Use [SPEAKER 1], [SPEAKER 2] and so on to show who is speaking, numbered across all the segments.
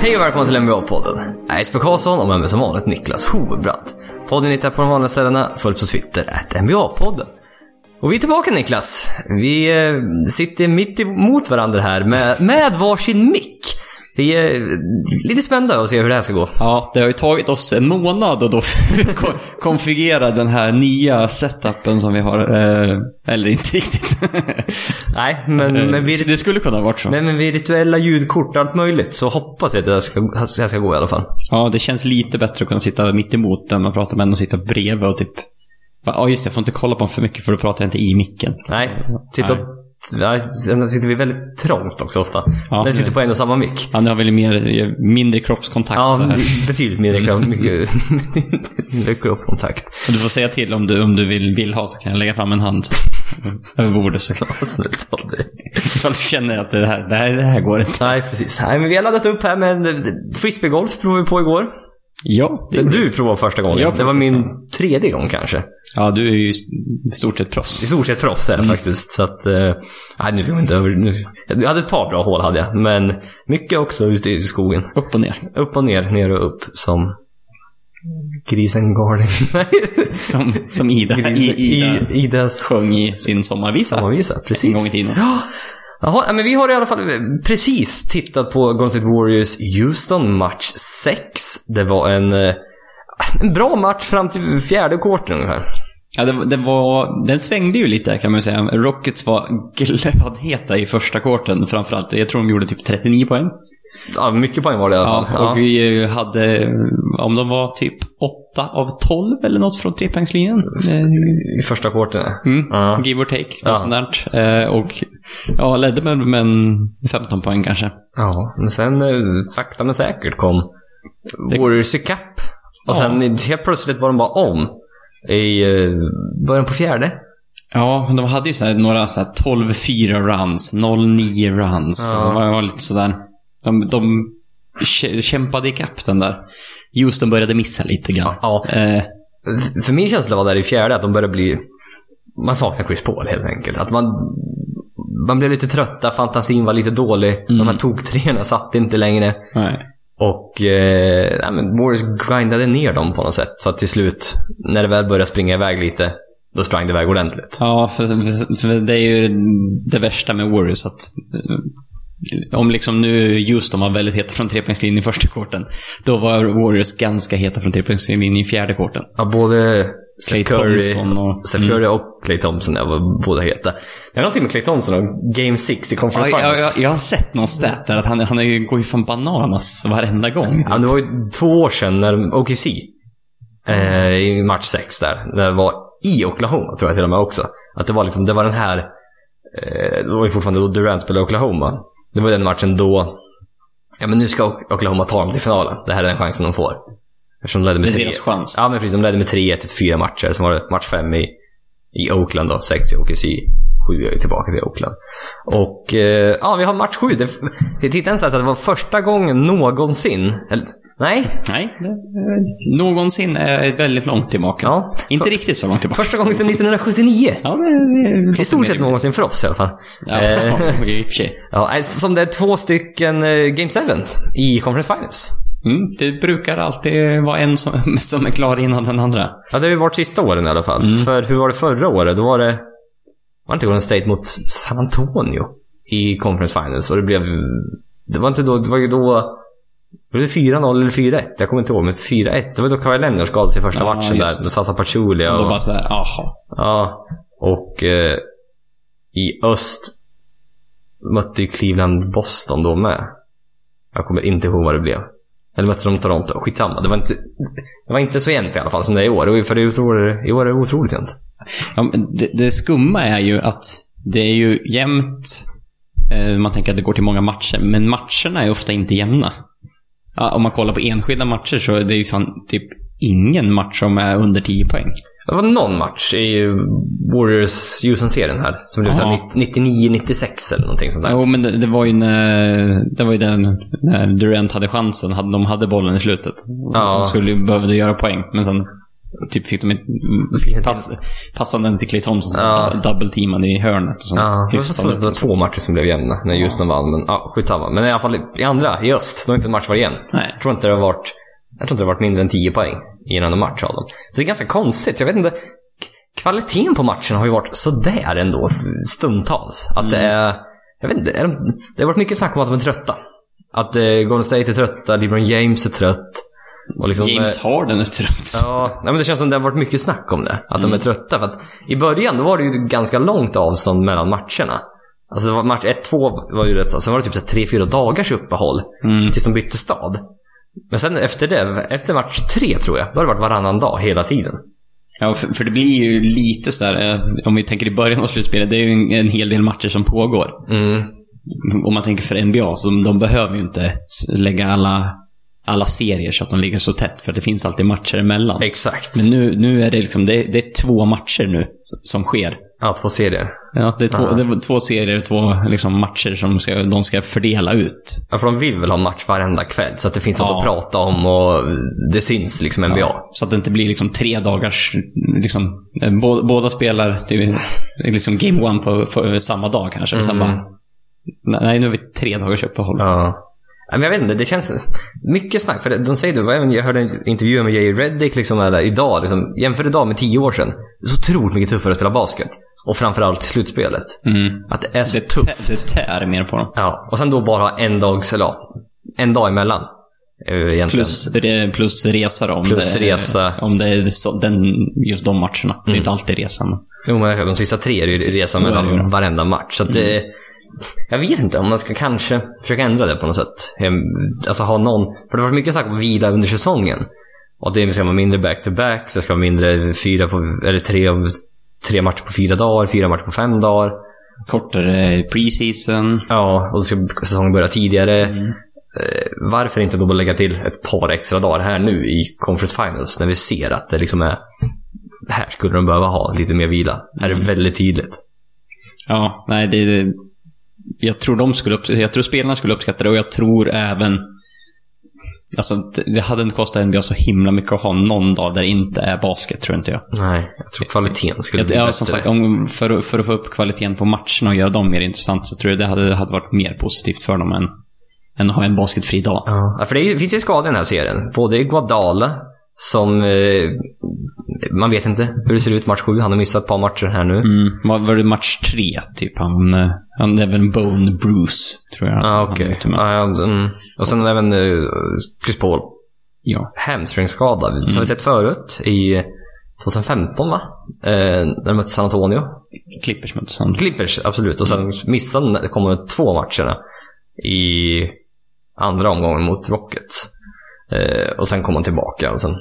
[SPEAKER 1] Hej och välkomna till NBA-podden. Jag är Jesper Karlsson och med mig som vanligt Niklas Hovebrant. Podden hittar på de vanliga ställena, följ på Twitter, at NBA-podden. Och vi är tillbaka Niklas. Vi eh, sitter mitt emot varandra här med, med varsin mick. Vi är eh, lite spända och ser hur det här ska gå.
[SPEAKER 2] Ja, det har ju tagit oss en månad att då kon- konfigurera den här nya setupen som vi har. Eh, eller inte riktigt.
[SPEAKER 1] Nej, men, men, vi,
[SPEAKER 2] Så det skulle kunna ha varit så.
[SPEAKER 1] men, men vi rituella ljudkort och allt möjligt så hoppas jag att det här ska, att det här ska gå i alla fall.
[SPEAKER 2] Ja, det känns lite bättre att kunna sitta mitt emot den man pratar med än att sitta bredvid och typ... Ja, just det. Jag får inte kolla på honom för mycket för då pratar jag inte i micken.
[SPEAKER 1] Nej, sitta
[SPEAKER 2] Nej.
[SPEAKER 1] Nej, sen sitter vi väldigt trångt också ofta.
[SPEAKER 2] Ja,
[SPEAKER 1] När vi sitter
[SPEAKER 2] det-
[SPEAKER 1] på en och samma mick.
[SPEAKER 2] Ja, nu har vi lite mer, eh, mindre kroppskontakt så
[SPEAKER 1] Ja,
[SPEAKER 2] här. Mm.
[SPEAKER 1] betydligt mer reklam. Mycket mindre kroppskontakt.
[SPEAKER 2] Och Du får säga till om du, om du vill, vill ha så kan jag lägga fram en hand. Över bordet såklart.
[SPEAKER 1] Snälla ta dig.
[SPEAKER 2] Ifall du känner att det här, det här, det här går inte.
[SPEAKER 1] Nej, precis. Nej, men vi har laddat upp här med en- frisbeegolf provade vi på igår.
[SPEAKER 2] Ja, det
[SPEAKER 1] Den du provade första gången.
[SPEAKER 2] Jag
[SPEAKER 1] det var
[SPEAKER 2] provade
[SPEAKER 1] min tredje gång kanske.
[SPEAKER 2] Ja, du är ju i stort sett
[SPEAKER 1] I
[SPEAKER 2] proffs.
[SPEAKER 1] stort sett proffs är
[SPEAKER 2] Mm.
[SPEAKER 1] jag faktiskt. Så att, eh, nej, nu ska vi inte över... Nu, jag hade ett par bra hål hade jag, men mycket också ute i skogen.
[SPEAKER 2] Upp och ner.
[SPEAKER 1] Upp och ner, ner och upp som grisen Garling. Nej,
[SPEAKER 2] Som, som Ida, i,
[SPEAKER 1] grisen, i,
[SPEAKER 2] Ida
[SPEAKER 1] Idas
[SPEAKER 2] sjöng i sin sommarvisa.
[SPEAKER 1] sommarvisa.
[SPEAKER 2] En
[SPEAKER 1] Precis.
[SPEAKER 2] gång i tiden.
[SPEAKER 1] Ja. Jaha, ja, men vi har i alla fall eh, precis tittat på Golden State Warriors Houston match 6. Det var en, eh, en bra match fram till fjärde korten ungefär.
[SPEAKER 2] Ja, det, det var, den svängde ju lite kan man ju säga. Rockets var glödheta i första korten framförallt. Jag tror de gjorde typ 39 poäng.
[SPEAKER 1] Ja, mycket poäng var det i alla fall.
[SPEAKER 2] Ja, och vi eh, hade, eh, om de var typ 8 av 12 eller något från trepoängslinjen. Eh,
[SPEAKER 1] I första korten. ja.
[SPEAKER 2] Mm.
[SPEAKER 1] Ja.
[SPEAKER 2] Give or take, något
[SPEAKER 1] Ja.
[SPEAKER 2] sånt där. Eh, och ja, ledde med, med 15 poäng kanske.
[SPEAKER 1] Ja, men sen eh, sakta men säkert kom
[SPEAKER 2] Det-
[SPEAKER 1] Warriors ikapp. Och
[SPEAKER 2] Ja.
[SPEAKER 1] sen helt plötsligt var de bara om. I eh, början på fjärde.
[SPEAKER 2] Ja, men de hade ju så här några så här 12-4 runs, 0-9 runs.
[SPEAKER 1] Ja.
[SPEAKER 2] Ja. De var, var lite sådär. De, de kä- kämpade ikapp den där. Houston började missa lite grann.
[SPEAKER 1] Ja,
[SPEAKER 2] Eh,
[SPEAKER 1] F- För min känsla var där i fjärde att de började bli... Man saknar Chris Paul helt enkelt. Att man, man blev lite trötta, fantasin var lite dålig. De
[SPEAKER 2] Mm.
[SPEAKER 1] här tog-treorna satt inte längre.
[SPEAKER 2] nej.
[SPEAKER 1] Och eh, nej, men Morris grindade ner dem på något sätt. Så att till slut, när det väl började springa iväg lite, då sprang det iväg ordentligt.
[SPEAKER 2] Ja, för, för det är ju det värsta med Warriors att eh, om liksom nu Houston var väldigt heta från trepoängslinjen i första korten, då var Warriors ganska heta från trepoängslinjen i fjärde korten.
[SPEAKER 1] Ja, både
[SPEAKER 2] Clay
[SPEAKER 1] Steph Curry,
[SPEAKER 2] Thompson och- Mm.
[SPEAKER 1] Steph Curry och Clay Thompson där var båda heta. Det är någonting med Clay Thompson och Game 6 i
[SPEAKER 2] Ja,
[SPEAKER 1] Conference
[SPEAKER 2] jag, jag,
[SPEAKER 1] Finals.
[SPEAKER 2] jag har sett någon stat där att han, han är ju- går ju fan bananas varenda gång.
[SPEAKER 1] Ja, det var ju två år sedan när OKC, eh, i match 6 där, när det var i Oklahoma tror jag till och med också. Att det var liksom, det var den här, eh, det var ju fortfarande då Durant spelade i Oklahoma. Det var den matchen då, ja men nu ska Ok- Oklahoma ta dem till finalen. Det här är den chansen de får. Eftersom de ledde med
[SPEAKER 2] Det är
[SPEAKER 1] 3
[SPEAKER 2] deras chans.
[SPEAKER 1] Ja men precis, de ledde med 3-1 till fyra matcher. Sen var det match 5 i, i Oakland då, 6 i OKC. 7 tillbaka till Oakland. Och eh, ja, vi har match 7. Det, jag tittade ens att det var första gången någonsin, eller, nej,
[SPEAKER 2] Nej, det- eh, någonsin är väldigt långt tillbaka.
[SPEAKER 1] Ja.
[SPEAKER 2] Inte riktigt så långt tillbaka.
[SPEAKER 1] Första gången sedan 1979.
[SPEAKER 2] Ja, det, det, det
[SPEAKER 1] I stort sett någonsin för oss i alla fall.
[SPEAKER 2] Ja,
[SPEAKER 1] Eh,
[SPEAKER 2] i och för sig.
[SPEAKER 1] ja, nej, som det är två stycken eh, Game 7 i Conference Finals.
[SPEAKER 2] Mm, det brukar alltid vara en som, som är klar innan den andra.
[SPEAKER 1] Ja, det har ju varit sista åren i alla fall.
[SPEAKER 2] Mm.
[SPEAKER 1] För hur var det förra året? Då var det... Var det inte Golden State mot San Antonio i Conference Finals? Och det blev... Det var inte då... Det var ju då... Var det 4-0 eller 4-1? Jag kommer inte ihåg, men 4-1. Det var då Kawhi Leonard skadade sig i första
[SPEAKER 2] Ja,
[SPEAKER 1] matchen där. Med
[SPEAKER 2] just det.
[SPEAKER 1] Sasa Pachulia
[SPEAKER 2] Och
[SPEAKER 1] och...
[SPEAKER 2] då bara sådär, jaha.
[SPEAKER 1] Ja, och eh, i öst mötte ju Cleveland Boston då med. Jag kommer inte ihåg vad det blev. Eller mötte de Toronto? Skitsamma. Det var inte, det var inte så jämnt i alla fall som det är i år. Och För det är otroligt, i år är det otroligt jämnt.
[SPEAKER 2] Ja, men det, det skumma är ju att det är ju jämnt. Eh, man tänker att det går till många matcher, men matcherna är ofta inte jämna. Ja, om man kollar på enskilda matcher så är det ju fan typ ingen match som är under 10 poäng.
[SPEAKER 1] Det var någon match i Warriors-Houston-serien här som blev
[SPEAKER 2] Ja.
[SPEAKER 1] såhär 99-96 eller någonting sånt där.
[SPEAKER 2] Jo, men det, det var ju när, det var ju den, när Durant hade chansen. Hade, de hade bollen i slutet.
[SPEAKER 1] Ja.
[SPEAKER 2] De skulle, behövde göra poäng, men sen Typ fick de ett
[SPEAKER 1] Fick en
[SPEAKER 2] pass, passande till Clay Thompson som
[SPEAKER 1] Ja.
[SPEAKER 2] double-teamade i hörnet. Och sånt.
[SPEAKER 1] Ja, det var så
[SPEAKER 2] Hyfsat.
[SPEAKER 1] tråkigt att det var två matcher som blev jämna när Houston vann. Men ja, skitsamma. Men i alla fall i andra, i öst, då har inte en match varit jämn.
[SPEAKER 2] Nej.
[SPEAKER 1] Jag tror inte det har varit, jag tror inte det har varit mindre än 10 poäng i en annan match av dem. Så det är ganska konstigt. Jag vet inte. k- Kvaliteten på matchen har ju varit sådär ändå, stundtals. Att det
[SPEAKER 2] Mm.
[SPEAKER 1] är, jag vet inte, är de, det har varit mycket snack om att de är trötta. Att eh, Golden State är trötta, LeBron James är trött. Och liksom,
[SPEAKER 2] James Harden är trött.
[SPEAKER 1] Ja, nej, men det känns som det har varit mycket snack om det.
[SPEAKER 2] Mm.
[SPEAKER 1] Att de är trötta. För att i början då var det ju ganska långt avstånd mellan matcherna. Alltså det var match 1-2 var ju rätt så. Sen var det typ så här tre fyra dagars uppehåll.
[SPEAKER 2] Mm.
[SPEAKER 1] Tills de bytte stad. Men sen efter det, efter match tre tror jag, då har det varit varannan dag hela tiden.
[SPEAKER 2] Ja, för, för det blir ju lite sådär, eh, om vi tänker i början av slutspelet, det är ju en, en hel del matcher som pågår.
[SPEAKER 1] Mm.
[SPEAKER 2] Om man tänker för NBA, så de, de behöver ju inte s- lägga alla, alla serier så att de ligger så tätt, för det finns alltid matcher emellan.
[SPEAKER 1] Exakt.
[SPEAKER 2] Men nu, nu är det liksom, det, det är två matcher nu s- som sker.
[SPEAKER 1] Ja, två serier.
[SPEAKER 2] Ja, det är två,
[SPEAKER 1] Ja.
[SPEAKER 2] det var två serier och två liksom, matcher som ska, de ska fördela ut.
[SPEAKER 1] Ja, för de vill väl ha match varenda kväll. Så att det finns något
[SPEAKER 2] Ja.
[SPEAKER 1] att prata om och det syns liksom NBA.
[SPEAKER 2] Så att det inte blir liksom tre dagars... Liksom, eh, bå- båda spelar till, liksom game one på, på samma dag kanske. Sen
[SPEAKER 1] Mm.
[SPEAKER 2] bara, nej, nu har vi tre dagars uppehåll.
[SPEAKER 1] Ja. Ja, Men jag vet inte, det känns mycket snack. För det- de säger det, och även jag hörde en intervju med Jay Reddick liksom, eller, idag. Liksom, jämför idag med tio år sedan. Det är så otroligt mycket tuffare att spela basket. Och framförallt i slutspelet.
[SPEAKER 2] Mm.
[SPEAKER 1] Att det är så
[SPEAKER 2] Det,
[SPEAKER 1] tufft.
[SPEAKER 2] tä- det tär mer på dem.
[SPEAKER 1] Ja. Och sen då bara ha en dag, eller ja, en dag emellan. eh, Egentligen.
[SPEAKER 2] Plus, re- plus resa då. Om
[SPEAKER 1] Plus
[SPEAKER 2] det,
[SPEAKER 1] resa.
[SPEAKER 2] Om det är så- den, just de matcherna. Det är inte alltid resan.
[SPEAKER 1] Jo, men de sista tre är ju resa
[SPEAKER 2] Så är det ju
[SPEAKER 1] mellan
[SPEAKER 2] då. Mm.
[SPEAKER 1] varenda match. Så att det, jag vet inte om man ska kanske försöka ändra det på något sätt. Hem- Alltså ha någon, för det har varit mycket snack om vila under säsongen. Och att det ska vara mindre back-to-back, så det ska vara mindre fyra på, eller tre, av- tre matcher på fyra dagar, fyra matcher på fem dagar.
[SPEAKER 2] Kortare preseason.
[SPEAKER 1] Ja, och då ska säsongen börja tidigare.
[SPEAKER 2] Mm.
[SPEAKER 1] Eh, Varför inte då bara lägga till ett par extra dagar här nu i Conference Finals när vi ser att det liksom är... Här skulle de behöva ha lite mer vila. Här är
[SPEAKER 2] Mm.
[SPEAKER 1] det väldigt tydligt.
[SPEAKER 2] Ja, nej, det, det, jag, tror de skulle upp, jag tror spelarna skulle uppskatta det och jag tror även... Alltså, det- det hade inte kostat NBA så himla mycket att ha någon dag där det inte är basket, tror inte jag.
[SPEAKER 1] Nej, jag tror kvaliteten skulle
[SPEAKER 2] jag
[SPEAKER 1] bli
[SPEAKER 2] ja,
[SPEAKER 1] bättre.
[SPEAKER 2] som sagt, om, för, för att få upp kvaliteten på matcherna och göra dem mer intressanta så tror jag det hade, hade varit mer positivt för dem än, än att ha en basketfri dag.
[SPEAKER 1] Ja, för det är ju- finns ju skador i den här serien. Både i Guadala, som... Eh, man vet inte hur det ser ut match 7. Han har missat ett par matcher här nu.
[SPEAKER 2] Mm, vad var det match tre, typ? Han, eh, han det är väl en bone bruise, tror jag.
[SPEAKER 1] Ja,
[SPEAKER 2] han
[SPEAKER 1] Ah, okej.
[SPEAKER 2] är ute med.
[SPEAKER 1] Ja, ja, mm. Och sen även eh, Chris Paul.
[SPEAKER 2] Ja.
[SPEAKER 1] Hamstringskada, som
[SPEAKER 2] Mm.
[SPEAKER 1] vi sett förut i 2015, va? Eh, när de mötte San Antonio.
[SPEAKER 2] Clippers mot Suns.
[SPEAKER 1] Clippers, absolut. Och sen missade han- det kommer två matcherna i andra omgången mot Rockets. Eh, och sen kom han tillbaka och sen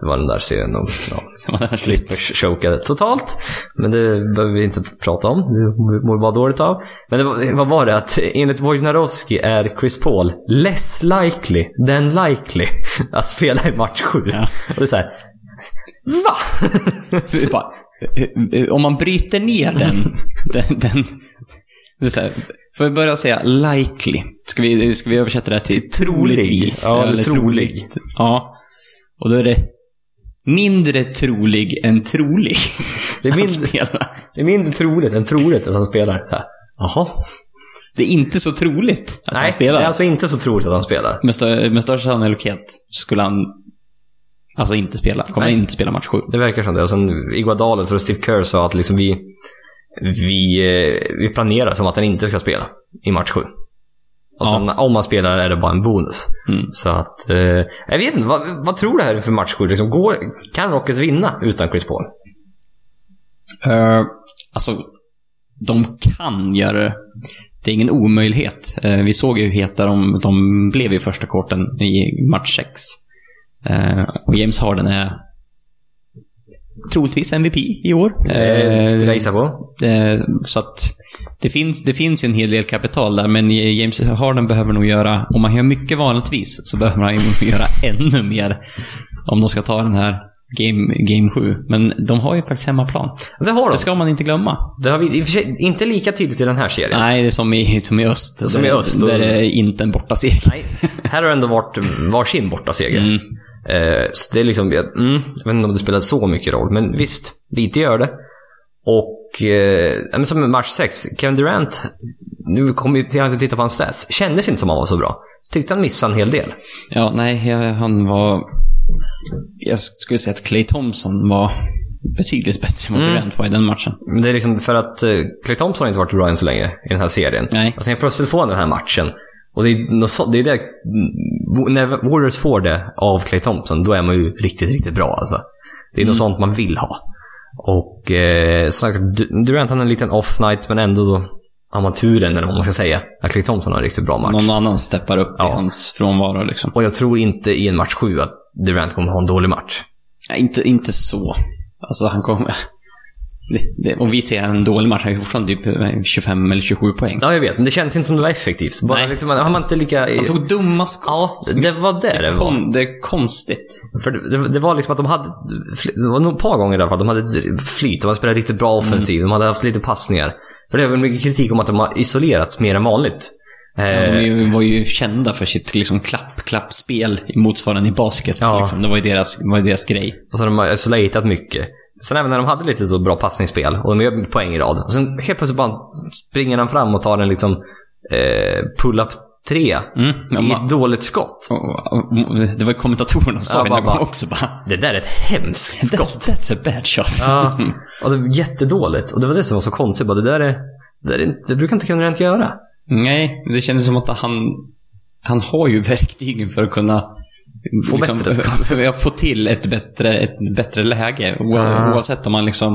[SPEAKER 1] det var den där serien och ja,
[SPEAKER 2] Sen var det här slut.
[SPEAKER 1] Clippers chokade totalt. Men det behöver vi inte prata om. Det mår vi bara dåligt av. Men det var, vad var det? Att enligt Wojnarowski är Chris Paul less likely than likely att spela i match 7.
[SPEAKER 2] Ja.
[SPEAKER 1] Och det är så här, Va?
[SPEAKER 2] Vi bara, eh, om man bryter ner den, den, den det är så här, får vi börja säga likely? Ska vi, ska vi översätta det här till,
[SPEAKER 1] Till trolig. Ja, eller trolig.
[SPEAKER 2] troligt? Ja. Och då är det mindre trolig än trolig.
[SPEAKER 1] Det är
[SPEAKER 2] att
[SPEAKER 1] mindre-
[SPEAKER 2] spela.
[SPEAKER 1] Det är mindre troligt än troligt att han spelar. Så här, Jaha.
[SPEAKER 2] Det är inte så troligt att han
[SPEAKER 1] Nej, det
[SPEAKER 2] spelar.
[SPEAKER 1] är alltså inte så troligt att han spelar.
[SPEAKER 2] Med, stör, med största sannolikhet skulle han alltså inte spela. Kommer
[SPEAKER 1] Nej.
[SPEAKER 2] inte spela match 7.
[SPEAKER 1] Det verkar som det. Och sen i Guadalen så var det Steve Kerr sa att liksom vi, vi, eh, vi planerar som att han inte ska spela i match 7. Och
[SPEAKER 2] Ja. Mm.
[SPEAKER 1] sen om han spelar är det bara en bonus. Så att, eh, jag vet inte, vad, vad tror du här för match 7? Liksom, går, kan Rockets vinna utan Chris Paul?
[SPEAKER 2] Eh, alltså, de kan göra det. Det är ingen omöjlighet. Eh, vi såg ju hur heta de, de blev i första korten i match 6. och James Harden är troligtvis MVP i år.
[SPEAKER 1] Eh, skulle jag
[SPEAKER 2] Eh,
[SPEAKER 1] gissa på.
[SPEAKER 2] eh, så att det finns, det finns ju en hel del kapital där, men James Harden behöver nog göra, om man gör mycket vanligtvis, så behöver man ju göra ännu mer om de ska ta den här game, game 7. Men de har ju faktiskt hemmaplan.
[SPEAKER 1] Det har de.
[SPEAKER 2] Det ska man inte glömma.
[SPEAKER 1] Det har vi i och för sig inte lika tydligt i den här serien.
[SPEAKER 2] Nej, det är som i, som i öst.
[SPEAKER 1] Som
[SPEAKER 2] där,
[SPEAKER 1] i öst, då-
[SPEAKER 2] Där det är inte en bortaseger.
[SPEAKER 1] Nej. Här har det ändå varit varsin bortaseger.
[SPEAKER 2] Mm.
[SPEAKER 1] Eh, så det är liksom, jag- mm, jag vet inte om det spelar så mycket roll, men visst, lite gör det. Och, eh, ja, men som med match 6, Kevin Durant, nu kommer jag jag har inte titta på hans stats, kändes inte som han var så bra. Tyckte han missade en hel del.
[SPEAKER 2] Ja, nej, jag, han var... Jag skulle säga att Clay Thompson var betydligt bättre än vad
[SPEAKER 1] Mm.
[SPEAKER 2] Durant var i den matchen.
[SPEAKER 1] Men det är liksom för att eh, Clay Thompson har inte varit bra än så länge i den här serien.
[SPEAKER 2] Nej.
[SPEAKER 1] Och sen plötsligt får han den här matchen. Och det är, något så, det är det, när Warriors får det av Clay Thompson, då är man ju riktigt, riktigt bra alltså. Det är något
[SPEAKER 2] Mm.
[SPEAKER 1] sånt man vill ha. Och eh, som sagt, Du- Durant hade en liten off-night, men ändå då har man turen, eller vad man ska säga, att Clay Thompson har en riktigt bra match.
[SPEAKER 2] Någon annan steppar upp
[SPEAKER 1] Ja.
[SPEAKER 2] i hans frånvaro liksom.
[SPEAKER 1] Och jag tror inte i en match 7 att Durant kommer ha en dålig match.
[SPEAKER 2] Nej, inte, inte så. Alltså han kommer... Det, det, om vi ser en dålig match, han har ju fortfarande typ 25 eller 27 poäng.
[SPEAKER 1] Ja, jag vet, men det känns inte som det var effektivt. Bara
[SPEAKER 2] Nej.
[SPEAKER 1] liksom, har man inte lika...
[SPEAKER 2] Han tog dumma skott.
[SPEAKER 1] Ja, det- det var det det var.
[SPEAKER 2] Kon, det är konstigt.
[SPEAKER 1] För det, det, det var liksom att de hade, det var nog ett par gånger i alla fall, de hade flyt, de hade spelat riktigt bra offensivt, de hade haft lite passningar. För det är väl mycket kritik om att de har isolerat mer än vanligt. Eh,
[SPEAKER 2] De var ju, var ju kända för sitt liksom, klapp-klapp-spel motsvarande i basket.
[SPEAKER 1] Ja.
[SPEAKER 2] Liksom. Det var ju deras, det var ju deras grej.
[SPEAKER 1] och så har de isolatat mycket. Sen även när de hade lite så bra passningsspel och de gör poäng i rad. Och sen helt plötsligt bara springer han fram och tar en liksom eh, pull-up tre
[SPEAKER 2] Mm. Ja,
[SPEAKER 1] i
[SPEAKER 2] ma-
[SPEAKER 1] ett dåligt skott.
[SPEAKER 2] och- och- och- det var ju kommentatorerna som sa
[SPEAKER 1] Ja,
[SPEAKER 2] det
[SPEAKER 1] bara-
[SPEAKER 2] någon gång
[SPEAKER 1] bara-
[SPEAKER 2] också bara.
[SPEAKER 1] Det där är ett hemskt skott.
[SPEAKER 2] That, that's a bad shot.
[SPEAKER 1] Ja, och det var jättedåligt. Och det var det som var så konstigt. Bara, det där är, det, där är inte, det brukar inte kunna rent göra.
[SPEAKER 2] Nej, det kändes som att han, han har ju verktygen för att kunna liksom,
[SPEAKER 1] Få bättre
[SPEAKER 2] ja, få till ett bättre, ett bättre läge. O-
[SPEAKER 1] Ah.
[SPEAKER 2] Oavsett om man liksom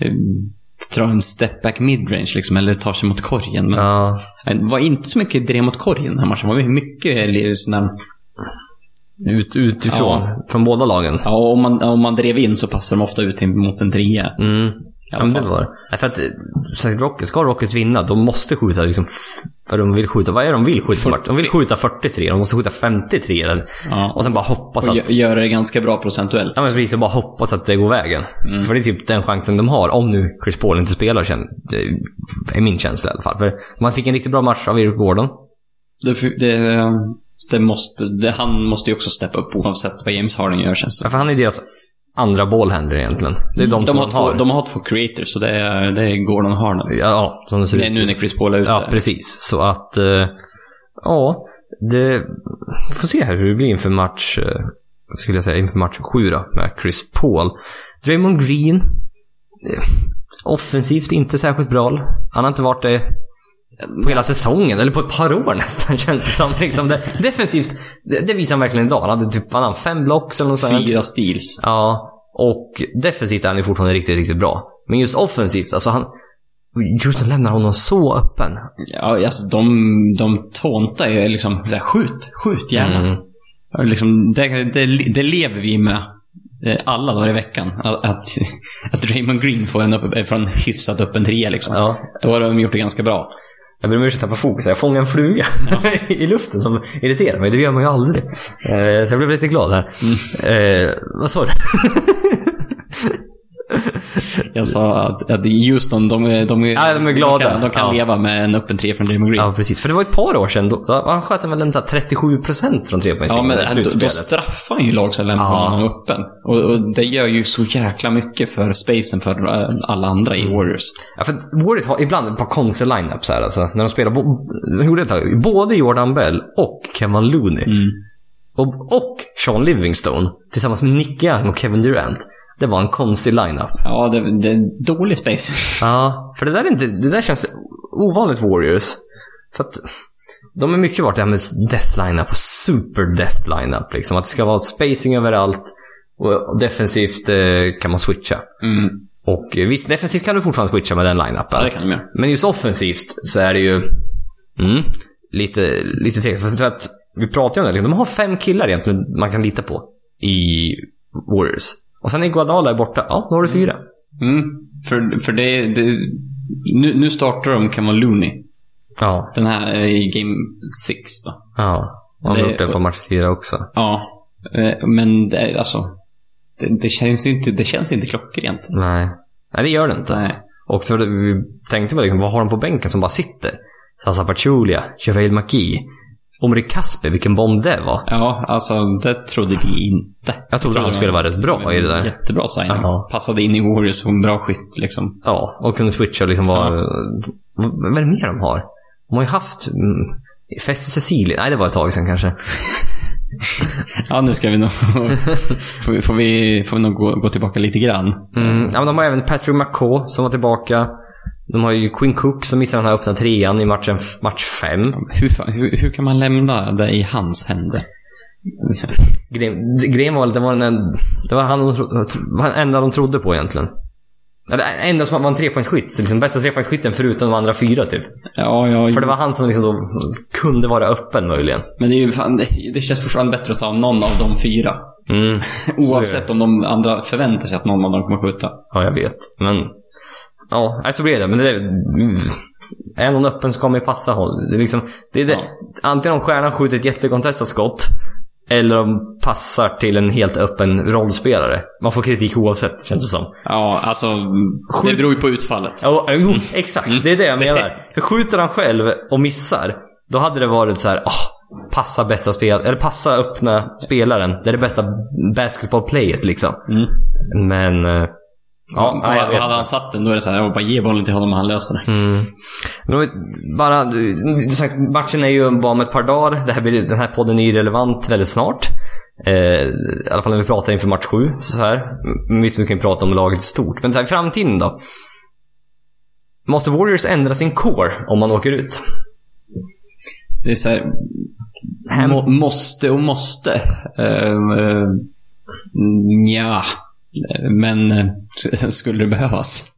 [SPEAKER 2] eh, drar en step back midrange liksom, eller tar sig mot korgen. Men
[SPEAKER 1] Ja.
[SPEAKER 2] Eh, Det var inte så mycket drev mot korgen den här matchen. Det var mycket sådana...
[SPEAKER 1] Ut, utifrån.
[SPEAKER 2] Ja.
[SPEAKER 1] Från båda lagen.
[SPEAKER 2] Ja, och om man, om man drev in så passade de ofta ut in mot en trea.
[SPEAKER 1] Mm. Ja, men det
[SPEAKER 2] fall.
[SPEAKER 1] var det. Nej, För att, eh, som sagt, Rockets, ska Rockets vinna, de måste skjuta liksom... f- Vad de vill skjuta. Vad är det de vill skjuta? för match? De vill skjuta 43, de måste skjuta 53. eller-
[SPEAKER 2] Ja.
[SPEAKER 1] Och sen bara hoppas
[SPEAKER 2] Och
[SPEAKER 1] att...
[SPEAKER 2] gö- gör det ganska bra procentuellt.
[SPEAKER 1] Ja, men precis. Och bara hoppas att det går vägen. För det är typ den chansen de har. Om nu Chris Paul inte spelar, kän- det är min känsla i alla fall. För man fick en riktigt bra match av Eric Gordon.
[SPEAKER 2] Det, det, det måste, det, han måste ju också steppa upp oavsett vad James Harden gör känns det
[SPEAKER 1] Ja, För han är deras andra ballhandler egentligen. Det är Mm. de, som
[SPEAKER 2] de, har
[SPEAKER 1] de har.
[SPEAKER 2] två, de har två creators, så det är, det är Gordon och Harden.
[SPEAKER 1] Ja, som det ser
[SPEAKER 2] Det är
[SPEAKER 1] ut.
[SPEAKER 2] nu när Chris Paul är ute.
[SPEAKER 1] Ja, precis. Så att, eh, ja, det... Vi får se här hur det blir inför match, eh, vad skulle jag säga, inför match 7 då, med Chris Paul. Draymond Green, eh, offensivt inte särskilt bra. Han har inte varit det på hela säsongen, eller på ett par år nästan känns det som. Liksom det, defensivt, det, det visar han verkligen idag. Han hade typ, han hade fem blocks eller något sånt.
[SPEAKER 2] Fyra steals.
[SPEAKER 1] Ja, och defensivt är han ju fortfarande riktigt, riktigt bra. Men just offensivt, alltså han... Houston lämnar honom så öppen.
[SPEAKER 2] Ja, alltså de, de tåntar ju liksom så här, skjut, skjut gärna.
[SPEAKER 1] Mm.
[SPEAKER 2] Ja, Liksom, det, det, det lever vi med eh, alla dagar i veckan. Att, att, att Raymond Green får en, upp, eh, från hyfsat öppen trea liksom.
[SPEAKER 1] Ja.
[SPEAKER 2] Då har de gjort det ganska bra.
[SPEAKER 1] Jag ber om ursäkt, jag tappade fokus. Jag fångade en fluga i luften som irriterar mig. Det gör man ju aldrig. Eh, Så jag blev lite glad här.
[SPEAKER 2] Mm.
[SPEAKER 1] Eh, vad sa du?
[SPEAKER 2] Jag sa att, att Houston, de, är- de,
[SPEAKER 1] Ja, de är glada.
[SPEAKER 2] De kan, de kan
[SPEAKER 1] Ja.
[SPEAKER 2] leva med en öppen trea från Raymond Green.
[SPEAKER 1] Ja, precis. För det var ett par år sedan. Då, då- han sköt han väl en så här 37% från
[SPEAKER 2] Ja,
[SPEAKER 1] trepoängslinjen
[SPEAKER 2] men
[SPEAKER 1] i
[SPEAKER 2] då, då
[SPEAKER 1] slutspelet.
[SPEAKER 2] straffar han ju lag som lämnar
[SPEAKER 1] Ja.
[SPEAKER 2] honom öppen. Och, och det gör ju så jäkla mycket för spacen för eh, alla andra i Warriors.
[SPEAKER 1] Ja, för att Warriors har ibland ett par konstiga lineups här alltså. När de spelar, bo- de gjorde ett tag, både Jordan Bell och Kevin Looney.
[SPEAKER 2] Mm.
[SPEAKER 1] Och, och Sean Livingstone tillsammans med Nick Young och Kevin Durant. Det var en konstig lineup.
[SPEAKER 2] Ja, det, det är dålig space.
[SPEAKER 1] Ja, för det där, är inte, det där känns ovanligt Warriors. För att de är mycket vart det här med death lineup och super death lineup. Liksom. Att det ska vara spacing överallt och och defensivt eh, kan man switcha.
[SPEAKER 2] Mm.
[SPEAKER 1] Och eh, visst, defensivt kan du fortfarande switcha med den lineupen.
[SPEAKER 2] Ja, det kan de göra.
[SPEAKER 1] Men just offensivt så är det ju mm, lite, lite tveksamt. För, för att vi pratade ju om det, liksom, de har fem killar egentligen man kan lita på i Warriors. Och sen är Guadala borta. Ja, nu har du fyra.
[SPEAKER 2] Mm. För, för det, det nu, nu startar de Cameron Looney.
[SPEAKER 1] Ja.
[SPEAKER 2] Den här eh, i Game 6 då.
[SPEAKER 1] Ja. Och han
[SPEAKER 2] Det-
[SPEAKER 1] har gjort det på match fyra också.
[SPEAKER 2] Ja. Eh, Men det, är- alltså, det, det, känns ju inte, det känns inte klockrent.
[SPEAKER 1] Nej. Nej, det gör det inte.
[SPEAKER 2] Nej.
[SPEAKER 1] Och så var det- vi tänkte väl liksom, vad har de på bänken som bara sitter? Sasa Pachulia, Cherrail McGee, Omri Kasper, vilken bomb det var.
[SPEAKER 2] Ja, alltså det trodde vi inte.
[SPEAKER 1] Jag trodde han skulle vara rätt bra i det där.
[SPEAKER 2] Jättebra signing.
[SPEAKER 1] Ja.
[SPEAKER 2] Passade in i Warriors som bra skytt liksom.
[SPEAKER 1] Ja, och kunde switcha och liksom vara... Vad är det mer de har? De har ju haft... Mm, Fest i Sicilien? Nej, det var ett tag sedan kanske.
[SPEAKER 2] Ja, nu ska vi nog... får, vi, får, vi, får vi nog gå, gå tillbaka lite grann.
[SPEAKER 1] Mm, ja, men de har även Patrick McCaw som var tillbaka. De har ju Quinn Cook som missade den här öppna trean i matchen, match 5.
[SPEAKER 2] Hur, fa- hur, hur kan man lämna det i hans händer?
[SPEAKER 1] Grejen var väl att det var, den, en- det var han, de tro- var den enda de trodde på egentligen. Eller enda som var en trepoängsskytt. Så Liksom bästa trepoängsskytten förutom de andra fyra typ.
[SPEAKER 2] Ja, ja,
[SPEAKER 1] För det var han som liksom då kunde vara öppen möjligen.
[SPEAKER 2] men det, är ju fan, det, det känns fortfarande bättre att ta någon av de fyra.
[SPEAKER 1] Mm.
[SPEAKER 2] Oavsett om de andra förväntar sig att någon av dem kommer skjuta.
[SPEAKER 1] Ja, jag vet. Men... Ja, nej, så blir det. Men det... Är är någon öppen så kommer ju passa håll. Det är liksom, det är det. Antingen om stjärnan skjuter ett jättekontestat skott, eller om passar till en helt öppen rollspelare. Man får kritik oavsett, känns det som.
[SPEAKER 2] Ja, alltså det
[SPEAKER 1] Skjut-
[SPEAKER 2] beror ju på utfallet.
[SPEAKER 1] Ja, och- jo, exakt. Mm. Det är det jag menar. Skjuter han själv och missar, då hade det varit så här, ah, passa bästa spel, eller passa öppna spelaren. Det är det bästa basketballplayet liksom.
[SPEAKER 2] Mm.
[SPEAKER 1] Men... eh, Ja, nej, jag
[SPEAKER 2] och
[SPEAKER 1] vet
[SPEAKER 2] hade han satt den då är det så här, "Ja, bara ge bollen till honom och han löser det.
[SPEAKER 1] Men om vi bara, du- som sagt, matchen är ju bara om ett par dagar. Det här blir, den här podden är ju relevant väldigt snart. Eh, I alla fall när vi pratar inför match 7. Så här. Mm, Visst, vi kan ju prata om laget i stort. Men så här, i framtiden då? Måste Warriors ändra sin core om man åker ut?
[SPEAKER 2] Det är så här,
[SPEAKER 1] Hem-
[SPEAKER 2] må, måste och måste. Uh, ja men eh, s- skulle det behövas?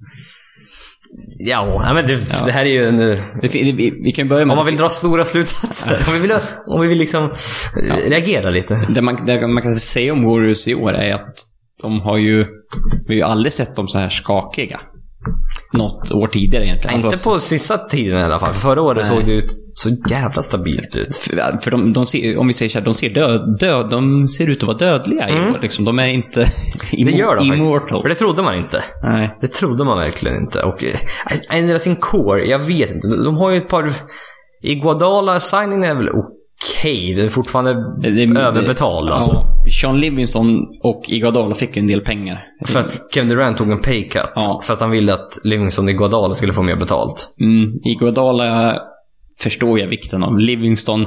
[SPEAKER 1] Ja, nej, men det, det här är ju en... eh,
[SPEAKER 2] Det, fi- det, vi, vi kan ju börja med
[SPEAKER 1] Om man vill dra stora slutsatser. Om vi vill, om vi vill liksom eh, reagera lite.
[SPEAKER 2] det, man, det man kan säga om Warriors i år är att de har ju, vi har ju aldrig sett dem så här skakiga. Något år tidigare egentligen. Alltså,
[SPEAKER 1] Inte på sista tiden i alla fall. För Förra året
[SPEAKER 2] Nej.
[SPEAKER 1] såg det ut så jävla stabilt ut.
[SPEAKER 2] För, för de, de ser, om vi säger så här, de ser död, död, de ser ut att vara dödliga i år. Liksom. De är inte
[SPEAKER 1] Mm. Det gör de faktiskt.
[SPEAKER 2] immortal.
[SPEAKER 1] För det trodde man inte.
[SPEAKER 2] Nej.
[SPEAKER 1] Det trodde man verkligen inte. Och eh, ändra sin core, jag vet inte. De har ju ett par... I Guadala signingen är väl okej. Den är fortfarande överbetald alltså.
[SPEAKER 2] Ja, Sean Livingston och Iguodala fick ju en del pengar.
[SPEAKER 1] För att Kevin Durant tog en pay cut.
[SPEAKER 2] Ja.
[SPEAKER 1] För att han ville att Livingston i Guadala skulle få mer betalt.
[SPEAKER 2] Mm, Iguodala förstår jag vikten av. Livingston,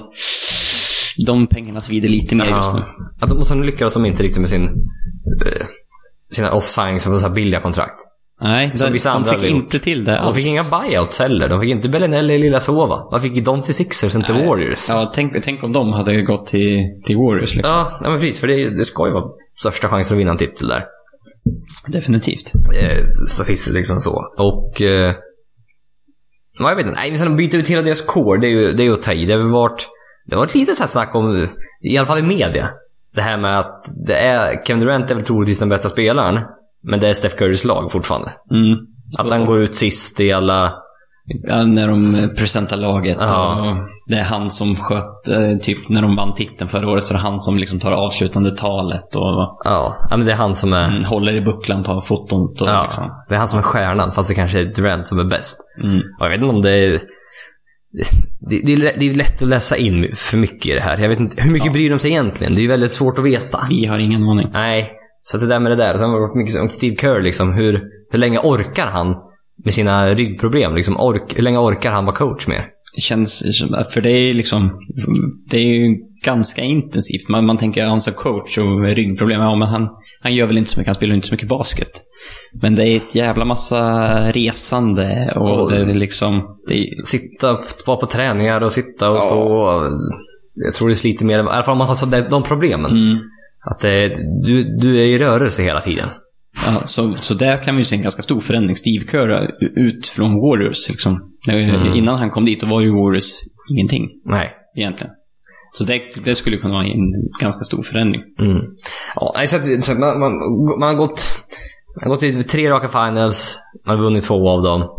[SPEAKER 2] de pengarna svider lite mer just nu.
[SPEAKER 1] Att de, och sen lyckades de inte riktigt med sin... eh, sina off-signings och så här billiga kontrakt.
[SPEAKER 2] Nej,
[SPEAKER 1] Som
[SPEAKER 2] de,
[SPEAKER 1] vissa
[SPEAKER 2] de
[SPEAKER 1] andra
[SPEAKER 2] fick
[SPEAKER 1] hade gjort.
[SPEAKER 2] inte till det
[SPEAKER 1] De
[SPEAKER 2] alls.
[SPEAKER 1] fick inga buyouts heller. De fick inte Bellinelli i Lilla Sova. Vad fick de till Sixers, inte
[SPEAKER 2] Nej.
[SPEAKER 1] Warriors?
[SPEAKER 2] Ja, tänk, tänk om de hade gått till, till Warriors. Liksom.
[SPEAKER 1] Ja, nej men precis. För det, det ska ju vara största chansen att vinna en titel där.
[SPEAKER 2] Definitivt.
[SPEAKER 1] Eh, statistiskt liksom så. Och... Eh, ja, jag vet inte. Nej, men sen att byta ut hela deras core, det är ju, det är ju att ta i. Det har väl varit... Det har varit lite så här snack om, i alla fall i media, det här med att det är, Kevin Durant är väl troligtvis den bästa spelaren, men det är Steph Currys lag fortfarande.
[SPEAKER 2] Mm.
[SPEAKER 1] Att han går ut sist i alla...
[SPEAKER 2] Ja, när de eh, presentar laget.
[SPEAKER 1] Ja.
[SPEAKER 2] Och det är han som sköt, eh, typ när de vann titeln förra året, så är det han som liksom tar avslutande talet och
[SPEAKER 1] Ja, ja, men det är han som är...
[SPEAKER 2] mm, håller i bucklan på fotot. Och,
[SPEAKER 1] Ja,
[SPEAKER 2] liksom.
[SPEAKER 1] det är han som är stjärnan, fast det kanske är Durant som är bäst.
[SPEAKER 2] mm.
[SPEAKER 1] Ja, Jag vet inte om det är... Det, det, är lä- det är lätt att läsa in för mycket i det här. Jag vet inte, hur mycket bryr de sig egentligen? Det är ju väldigt svårt att veta.
[SPEAKER 2] Vi har ingen aning.
[SPEAKER 1] Nej, så att det där med det där. Och sen var det mycket om Steve Kerr, liksom. Hur, hur länge orkar han med sina ryggproblem? Liksom, ork, hur länge orkar han vara coach med?
[SPEAKER 2] Det Känns, som- för det är liksom, det är ju ganska intensivt. Man, man tänker, ja, han som coach och ryggproblem, ja men han, han gör väl inte så mycket, han spelar ju inte så mycket basket. Men det är ett jävla massa resande och
[SPEAKER 1] Och-
[SPEAKER 2] det är liksom, det är,
[SPEAKER 1] Sitta, vara på träningar och sitta och
[SPEAKER 2] Ja.
[SPEAKER 1] stå. Och, jag tror det sliter mer, i alla fall om man har så där, de problemen.
[SPEAKER 2] mm.
[SPEAKER 1] Att det, du, du är i rörelse hela tiden.
[SPEAKER 2] Ja, så, så där kan vi ju se en ganska stor förändring. Steve Kerr ut från Warriors. Liksom. När- Innan han kom dit då var ju Warriors ingenting
[SPEAKER 1] Nej.
[SPEAKER 2] egentligen. Så det, det skulle kunna vara en ganska stor förändring.
[SPEAKER 1] Mm. Ja, nej, så att, så att man, man, man har gått... Man har gått till tre raka finals, man har vunnit två av dem.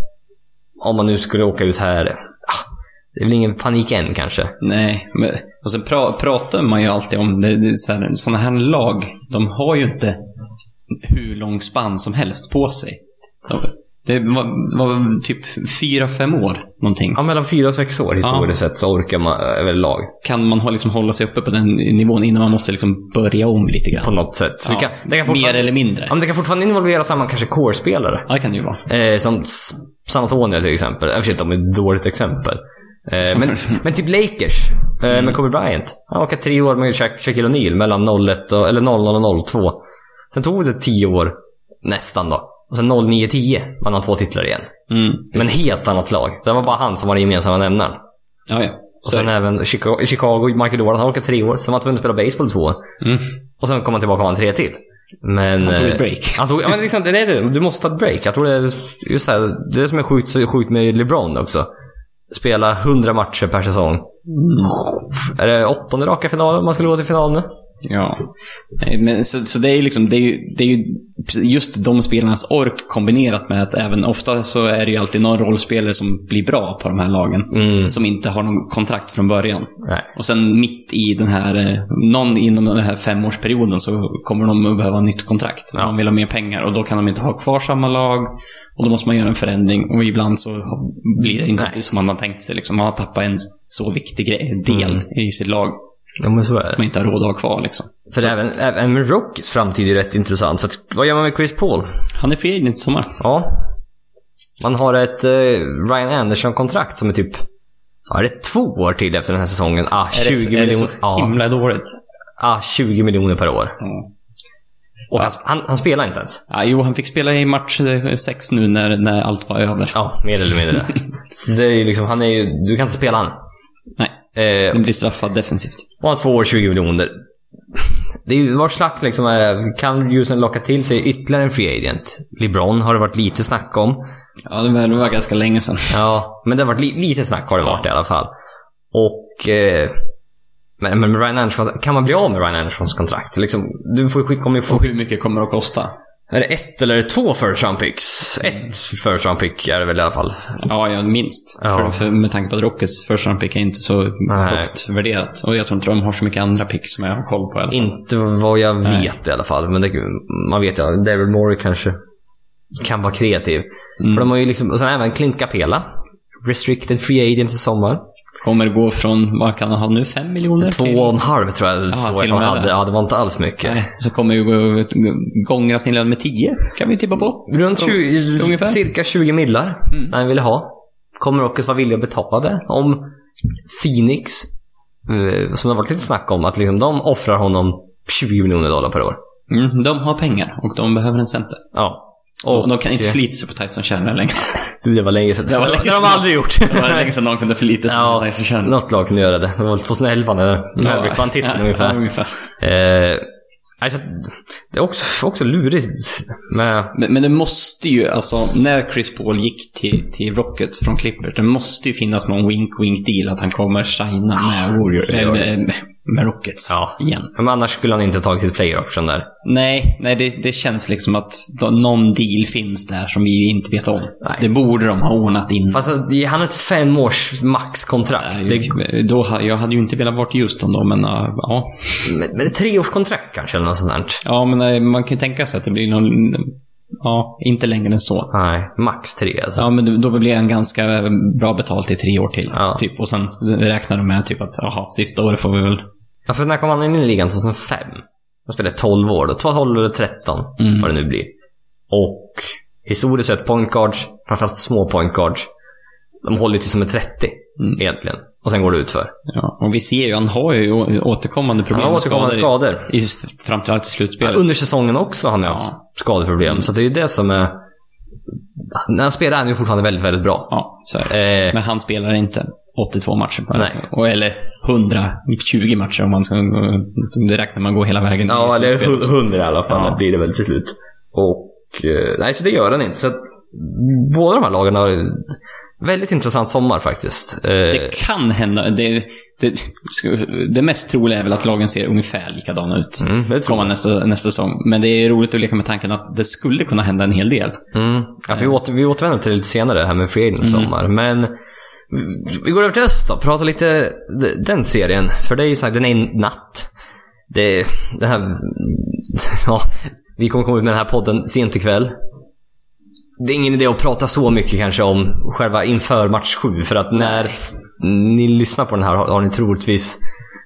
[SPEAKER 1] Om man nu skulle åka ut här... ah, Det är väl ingen panik än kanske.
[SPEAKER 2] Nej, men, och sen pra, pratar man ju alltid om det, det är så här, sådana här lag, de har ju inte hur lång spann som helst på sig. De, Det var, var typ fyra, fem år någonting.
[SPEAKER 1] Ja, mellan fyra och sex år historiskt sett så orkar man eh, överlag
[SPEAKER 2] Kan man ha- liksom hålla sig uppe på den nivån innan man måste liksom börja om lite grann?
[SPEAKER 1] på något sätt. Så
[SPEAKER 2] Ja,
[SPEAKER 1] det, kan, det, kan
[SPEAKER 2] Mer
[SPEAKER 1] fortfarande,
[SPEAKER 2] eller mindre.
[SPEAKER 1] ja, men det kan fortfarande involvera samma kanske core-spelare.
[SPEAKER 2] Ja, det kan det ju vara.
[SPEAKER 1] Eh, som S- San Antonio till exempel. Jag vet inte om det är ett dåligt exempel. Eh, men, men typ Lakers eh, med Kobe Bryant. Han åkte tre år med Sha- Shaquille O'Neal mellan 01 och, eller 00 och 02. Sen tog det tio år, nästan då. Och sen 09-10 vann han två titlar igen.
[SPEAKER 2] Mm.
[SPEAKER 1] Men helt annat lag. Det var bara han som var den gemensamma nämnaren.
[SPEAKER 2] Ja, ja.
[SPEAKER 1] Och
[SPEAKER 2] Så,
[SPEAKER 1] sen även Chicago, Chicago Michael Jordan, han orkade tre år. Sen var han tvungen att spela baseball två år.
[SPEAKER 2] mm.
[SPEAKER 1] Och sen kom han tillbaka och vann tre till. Men,
[SPEAKER 2] Han tog
[SPEAKER 1] eh,
[SPEAKER 2] ett break.
[SPEAKER 1] Han tog, ja, men liksom, det är det, du måste ta ett break. Jag tror det är just det här, det är som är sjukt, så sjukt med LeBron också. Spela 100 matcher per säsong.
[SPEAKER 2] Mm.
[SPEAKER 1] Är det åttonde raka finalen man skulle gå till final nu?
[SPEAKER 2] Ja. Nej, Men, så, så det är ju liksom, det är ju, det är ju just de spelarnas ork kombinerat med att även ofta så är det ju alltid någon rollspelare som blir bra på de här lagen.
[SPEAKER 1] Mm.
[SPEAKER 2] Som inte har någon kontrakt från början.
[SPEAKER 1] Nej.
[SPEAKER 2] Och sen mitt i den här, eh, någon inom den här femårsperioden så kommer de att behöva nytt kontrakt.
[SPEAKER 1] Ja.
[SPEAKER 2] De vill ha mer pengar och då kan de inte ha kvar samma lag. Och då måste man göra en förändring och ibland så blir det inte
[SPEAKER 1] Nej.
[SPEAKER 2] som man har tänkt sig. Liksom. Man har tappat en så viktig gre- del
[SPEAKER 1] Mm.
[SPEAKER 2] i sitt lag
[SPEAKER 1] Ja, men så är det.
[SPEAKER 2] som man inte har råd att ha kvar. Liksom.
[SPEAKER 1] För även, även med Rockies framtid är ju rätt intressant. För att, vad gör man med Chris Paul?
[SPEAKER 2] Han är fri i sommar.
[SPEAKER 1] Ja. Man har ett eh, Ryan Anderson-kontrakt som är typ... Ja, det är två år till efter den här säsongen. Ah, 20
[SPEAKER 2] är det så
[SPEAKER 1] miljoner. Ja,
[SPEAKER 2] himla dåligt?
[SPEAKER 1] ah, 20 miljoner per år.
[SPEAKER 2] Ja.
[SPEAKER 1] Och han, han, han spelar inte ens.
[SPEAKER 2] Ja, jo, han fick spela i match eh, sex nu när, när allt var över.
[SPEAKER 1] Ja, mer eller mindre. Så det är ju liksom, han är ju, du kan inte spela han.
[SPEAKER 2] Nej,
[SPEAKER 1] Eh,
[SPEAKER 2] den blir straffad defensivt.
[SPEAKER 1] och han har två år, 20 miljoner. Det är ju vart slack liksom är, kan Houston locka till sig ytterligare en free agent? LeBron har det varit lite snack om.
[SPEAKER 2] Ja, det var, det var ganska länge sedan.
[SPEAKER 1] Ja, men det har varit li- lite snack har det varit i alla fall. Och... Eh, men, men med Ryan Anderson, kan man bli av med Ryan Andersons kontrakt? Liksom, du får, ju- kommer ju få
[SPEAKER 2] Och hur mycket kommer det att kosta?
[SPEAKER 1] Är det ett eller är det två first round picks? Ett first round pick är det väl i alla fall.
[SPEAKER 2] Ja, ja minst.
[SPEAKER 1] Ja.
[SPEAKER 2] För, för, med tanke på att Rockets första round pick är inte så
[SPEAKER 1] Nej.
[SPEAKER 2] högt värderat. Och jag tror inte de har så mycket andra pick som jag har koll på. i alla fall.
[SPEAKER 1] Inte vad jag vet i alla fall. Men det, man vet ju, David Morey kanske kan vara kreativ.
[SPEAKER 2] Mm.
[SPEAKER 1] För de har ju liksom, och sen även Clint Capela. Restricted free agent i sommar.
[SPEAKER 2] Kommer gå från, vad kan han ha nu, fem miljoner?
[SPEAKER 1] Två
[SPEAKER 2] till-
[SPEAKER 1] och en halv tror jag så
[SPEAKER 2] till
[SPEAKER 1] att
[SPEAKER 2] och
[SPEAKER 1] han
[SPEAKER 2] med
[SPEAKER 1] hade.
[SPEAKER 2] det.
[SPEAKER 1] Ja, det var inte alls mycket.
[SPEAKER 2] Nej, Så kommer ju gå- gångra sin lön med tio, kan vi tippa på.
[SPEAKER 1] Runt 20,
[SPEAKER 2] Ungefär. Mm.
[SPEAKER 1] cirka 20 millar när han ville ha. Kommer Rockets vara villiga att betala det? Om Phoenix, eh, som det har varit lite snack om, att liksom de offrar honom 20 miljoner dollar per år.
[SPEAKER 2] Mm, de har pengar och de behöver en center.
[SPEAKER 1] Ja.
[SPEAKER 2] Och de kan inte
[SPEAKER 1] eh,
[SPEAKER 2] förlita sig på Tyson Chandler längre.
[SPEAKER 1] Du, det var länge sedan.
[SPEAKER 2] Det var länge
[SPEAKER 1] har de
[SPEAKER 2] sedan.
[SPEAKER 1] aldrig gjort.
[SPEAKER 2] Det var länge sedan någon kunde förlita sig
[SPEAKER 1] Ja.
[SPEAKER 2] på Tyson Chandler.
[SPEAKER 1] Något lag kunde göra det. Det var väl 2011 när Mavericks vann titeln
[SPEAKER 2] Ja,
[SPEAKER 1] ungefär.
[SPEAKER 2] ungefär.
[SPEAKER 1] Eh, alltså, det är också, också lurigt med...
[SPEAKER 2] Men, men det måste ju, alltså när Chris Paul gick till, till Rockets från Clippers, det måste ju finnas någon wink-wink deal att han kommer shina med, Warrior,
[SPEAKER 1] Ah, det gör
[SPEAKER 2] äh, med, med, med Rockets
[SPEAKER 1] Ja.
[SPEAKER 2] igen.
[SPEAKER 1] Men annars skulle han inte ha tagit sitt player option där.
[SPEAKER 2] Nej, nej det, det känns liksom att då, någon deal finns där som vi inte vet om.
[SPEAKER 1] Nej.
[SPEAKER 2] Det borde de ha ordnat in.
[SPEAKER 1] Fast att- han har ett femårs maxkontrakt.
[SPEAKER 2] Nej,
[SPEAKER 1] Det
[SPEAKER 2] då, ha- jag hade ju inte velat vara i Houston då, men äh, ja.
[SPEAKER 1] Men, men det är treårskontrakt kanske eller något sånt där.
[SPEAKER 2] Ja, men äh, man kan ju tänka sig att det blir någon... Ja, inte längre än så.
[SPEAKER 1] Nej, max tre alltså.
[SPEAKER 2] Ja, men då blir han ganska bra betalt i tre år till.
[SPEAKER 1] Ja.
[SPEAKER 2] Typ. Och sen räknar de med typ att aha, sista året får vi väl...
[SPEAKER 1] Ja, för när kom han in i ligan? 2005? Han spelade 12 år då. 12 eller 13,
[SPEAKER 2] Mm.
[SPEAKER 1] vad det nu blir. Och historiskt sett, point guards, framförallt små point guards, de håller ju till som är 30
[SPEAKER 2] Mm.
[SPEAKER 1] egentligen. Och sen går det ut för.
[SPEAKER 2] Ja. Och vi ser ju, han har ju å- återkommande
[SPEAKER 1] Han
[SPEAKER 2] problem
[SPEAKER 1] har
[SPEAKER 2] med
[SPEAKER 1] återkommande skador.
[SPEAKER 2] I, framförallt i slutspelet.
[SPEAKER 1] Under säsongen också har han haft skadeproblem. Så det är ju det som är... När han spelar är han ju fortfarande väldigt, väldigt bra.
[SPEAKER 2] Ja, så är det.
[SPEAKER 1] Eh,
[SPEAKER 2] Men han spelar inte 82 matcher. på-
[SPEAKER 1] Nej.
[SPEAKER 2] Och, eller 120 matcher om man ska... Det räknar man gå hela vägen till
[SPEAKER 1] Ja, eller
[SPEAKER 2] slutspelet.
[SPEAKER 1] hu- hundra i alla fall
[SPEAKER 2] Ja.
[SPEAKER 1] blir det väl till slut. Och eh, nej, så det gör den inte. Så att båda de här lagen har en väldigt intressant sommar faktiskt. Eh,
[SPEAKER 2] Det kan hända. Det, det, sku- det mest troliga är väl att lagen ser ungefär likadana ut.
[SPEAKER 1] Mm, det tror
[SPEAKER 2] Komma nästa, nästa säsong. Men det är roligt att leka med tanken att det skulle kunna hända en hel del.
[SPEAKER 1] Mm. Ja, för vi, åter, vi återvänder till det lite senare här med Free Agent sommar. Men vi- vi går över till öst då. Prata lite d- den serien. För det är ju sagt, den är en natt. Det, det här... Ja, vi kommer komma ut med den här podden sent ikväll. det är ingen idé att prata så mycket kanske om själva inför match 7. För att när ni lyssnar på den här har, har ni troligtvis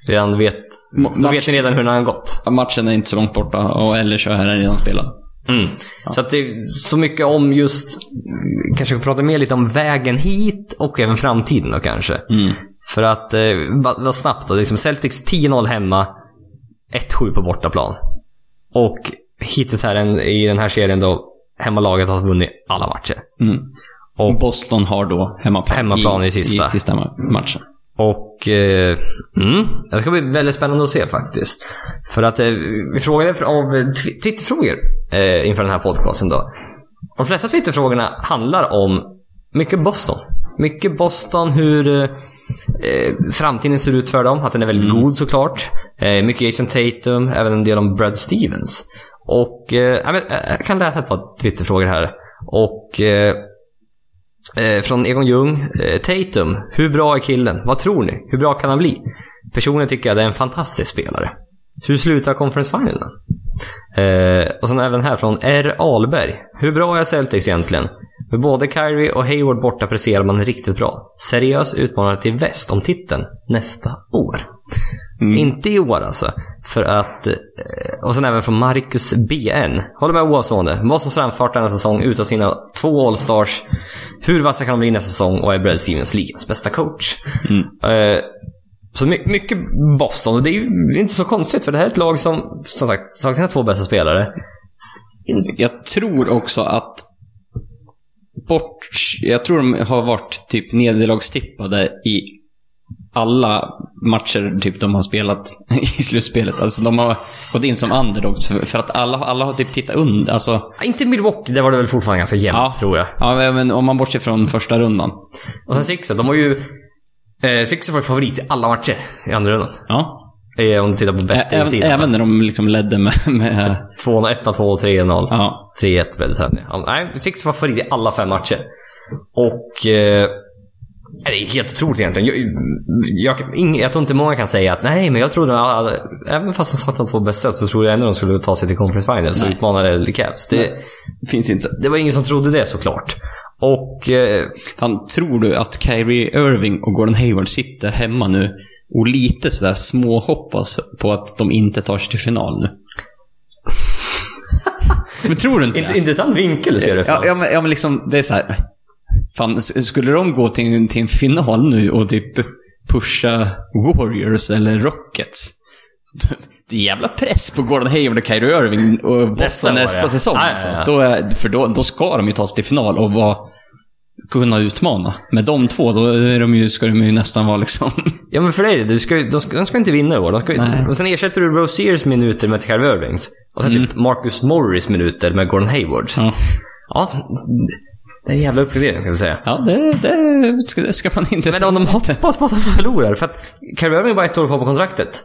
[SPEAKER 1] redan vet,
[SPEAKER 2] M-
[SPEAKER 1] då
[SPEAKER 2] match-
[SPEAKER 1] vet ni redan hur den har gått.
[SPEAKER 2] Ja, Matchen är inte så långt borta och eller så är den redan spelad.
[SPEAKER 1] Mm. Så att det är så mycket om just, kanske vi prata mer lite om vägen hit och även framtiden då kanske.
[SPEAKER 2] Mm.
[SPEAKER 1] För att, eh, vad vad snabbt då. Liksom Celtics 10-0 hemma, 1-7 på bortaplan. Och hittills här en, i den här serien då, hemmalaget har vunnit alla matcher.
[SPEAKER 2] Mm.
[SPEAKER 1] Och-
[SPEAKER 2] Och Boston har då hemmaplan,
[SPEAKER 1] Hemmaplan i sista.
[SPEAKER 2] i sista ma- matchen.
[SPEAKER 1] Och eh, mm, det ska bli väldigt spännande att se faktiskt. För att eh, vi frågade för- av eh, tw- Twitterfrågor eh, inför den här podcasten då. De flesta Twitterfrågorna handlar om mycket Boston. Mycket Boston, hur eh, eh, framtiden ser ut för dem. Att den är väldigt god såklart. Eh, mycket Jason Tatum, även en del om Brad Stevens. Och eh, ja, men, eh, jag kan läsa ett par Twitterfrågor här. Och eh, Eh, från Egon Ljung. Eh, Tatum, hur bra är killen? Vad tror ni? Hur bra kan han bli? Personligen tycker jag det är en fantastisk spelare. Hur slutar Conference Final då? Eh, och sen även här från R. Ahlberg. Hur bra är Celtics egentligen? Med både Kyrie och Hayward borta presterar man riktigt bra. Seriös utmanare till väst om titeln nästa år.
[SPEAKER 2] Mm.
[SPEAKER 1] Inte i år alltså. För att, eh, och sen även från Marcus BN. Håller med oavstående. Bostons framfart denna säsong utan sina två All-Stars. Hur vassa kan de bli nästa säsong och är Brad Stevens ligans bästa coach?
[SPEAKER 2] Mm.
[SPEAKER 1] Eh, så my- mycket Boston. Och det är ju inte så konstigt för det här är ett lag som, som sagt, saknar sina två bästa spelare.
[SPEAKER 2] Jag tror också att bort... Jag tror de har varit typ nederlagstippade i alla matcher typ de har spelat i slutspelet. Alltså de har gått in som underdogs för, för att alla, alla har typ tittat under. Alltså,
[SPEAKER 1] Ja, Inte Milwaukee, där var det väl fortfarande ganska jämnt
[SPEAKER 2] Ja.
[SPEAKER 1] tror jag.
[SPEAKER 2] ja, men om man bortser från första rundan.
[SPEAKER 1] Och sen Sixer, de har ju... Eh, Sixer var ju favorit i alla matcher i andra rundan.
[SPEAKER 2] Ja.
[SPEAKER 1] Eh, om du tittar på
[SPEAKER 2] Ä- även-
[SPEAKER 1] bettingsidan.
[SPEAKER 2] även när de liksom ledde med... med
[SPEAKER 1] 2-0, 1-2, 3-0.
[SPEAKER 2] ja.
[SPEAKER 1] 3-1 blev det sen. ja. Nej, Sixers var favorit i alla fem matcher. Och... Eh, det är helt otroligt egentligen. Jag, jag, ingen, jag tror inte många kan säga att nej, men jag trodde att även fast de satt de två bästa så trodde jag ändå de skulle ta sig till Conference Final. Så
[SPEAKER 2] Nej.
[SPEAKER 1] utmanade Cavs. Det,
[SPEAKER 2] Finns inte.
[SPEAKER 1] det var ingen som trodde det såklart. Och... Eh,
[SPEAKER 2] Fan, tror du att Kyrie Irving och Gordon Hayward sitter hemma nu och lite sådär småhoppas på att de inte tar sig till final nu? men tror du inte
[SPEAKER 1] int-
[SPEAKER 2] det?
[SPEAKER 1] intressant vinkel ser du
[SPEAKER 2] Ja, ja, men, ja, men liksom, det är så här. Fan, s- skulle de gå till, en- till en final nu och typ pusha Warriors eller Rockets? Det är jävla press på Gordon Hayward och Kyrie Irving
[SPEAKER 1] Nästa
[SPEAKER 2] och
[SPEAKER 1] år,
[SPEAKER 2] Boston nästa
[SPEAKER 1] ja.
[SPEAKER 2] säsong.
[SPEAKER 1] Ja, ja,
[SPEAKER 2] alltså.
[SPEAKER 1] ja.
[SPEAKER 2] Då är, för då, då ska de ju ta sig till final och vara, kunna utmana. Med de två, då är de ju, ska de ju nästan vara liksom...
[SPEAKER 1] Ja men för dig, du ska, ju- de, ska, de ska inte vinna i år. De ska, ju-
[SPEAKER 2] Nej.
[SPEAKER 1] och sen ersätter du Roziers minuter med Kyrie Irvings. Och sen typ Marcus Morris minuter med Gordon Hayward. Ja.
[SPEAKER 2] Mm. Ja,
[SPEAKER 1] det är en jävla uppgradering ska jag säga.
[SPEAKER 2] ja det, det, ska, det ska man inte...
[SPEAKER 1] Men om de hoppas på att de förlorar, för att Kyrie Irving är bara ett år kvar på kontraktet.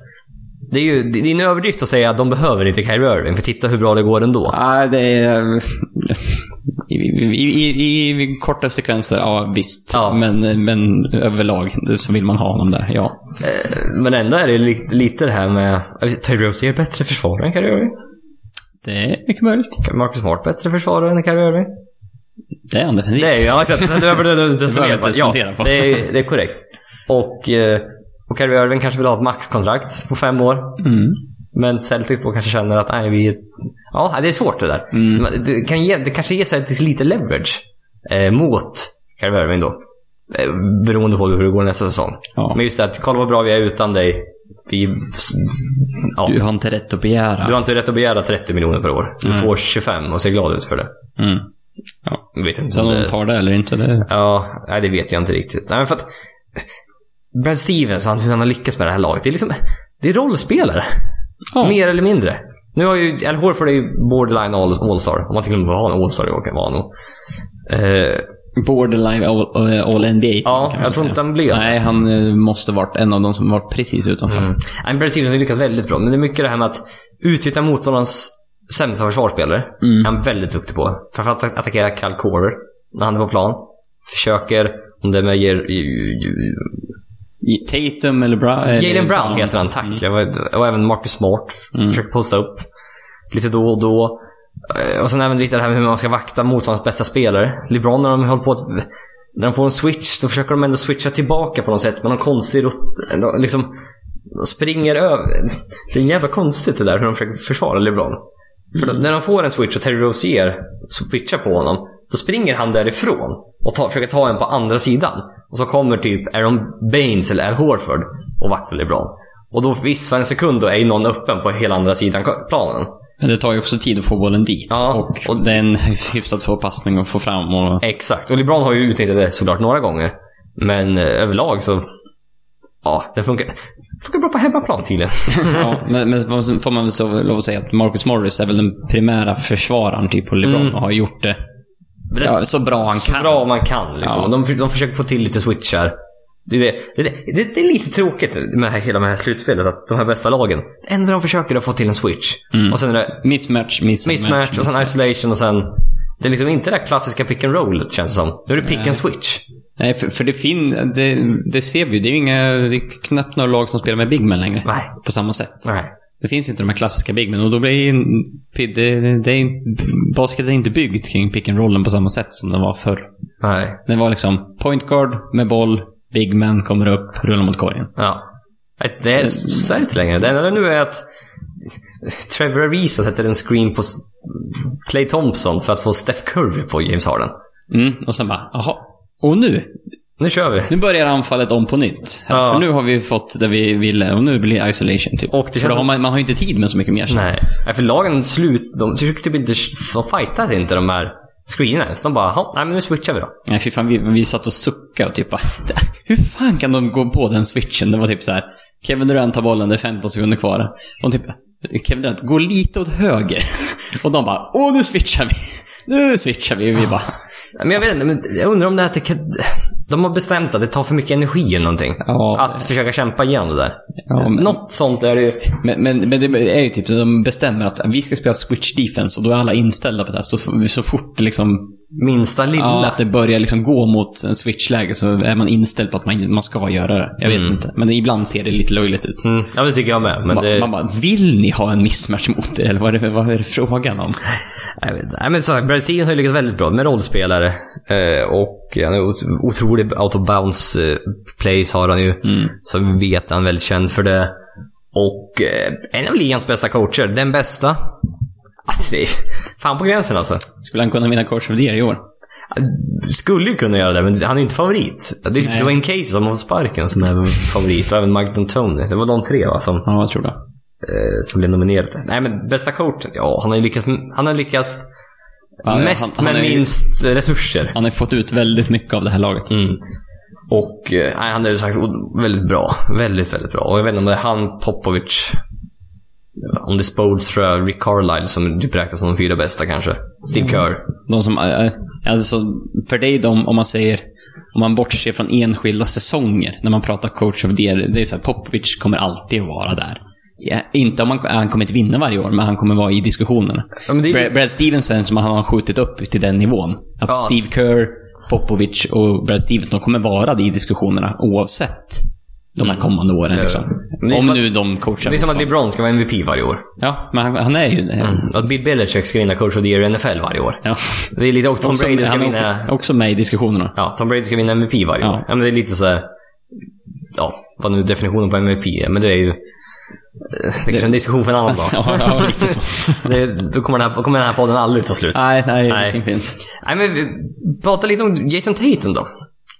[SPEAKER 1] Det är ju det det är en överdrift att säga att de behöver inte Kyrie Irving, för titta hur bra det går ändå.
[SPEAKER 2] Nej, det är... eh, I, i, i, I korta sekvenser, ja visst.
[SPEAKER 1] Ja.
[SPEAKER 2] Men, men överlag så vill man ha honom där, ja.
[SPEAKER 1] Eh, Men ändå är det li, lite det här med... Terry Rozier är bättre försvarare än Kyrie Irving.
[SPEAKER 2] Det är mycket möjligt.
[SPEAKER 1] Marcus Smart bättre försvarare än Kyrie Irving.
[SPEAKER 2] Det är han definitivt.
[SPEAKER 1] Det är ju, ja, exakt. Det behöver du inte ens
[SPEAKER 2] Det behöver
[SPEAKER 1] fundera på.
[SPEAKER 2] inte
[SPEAKER 1] Ja,
[SPEAKER 2] ens fundera på.
[SPEAKER 1] det är, det är korrekt. Och, eh, och Kyrie Irving kanske vill ha ett maxkontrakt på fem år.
[SPEAKER 2] Mm.
[SPEAKER 1] Men Celtics då kanske känner att nej, vi... Ja, det är svårt det där.
[SPEAKER 2] Mm.
[SPEAKER 1] Men Det, kan ge, det kanske ger Celtics lite leverage eh, mot Kyrie Irving då. Eh, beroende på hur det går nästa säsong.
[SPEAKER 2] Ja.
[SPEAKER 1] Men just det att kolla vad bra vi är utan dig. Vi, ja.
[SPEAKER 2] Du har inte rätt att begära.
[SPEAKER 1] du har inte rätt att begära 30 miljoner per år. Du får 25 och ser glad ut för det.
[SPEAKER 2] Mm.
[SPEAKER 1] Jag vet inte
[SPEAKER 2] Sen
[SPEAKER 1] om
[SPEAKER 2] om
[SPEAKER 1] det-
[SPEAKER 2] de tar det eller inte, det...
[SPEAKER 1] Ja, nej, det vet jag inte riktigt. Nej, men för att eh, Brad Stevens, han, hur han har lyckats med det här laget. Det är liksom, det är rollspelare.
[SPEAKER 2] Ja.
[SPEAKER 1] Mer eller mindre. Nu har ju, Al Horford är ju borderline all- all-star. Om man till och med var en all-star i år, kan vara nog. Eh,
[SPEAKER 2] Borderline all, eh, all NBA. -team,
[SPEAKER 1] Ja,
[SPEAKER 2] kan man
[SPEAKER 1] jag tror
[SPEAKER 2] säga.
[SPEAKER 1] inte han blev.
[SPEAKER 2] Nej, han eh, måste varit en av de som varit precis utanför.
[SPEAKER 1] mm. Nej, Brad Stevens har lyckats väldigt bra. Men det är mycket det här med att utnyttja motståndarens sämsta försvarsspelare.
[SPEAKER 2] Mm.
[SPEAKER 1] är han väldigt duktig på. Framförallt att attackera Kyle Korver när han är på plan. Försöker, om det är med Jer-
[SPEAKER 2] I- Tatum eller Bra- eller
[SPEAKER 1] Jalen Brown heter han, tack. Jag var, och även Marcus Smart. Försöker posta upp lite då och då. Eh, Och sen även lite det här med hur man ska vakta motståndarens bästa spelare. LeBron när de håller på att... När de får en switch, då försöker de ändå switcha tillbaka på något sätt. Men någon konstig rot... de Liksom... De springer över... Det är jävla konstigt det där hur de försöker försvara LeBron. För då, när de får en switch och Terry Rozier switchar på honom, då springer han därifrån och tar, försöker ta en på andra sidan. Och så kommer typ Aaron Baines eller Al Horford och vaktar LeBron. Och då visst, för en sekund då är ju någon öppen på hela andra sidan planen.
[SPEAKER 2] Men det tar ju också tid att få bollen dit.
[SPEAKER 1] Ja,
[SPEAKER 2] och,
[SPEAKER 1] och-
[SPEAKER 2] det är en hyfsat få passning att få fram. Och,
[SPEAKER 1] Exakt, och LeBron har ju utnyttjat det såklart några gånger. Men eh, överlag så... Ja, det funkar, funkar bra på hemmaplan tydligen.
[SPEAKER 2] ja, men, men så får man väl så lov att säga att Marcus Morris är väl den primära försvararen typ på LeBron
[SPEAKER 1] Mm.
[SPEAKER 2] och har gjort det
[SPEAKER 1] Det-
[SPEAKER 2] ja, så bra han kan.
[SPEAKER 1] Bra man kan liksom.
[SPEAKER 2] Ja.
[SPEAKER 1] De, de försöker få till lite switchar. Det är, det, det, är- det, det är lite tråkigt med här, hela det här slutspelet, att de här bästa lagen. Det enda de försöker är att få till en switch. Och sen är det
[SPEAKER 2] Mismatch, mismatch.
[SPEAKER 1] mismatch och sen isolation och sen... Det är liksom inte det där klassiska pick and roll känns det som. Nu är det pick and switch.
[SPEAKER 2] Nej, för, för det, fin, det, det ser vi ju. Det är ju inga, det är knappt några lag som spelar med big men längre.
[SPEAKER 1] Nej.
[SPEAKER 2] På samma sätt.
[SPEAKER 1] Nej.
[SPEAKER 2] Det finns inte de här klassiska big men och då blir ju- det, det är, basket är inte byggd kring pick and rollen på samma sätt som den var förr.
[SPEAKER 1] Nej.
[SPEAKER 2] Den var liksom point guard med boll, big man kommer upp, rullar mot korgen.
[SPEAKER 1] Ja. Nej, Det är, så är det inte längre. Det enda nu är att Trevor Ariza sätter en screen på s- Clay Thompson för att få Steph Curry på James Harden.
[SPEAKER 2] Mm, och sen bara, jaha. Och nu?
[SPEAKER 1] Nu kör vi.
[SPEAKER 2] Nu börjar anfallet om på nytt. Här,
[SPEAKER 1] Ja.
[SPEAKER 2] För nu har vi fått det vi ville och nu blir isolation typ.
[SPEAKER 1] Och det
[SPEAKER 2] för
[SPEAKER 1] känns-
[SPEAKER 2] då har man, man har ju inte tid med så mycket mer.
[SPEAKER 1] Nej. Nej, för lagen slut... De tycker typ inte... De fightas inte de här screenerna ens. De bara, "Jaha, nej men nu switchar vi då.
[SPEAKER 2] Nej, fy fan, vi, vi satt och suckade och typ bara, "Det- Hur fan kan de gå på den switchen? Det var typ så här. Kevin Durant tar bollen, det är 15 sekunder kvar. De typ, Kevin Durant, gå lite åt höger. Och de bara, åh nu switchar vi. Nu switchar vi. Vi bara,
[SPEAKER 1] Men jag vet inte, men jag undrar om det här... att det- De har bestämt att det tar för mycket energi eller någonting.
[SPEAKER 2] Ja.
[SPEAKER 1] att försöka kämpa igenom det där.
[SPEAKER 2] Ja, men-
[SPEAKER 1] Något sånt är det ju.
[SPEAKER 2] Men, men, men det är ju typ så de bestämmer att vi ska spela switch defense och då är alla inställda på det. här. Så, så fort det liksom,
[SPEAKER 1] Minsta lilla.
[SPEAKER 2] ja, att det börjar liksom gå mot en switchläge så är man inställd på att man, man ska göra det. Jag vet inte. Men ibland ser det lite löjligt ut.
[SPEAKER 1] Mm, ja, det tycker jag med. Mm. Men
[SPEAKER 2] man,
[SPEAKER 1] det...
[SPEAKER 2] man bara, vill ni ha en mismatch mot er? Eller vad är det, vad är det frågan om?
[SPEAKER 1] Jag vet inte. Nej, men så här, Brad Stevens har ju lyckats väldigt bra med rollspelare. Eh, och han är ot- otrolig out of bounds eh, plays har han ju.
[SPEAKER 2] Mm.
[SPEAKER 1] Så vet han väl känd för det. Och eh, en av ligans bästa coacher. Den bästa. Alltså, det är fan på gränsen alltså.
[SPEAKER 2] Skulle han kunna vinna Coach of the Year i år?
[SPEAKER 1] Skulle ju kunna göra det, men han är inte favorit. Det är
[SPEAKER 2] Nej.
[SPEAKER 1] Dwayne Casey som har fått sparken som är favorit. Och även Mike D'Antoni. Det var de tre va, som,
[SPEAKER 2] Ja, jag tror det.
[SPEAKER 1] eh, som blev nominerade. Nej men bästa coachen. Ja, han har ju lyckats, han har lyckats
[SPEAKER 2] Ja,
[SPEAKER 1] mest
[SPEAKER 2] han, han,
[SPEAKER 1] med
[SPEAKER 2] har ju-
[SPEAKER 1] minst resurser.
[SPEAKER 2] han har ju fått ut väldigt mycket av det här laget.
[SPEAKER 1] Mm. Och eh, nej, han är ju sagt o- väldigt bra. Väldigt, väldigt bra. Och jag vet inte om det är han, Popovic, om det är Spodes, tror jag, Rick Carlisle som du räknas som de fyra bästa kanske. Steve Kerr.
[SPEAKER 2] De som, eh, eh, alltså, för dig de, om man säger, om man bortser från enskilda säsonger, när man pratar coach of the year, det är så här, Popovic kommer alltid vara där. Ja, inte om han, han kommer inte vinna varje år, men han kommer vara i diskussionerna.
[SPEAKER 1] Ja, men det är-
[SPEAKER 2] Brad, Brad Stevens är den som han har skjutit upp till den nivån. Att
[SPEAKER 1] Ja.
[SPEAKER 2] Steve Kerr, Popovic och Brad Stevens, de kommer vara i diskussionerna oavsett de här kommande åren. Liksom.
[SPEAKER 1] Mm. Men det är
[SPEAKER 2] Om
[SPEAKER 1] som att-
[SPEAKER 2] nu de coachar.
[SPEAKER 1] Det är som att Mm. LeBron ska vara MVP varje år.
[SPEAKER 2] Ja, men han, han är ju det.
[SPEAKER 1] Att Bill Belichick ska vinna Coach of the Year i NFL varje år.
[SPEAKER 2] Ja.
[SPEAKER 1] Det är lite, och Tom
[SPEAKER 2] Också-
[SPEAKER 1] Brady ska
[SPEAKER 2] han är
[SPEAKER 1] vinna...
[SPEAKER 2] också- också med i diskussionerna.
[SPEAKER 1] Ja, Tom Brady ska vinna MVP varje
[SPEAKER 2] Ja.
[SPEAKER 1] år. Ja, men det är lite så här, Ja, vad nu definitionen på MVP är, men det är ju... eh, Det kanske är en diskussion för en annan dag.
[SPEAKER 2] Ja, ja, lite så.
[SPEAKER 1] Det, då kommer den, här, kommer den här podden aldrig ta slut.
[SPEAKER 2] Nej, nej,
[SPEAKER 1] Nej.
[SPEAKER 2] ingenting finns.
[SPEAKER 1] Nej, men vi- prata lite om Jason Tatum då.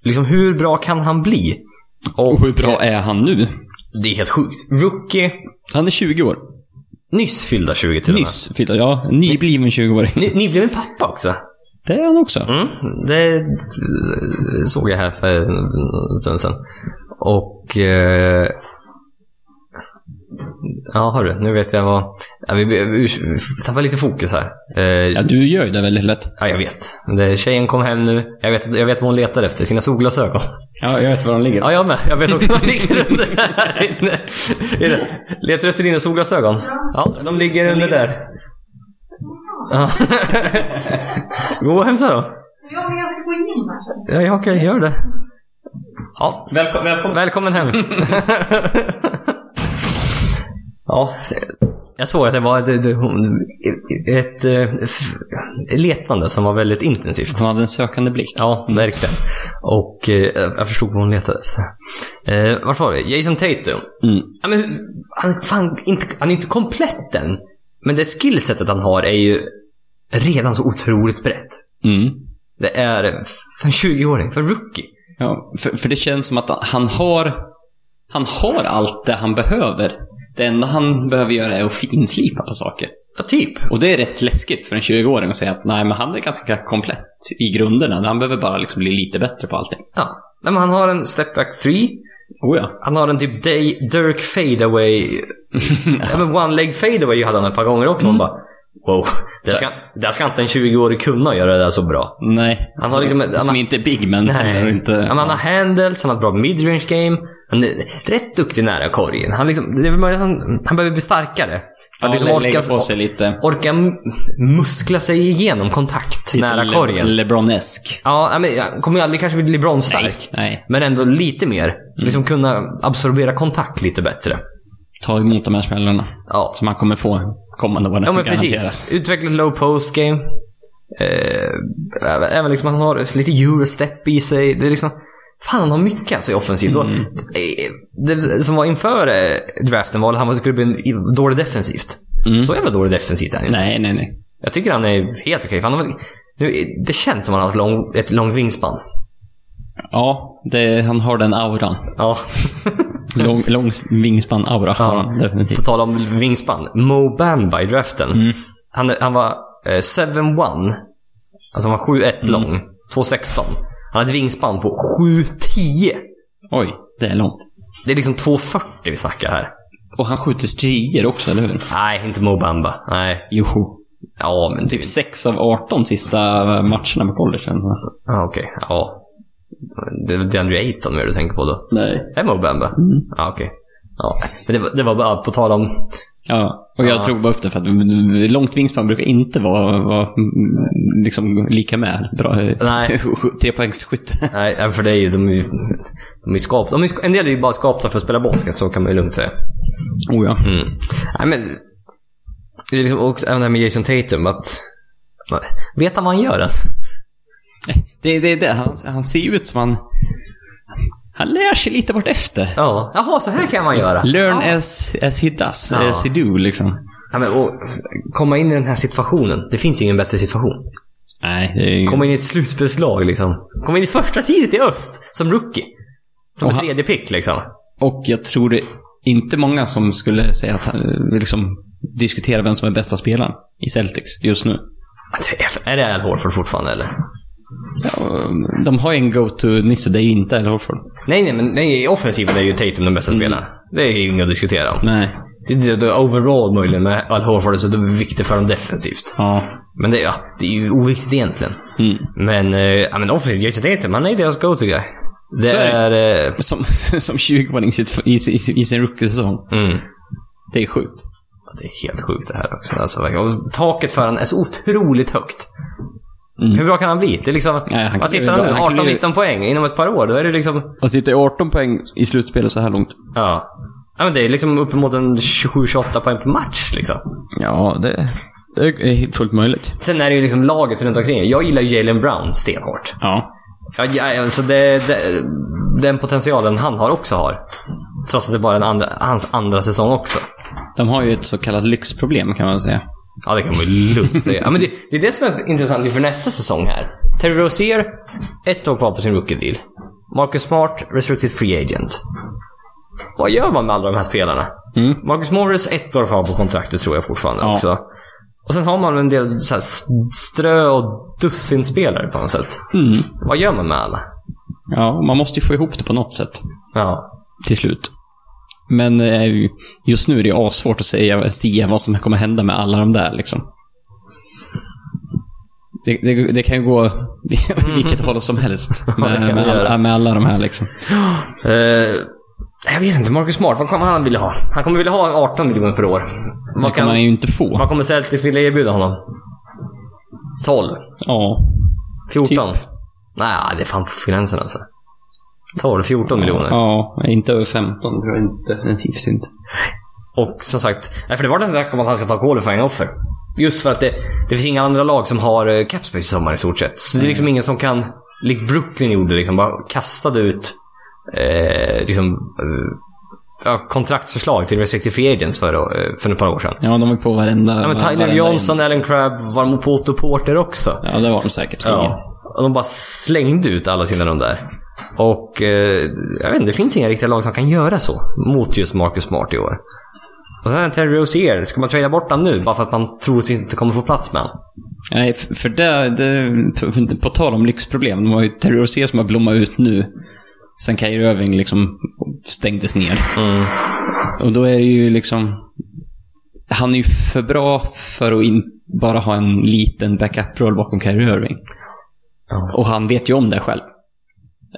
[SPEAKER 1] Liksom hur bra kan han bli?
[SPEAKER 2] Och hur bra är han nu?
[SPEAKER 1] Det är helt sjukt. Rookie,
[SPEAKER 2] Han är 20 år.
[SPEAKER 1] nyss fyllda 20 till och med.
[SPEAKER 2] Nyss fyllda, ja. Nybliven 20-åring.
[SPEAKER 1] Ny, nybliven pappa också.
[SPEAKER 2] Det är han också.
[SPEAKER 1] Mm, det såg jag här för en stund sedan. Och... Eh, ja, hörru, nu vet jag vad... Ja, vi, vi, vi tappar lite fokus här. Eh,
[SPEAKER 2] Ja, du gör ju det väldigt lätt.
[SPEAKER 1] ja, jag vet. Det, tjejen kom hem nu. Jag vet, jag vet vad hon letar efter. Sina solglasögon.
[SPEAKER 2] Ja, jag vet var de ligger.
[SPEAKER 1] Ja, jag med. Jag vet också vad de ligger under här inne. Är det- Letar du efter dina solglasögon? Ja, de ligger under där. Ja. Gå och hämta då.
[SPEAKER 3] Ja, men jag ska gå in här.
[SPEAKER 1] Ja, ja, okej, gör det. Ja,
[SPEAKER 2] Välkommen, välkommen.
[SPEAKER 1] välkommen hem. ja, Jag såg att det var det, det, hon- ett eh, f- letande som var väldigt intensivt.
[SPEAKER 2] Han hade en sökande blick.
[SPEAKER 1] Ja, verkligen. Och eh, jag förstod vad hon letade efter. Eh, vart var vi? Jason Tatum.
[SPEAKER 2] Mm.
[SPEAKER 1] Ja, men, han, fan, inte, han är inte komplett än. Men det skillsetet han har är ju redan så otroligt brett.
[SPEAKER 2] Mm.
[SPEAKER 1] Det är för en 20-åring, för en rookie.
[SPEAKER 2] Ja, för, för det känns som att han har, han har allt det han behöver. Det enda han behöver göra är att finslipa på saker.
[SPEAKER 1] Ja, typ.
[SPEAKER 2] Och det är rätt läskigt för en 20-åring att säga att nej, men han är ganska komplett i grunderna. Han behöver bara liksom bli lite bättre på allting.
[SPEAKER 1] Ja. Nej, men han har en step back 3.
[SPEAKER 2] Oh ja.
[SPEAKER 1] Han har en typ day, Dirk fadeaway. ja. men one leg fadeaway hade han ett par gånger också. Man bara, wow. Där ska, där ska inte en 20-åring kunna göra det där så bra.
[SPEAKER 2] Nej.
[SPEAKER 1] Han har liksom ett-
[SPEAKER 2] som
[SPEAKER 1] han-
[SPEAKER 2] inte är big, men
[SPEAKER 1] Nej.
[SPEAKER 2] Nej. inte...
[SPEAKER 1] Ja, men han har handles, han har ett bra midrange game. Han är rätt duktig nära korgen. Han, liksom, det är väl möjligt att han, han behöver bli starkare. För
[SPEAKER 2] Ja,
[SPEAKER 1] att liksom
[SPEAKER 2] lä-
[SPEAKER 1] orka,
[SPEAKER 2] lägga på sig lite.
[SPEAKER 1] orka m- muskla sig igenom kontakt nära
[SPEAKER 2] lite
[SPEAKER 1] korgen.
[SPEAKER 2] Le- LeBron-esk.
[SPEAKER 1] ja, nej, men han kommer ju aldrig kanske bli LeBron-stark.
[SPEAKER 2] Nej. Mm.
[SPEAKER 1] Men ändå lite mer. Liksom kunna absorbera kontakt lite bättre.
[SPEAKER 2] Ta emot de här smällarna.
[SPEAKER 1] Ja,
[SPEAKER 2] Som han kommer få kommande åren.
[SPEAKER 1] ja men
[SPEAKER 2] garanterat.
[SPEAKER 1] precis. Utveckla low post game. Eh, även- även liksom han har lite eurostep i sig. Det är liksom, fan han har mycket alltså i offensiv. Så,
[SPEAKER 2] Mm.
[SPEAKER 1] eh, det som var inför eh, draften var att han var- skulle bli en- dålig defensivt. Så jävla dålig defensivt är han inte.
[SPEAKER 2] Mm. Nej, nej, nej.
[SPEAKER 1] Jag tycker han är helt okej. Han har- nu- Det känns som att han har ett lång, ett lång vingspann.
[SPEAKER 2] Ja, det, han har den auran.
[SPEAKER 1] Ja,
[SPEAKER 2] Lång, lång vingspann-aura har
[SPEAKER 1] Ja.
[SPEAKER 2] han definitivt.
[SPEAKER 1] på tal om vingspann. Mo Bamba i draften. Han, han var eh, 7-1. Alltså han var 7-1 lång. 2-16. Han hade ett vingspann på 7-10.
[SPEAKER 2] Oj, det är långt.
[SPEAKER 1] Det är liksom 2,40 vi snackar här.
[SPEAKER 2] Och han skjuter strier också, eller hur?
[SPEAKER 1] Nej, inte Mo Bamba. Nej.
[SPEAKER 2] Joho.
[SPEAKER 1] Ja, men typ.
[SPEAKER 2] Typ 6 av 18 sista matcherna på college. eller nåt.
[SPEAKER 1] Ja, okej. Ja. Det är Andrew Aiton mer du tänker på då.
[SPEAKER 2] Nej.
[SPEAKER 1] Det är Mo Bamba? Ja, okej. Ja, men det var, det var bara på tal om...
[SPEAKER 2] Ja, och jag
[SPEAKER 1] Ja.
[SPEAKER 2] tog bara upp det för att mm, långt vingspann brukar inte vara, vara mm, liksom lika med bra eh,
[SPEAKER 1] Nej.
[SPEAKER 2] trepoängsskytte.
[SPEAKER 1] Nej, ja, för det är ju... De är ju, de är ju skapta. De är, ju sk- en del är ju bara skapta för att spela basket, så kan man ju lugnt säga.
[SPEAKER 2] oh ja.
[SPEAKER 1] Mm. Nej, men... Det är liksom också, även det här med Jason Tatum, att... Vet han vad han gör än?
[SPEAKER 2] Eh, Det, det, det. Han, han ser ju ut som han... Han lär sig lite vartefter.
[SPEAKER 1] Ja. Jaha, så här kan man göra.
[SPEAKER 2] Learn
[SPEAKER 1] ja.
[SPEAKER 2] as, as he does,
[SPEAKER 1] Ja.
[SPEAKER 2] as he do, liksom.
[SPEAKER 1] Ja, men, och, komma in i den här situationen. Det finns ju ingen bättre situation.
[SPEAKER 2] Nej, det är ju...
[SPEAKER 1] Komma in i ett slutspelslag liksom. Komma in i första sidan i öst, som rookie. Som
[SPEAKER 2] Och han-
[SPEAKER 1] tredje pick liksom.
[SPEAKER 2] Och jag tror det inte många som skulle säga att han eh, liksom diskutera vem som är bästa spelaren i Celtics just nu.
[SPEAKER 1] Att det Alltså, Är är det Al Horford fortfarande eller?
[SPEAKER 2] Ja, och de har ju en go-to-nisse, det är ju inte Al Horford.
[SPEAKER 1] Nej, nej, men nej, i offensiven är ju Tatum den bästa spelaren. Det är inget att diskutera om.
[SPEAKER 2] Nej.
[SPEAKER 1] Mm. Det, det, det, overall möjligen med Al Horford så det är viktigt för dem defensivt.
[SPEAKER 2] Ja.
[SPEAKER 1] Men det, ja, det är ju oviktigt egentligen.
[SPEAKER 2] Mm.
[SPEAKER 1] Men, eh, ja men offensivt, Jason Tatum, han är deras go-to guy. Det
[SPEAKER 2] Så är
[SPEAKER 1] är... eh,
[SPEAKER 2] Som, som 20-åring i sitt- i, i, i sin rookie-säsong.
[SPEAKER 1] mm.
[SPEAKER 2] Det är sjukt.
[SPEAKER 1] Ja, Det är helt sjukt det här också. Alltså, verkligen. och taket för honom är så otroligt högt.
[SPEAKER 2] Mm.
[SPEAKER 1] Hur bra kan han bli? Det är liksom,
[SPEAKER 2] Nej, han
[SPEAKER 1] vad
[SPEAKER 2] kan
[SPEAKER 1] sitter
[SPEAKER 2] bli
[SPEAKER 1] han
[SPEAKER 2] bra. Han kan
[SPEAKER 1] nu?
[SPEAKER 2] bli-
[SPEAKER 1] 18-19 poäng inom ett par år? Då är det liksom...
[SPEAKER 2] Alltså det är 18 poäng i slutspelet så här långt.
[SPEAKER 1] Ja. ja men det är liksom uppemot en 27-28 poäng per match. Liksom.
[SPEAKER 2] Ja, det, det är fullt möjligt.
[SPEAKER 1] Sen är det ju liksom laget runt omkring. Jag gillar ju Jalen Brown stenhårt.
[SPEAKER 2] Ja.
[SPEAKER 1] Ja, ja, alltså det, det, den potentialen han har också har. Trots att det bara är en andra, hans andra säsong också.
[SPEAKER 2] De har ju ett så kallat lyxproblem kan man säga.
[SPEAKER 1] Ja, det kan man ju lugnt säga. Ja, men det, det är det som är intressant inför nästa säsong här. Terry Rozier, ett år kvar på sin rookie deal. Marcus Smart, restricted free agent. Vad gör man med alla de här spelarna?
[SPEAKER 2] Mm.
[SPEAKER 1] Marcus Morris, ett år kvar på kontraktet tror jag fortfarande
[SPEAKER 2] Ja.
[SPEAKER 1] också. Och sen har man en del så här, s- strö och dussinspelare på något sätt.
[SPEAKER 2] Mm.
[SPEAKER 1] Vad gör man med alla?
[SPEAKER 2] Ja, man måste ju få ihop det på något sätt.
[SPEAKER 1] Ja.
[SPEAKER 2] till slut. Men eh, just nu är det ju svårt att säga, säga vad som kommer hända med alla de där. Liksom. Det, det, det kan ju gå vilket håll som helst med,
[SPEAKER 1] det kan
[SPEAKER 2] med,
[SPEAKER 1] det göra.
[SPEAKER 2] alla, med alla de här. Liksom.
[SPEAKER 1] Eh, jag vet inte. Marcus Smart, vad kommer han vilja ha? Han kommer vilja ha 18 miljoner per år.
[SPEAKER 2] Det
[SPEAKER 1] Vad,
[SPEAKER 2] kan man
[SPEAKER 1] kan,
[SPEAKER 2] ju inte få.
[SPEAKER 1] vad kommer Celtics vilja erbjuda honom? 12?
[SPEAKER 2] Ja.
[SPEAKER 1] 14? Nej, det är fan på gränsen alltså. 12, 14 miljoner.
[SPEAKER 2] ja, inte över 15 tror jag inte. Det finns inte.
[SPEAKER 1] Och som sagt, nej, för det var nästan snack om att han ska ta qualifying offer. Just för att det, det finns inga andra lag som har eh, cap space i sommar i stort sett. Så det är liksom ingen som kan, likt Brooklyn gjorde, liksom bara kastade ut eh, liksom, eh, ja, kontraktsförslag till restrictive agents för, eh, för ett par år sedan.
[SPEAKER 2] Ja, de är på varenda...
[SPEAKER 1] Ja, men Tyler
[SPEAKER 2] varenda
[SPEAKER 1] Johnson,
[SPEAKER 2] en.
[SPEAKER 1] Alan Crabb var de på Otto Porter också.
[SPEAKER 2] Ja, det var de säkert.
[SPEAKER 1] Ja. Och de bara slängde ut alla sina de där. Och eh, jag vet inte, det finns inga riktiga lag som kan göra så mot just Marcus Smart i år. Och sen är det Terry Rozier. Ska man trada bort han nu bara för att man troligtvis inte kommer få plats med han?
[SPEAKER 2] Nej, f- för det, det... På tal om lyxproblem. De har ju Terry Rozier som har blommat ut nu. Sen Kyrie Irving liksom stängdes ner.
[SPEAKER 1] Mm.
[SPEAKER 2] Och då är det ju liksom... Han är ju för bra för att in, bara ha en liten backup-roll bakom Kyrie Irving.
[SPEAKER 1] Ja.
[SPEAKER 2] Och han vet ju om det själv.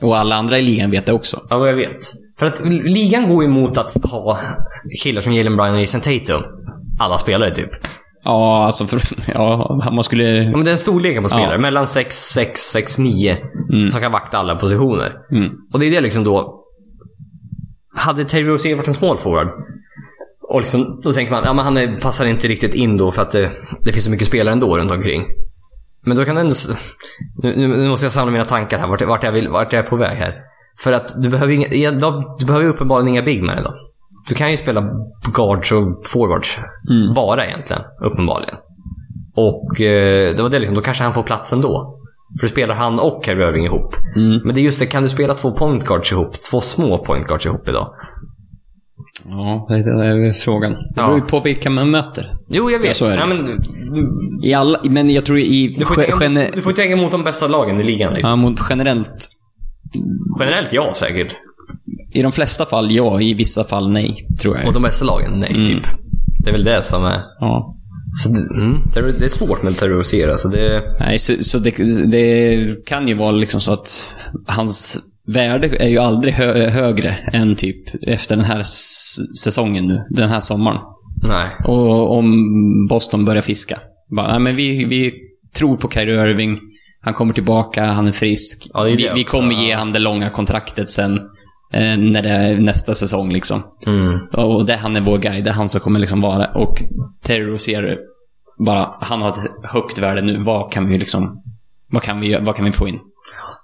[SPEAKER 2] Och alla andra i ligan vet det också.
[SPEAKER 1] ja, vad jag vet. För att ligan går ju emot att ha killar som Jalen Bryan och Jason Tatum. Alla spelare typ.
[SPEAKER 2] Ja, alltså för, ja, man skulle...
[SPEAKER 1] Ja, men det är storleken på spelare.
[SPEAKER 2] Ja.
[SPEAKER 1] Mellan 6, 6, 6, 9.
[SPEAKER 2] Mm.
[SPEAKER 1] Som kan vakta alla positioner.
[SPEAKER 2] Mm.
[SPEAKER 1] Och det är det liksom då. Hade Terry Rozier varit en small forward. Och liksom, då tänker man att ja, men han är, passar inte riktigt in då för att det, det finns så mycket spelare ändå runt omkring. Men då kan det ändå... s- Nu, nu nu måste jag samla mina tankar här, vart, vart, jag, vill, vart jag är på väg här. För att du behöver, inga, ja, då- du behöver ju uppenbarligen inga big men idag. Du kan ju spela guards och forwards. Bara egentligen, uppenbarligen. Och eh, det var det liksom, då kanske han får plats ändå. För då spelar han och Kyrie Irving ihop.
[SPEAKER 2] Mm.
[SPEAKER 1] Men det är just det, kan du spela två point guards ihop? Två små point guards ihop idag?
[SPEAKER 2] Ja, det är väl frågan. Det
[SPEAKER 1] Ja.
[SPEAKER 2] beror ju på vilka man möter.
[SPEAKER 1] Jo, jag
[SPEAKER 2] Ja,
[SPEAKER 1] vet.
[SPEAKER 2] så är det.
[SPEAKER 1] Ja, men, du,
[SPEAKER 2] I alla, men jag tror i...
[SPEAKER 1] du, får
[SPEAKER 2] ge-
[SPEAKER 1] tänka,
[SPEAKER 2] gene-
[SPEAKER 1] du får tänka mot de bästa lagen i ligan. Liksom.
[SPEAKER 2] ja, mot generellt,
[SPEAKER 1] Generellt ja, säkert.
[SPEAKER 2] i de flesta fall ja, i vissa fall nej, tror jag.
[SPEAKER 1] Mot de bästa lagen, nej,
[SPEAKER 2] Mm.
[SPEAKER 1] typ. Det är väl det som är...
[SPEAKER 2] Ja.
[SPEAKER 1] Så det, mm, det är- det är svårt med terrorisera, så det...
[SPEAKER 2] Nej, så, så det, det kan ju vara liksom så att hans värde är ju aldrig hö, högre än typ efter den här s- säsongen nu, den här sommaren.
[SPEAKER 1] Nej.
[SPEAKER 2] Och om Boston börjar fiska. Bara, nej, men vi, vi tror på Kyrie Irving. Han kommer tillbaka, han är frisk.
[SPEAKER 1] Ja, det är det
[SPEAKER 2] vi, vi
[SPEAKER 1] också,
[SPEAKER 2] kommer
[SPEAKER 1] ja.
[SPEAKER 2] ge han det långa kontraktet sen. Eh, när det är nästa säsong liksom.
[SPEAKER 1] Mm.
[SPEAKER 2] Och det, han är vår guide. Det är han som kommer liksom vara. Och Terry ser bara, han har ett högt värde nu. Vad kan vi liksom, vad kan vi, vad kan vi få in?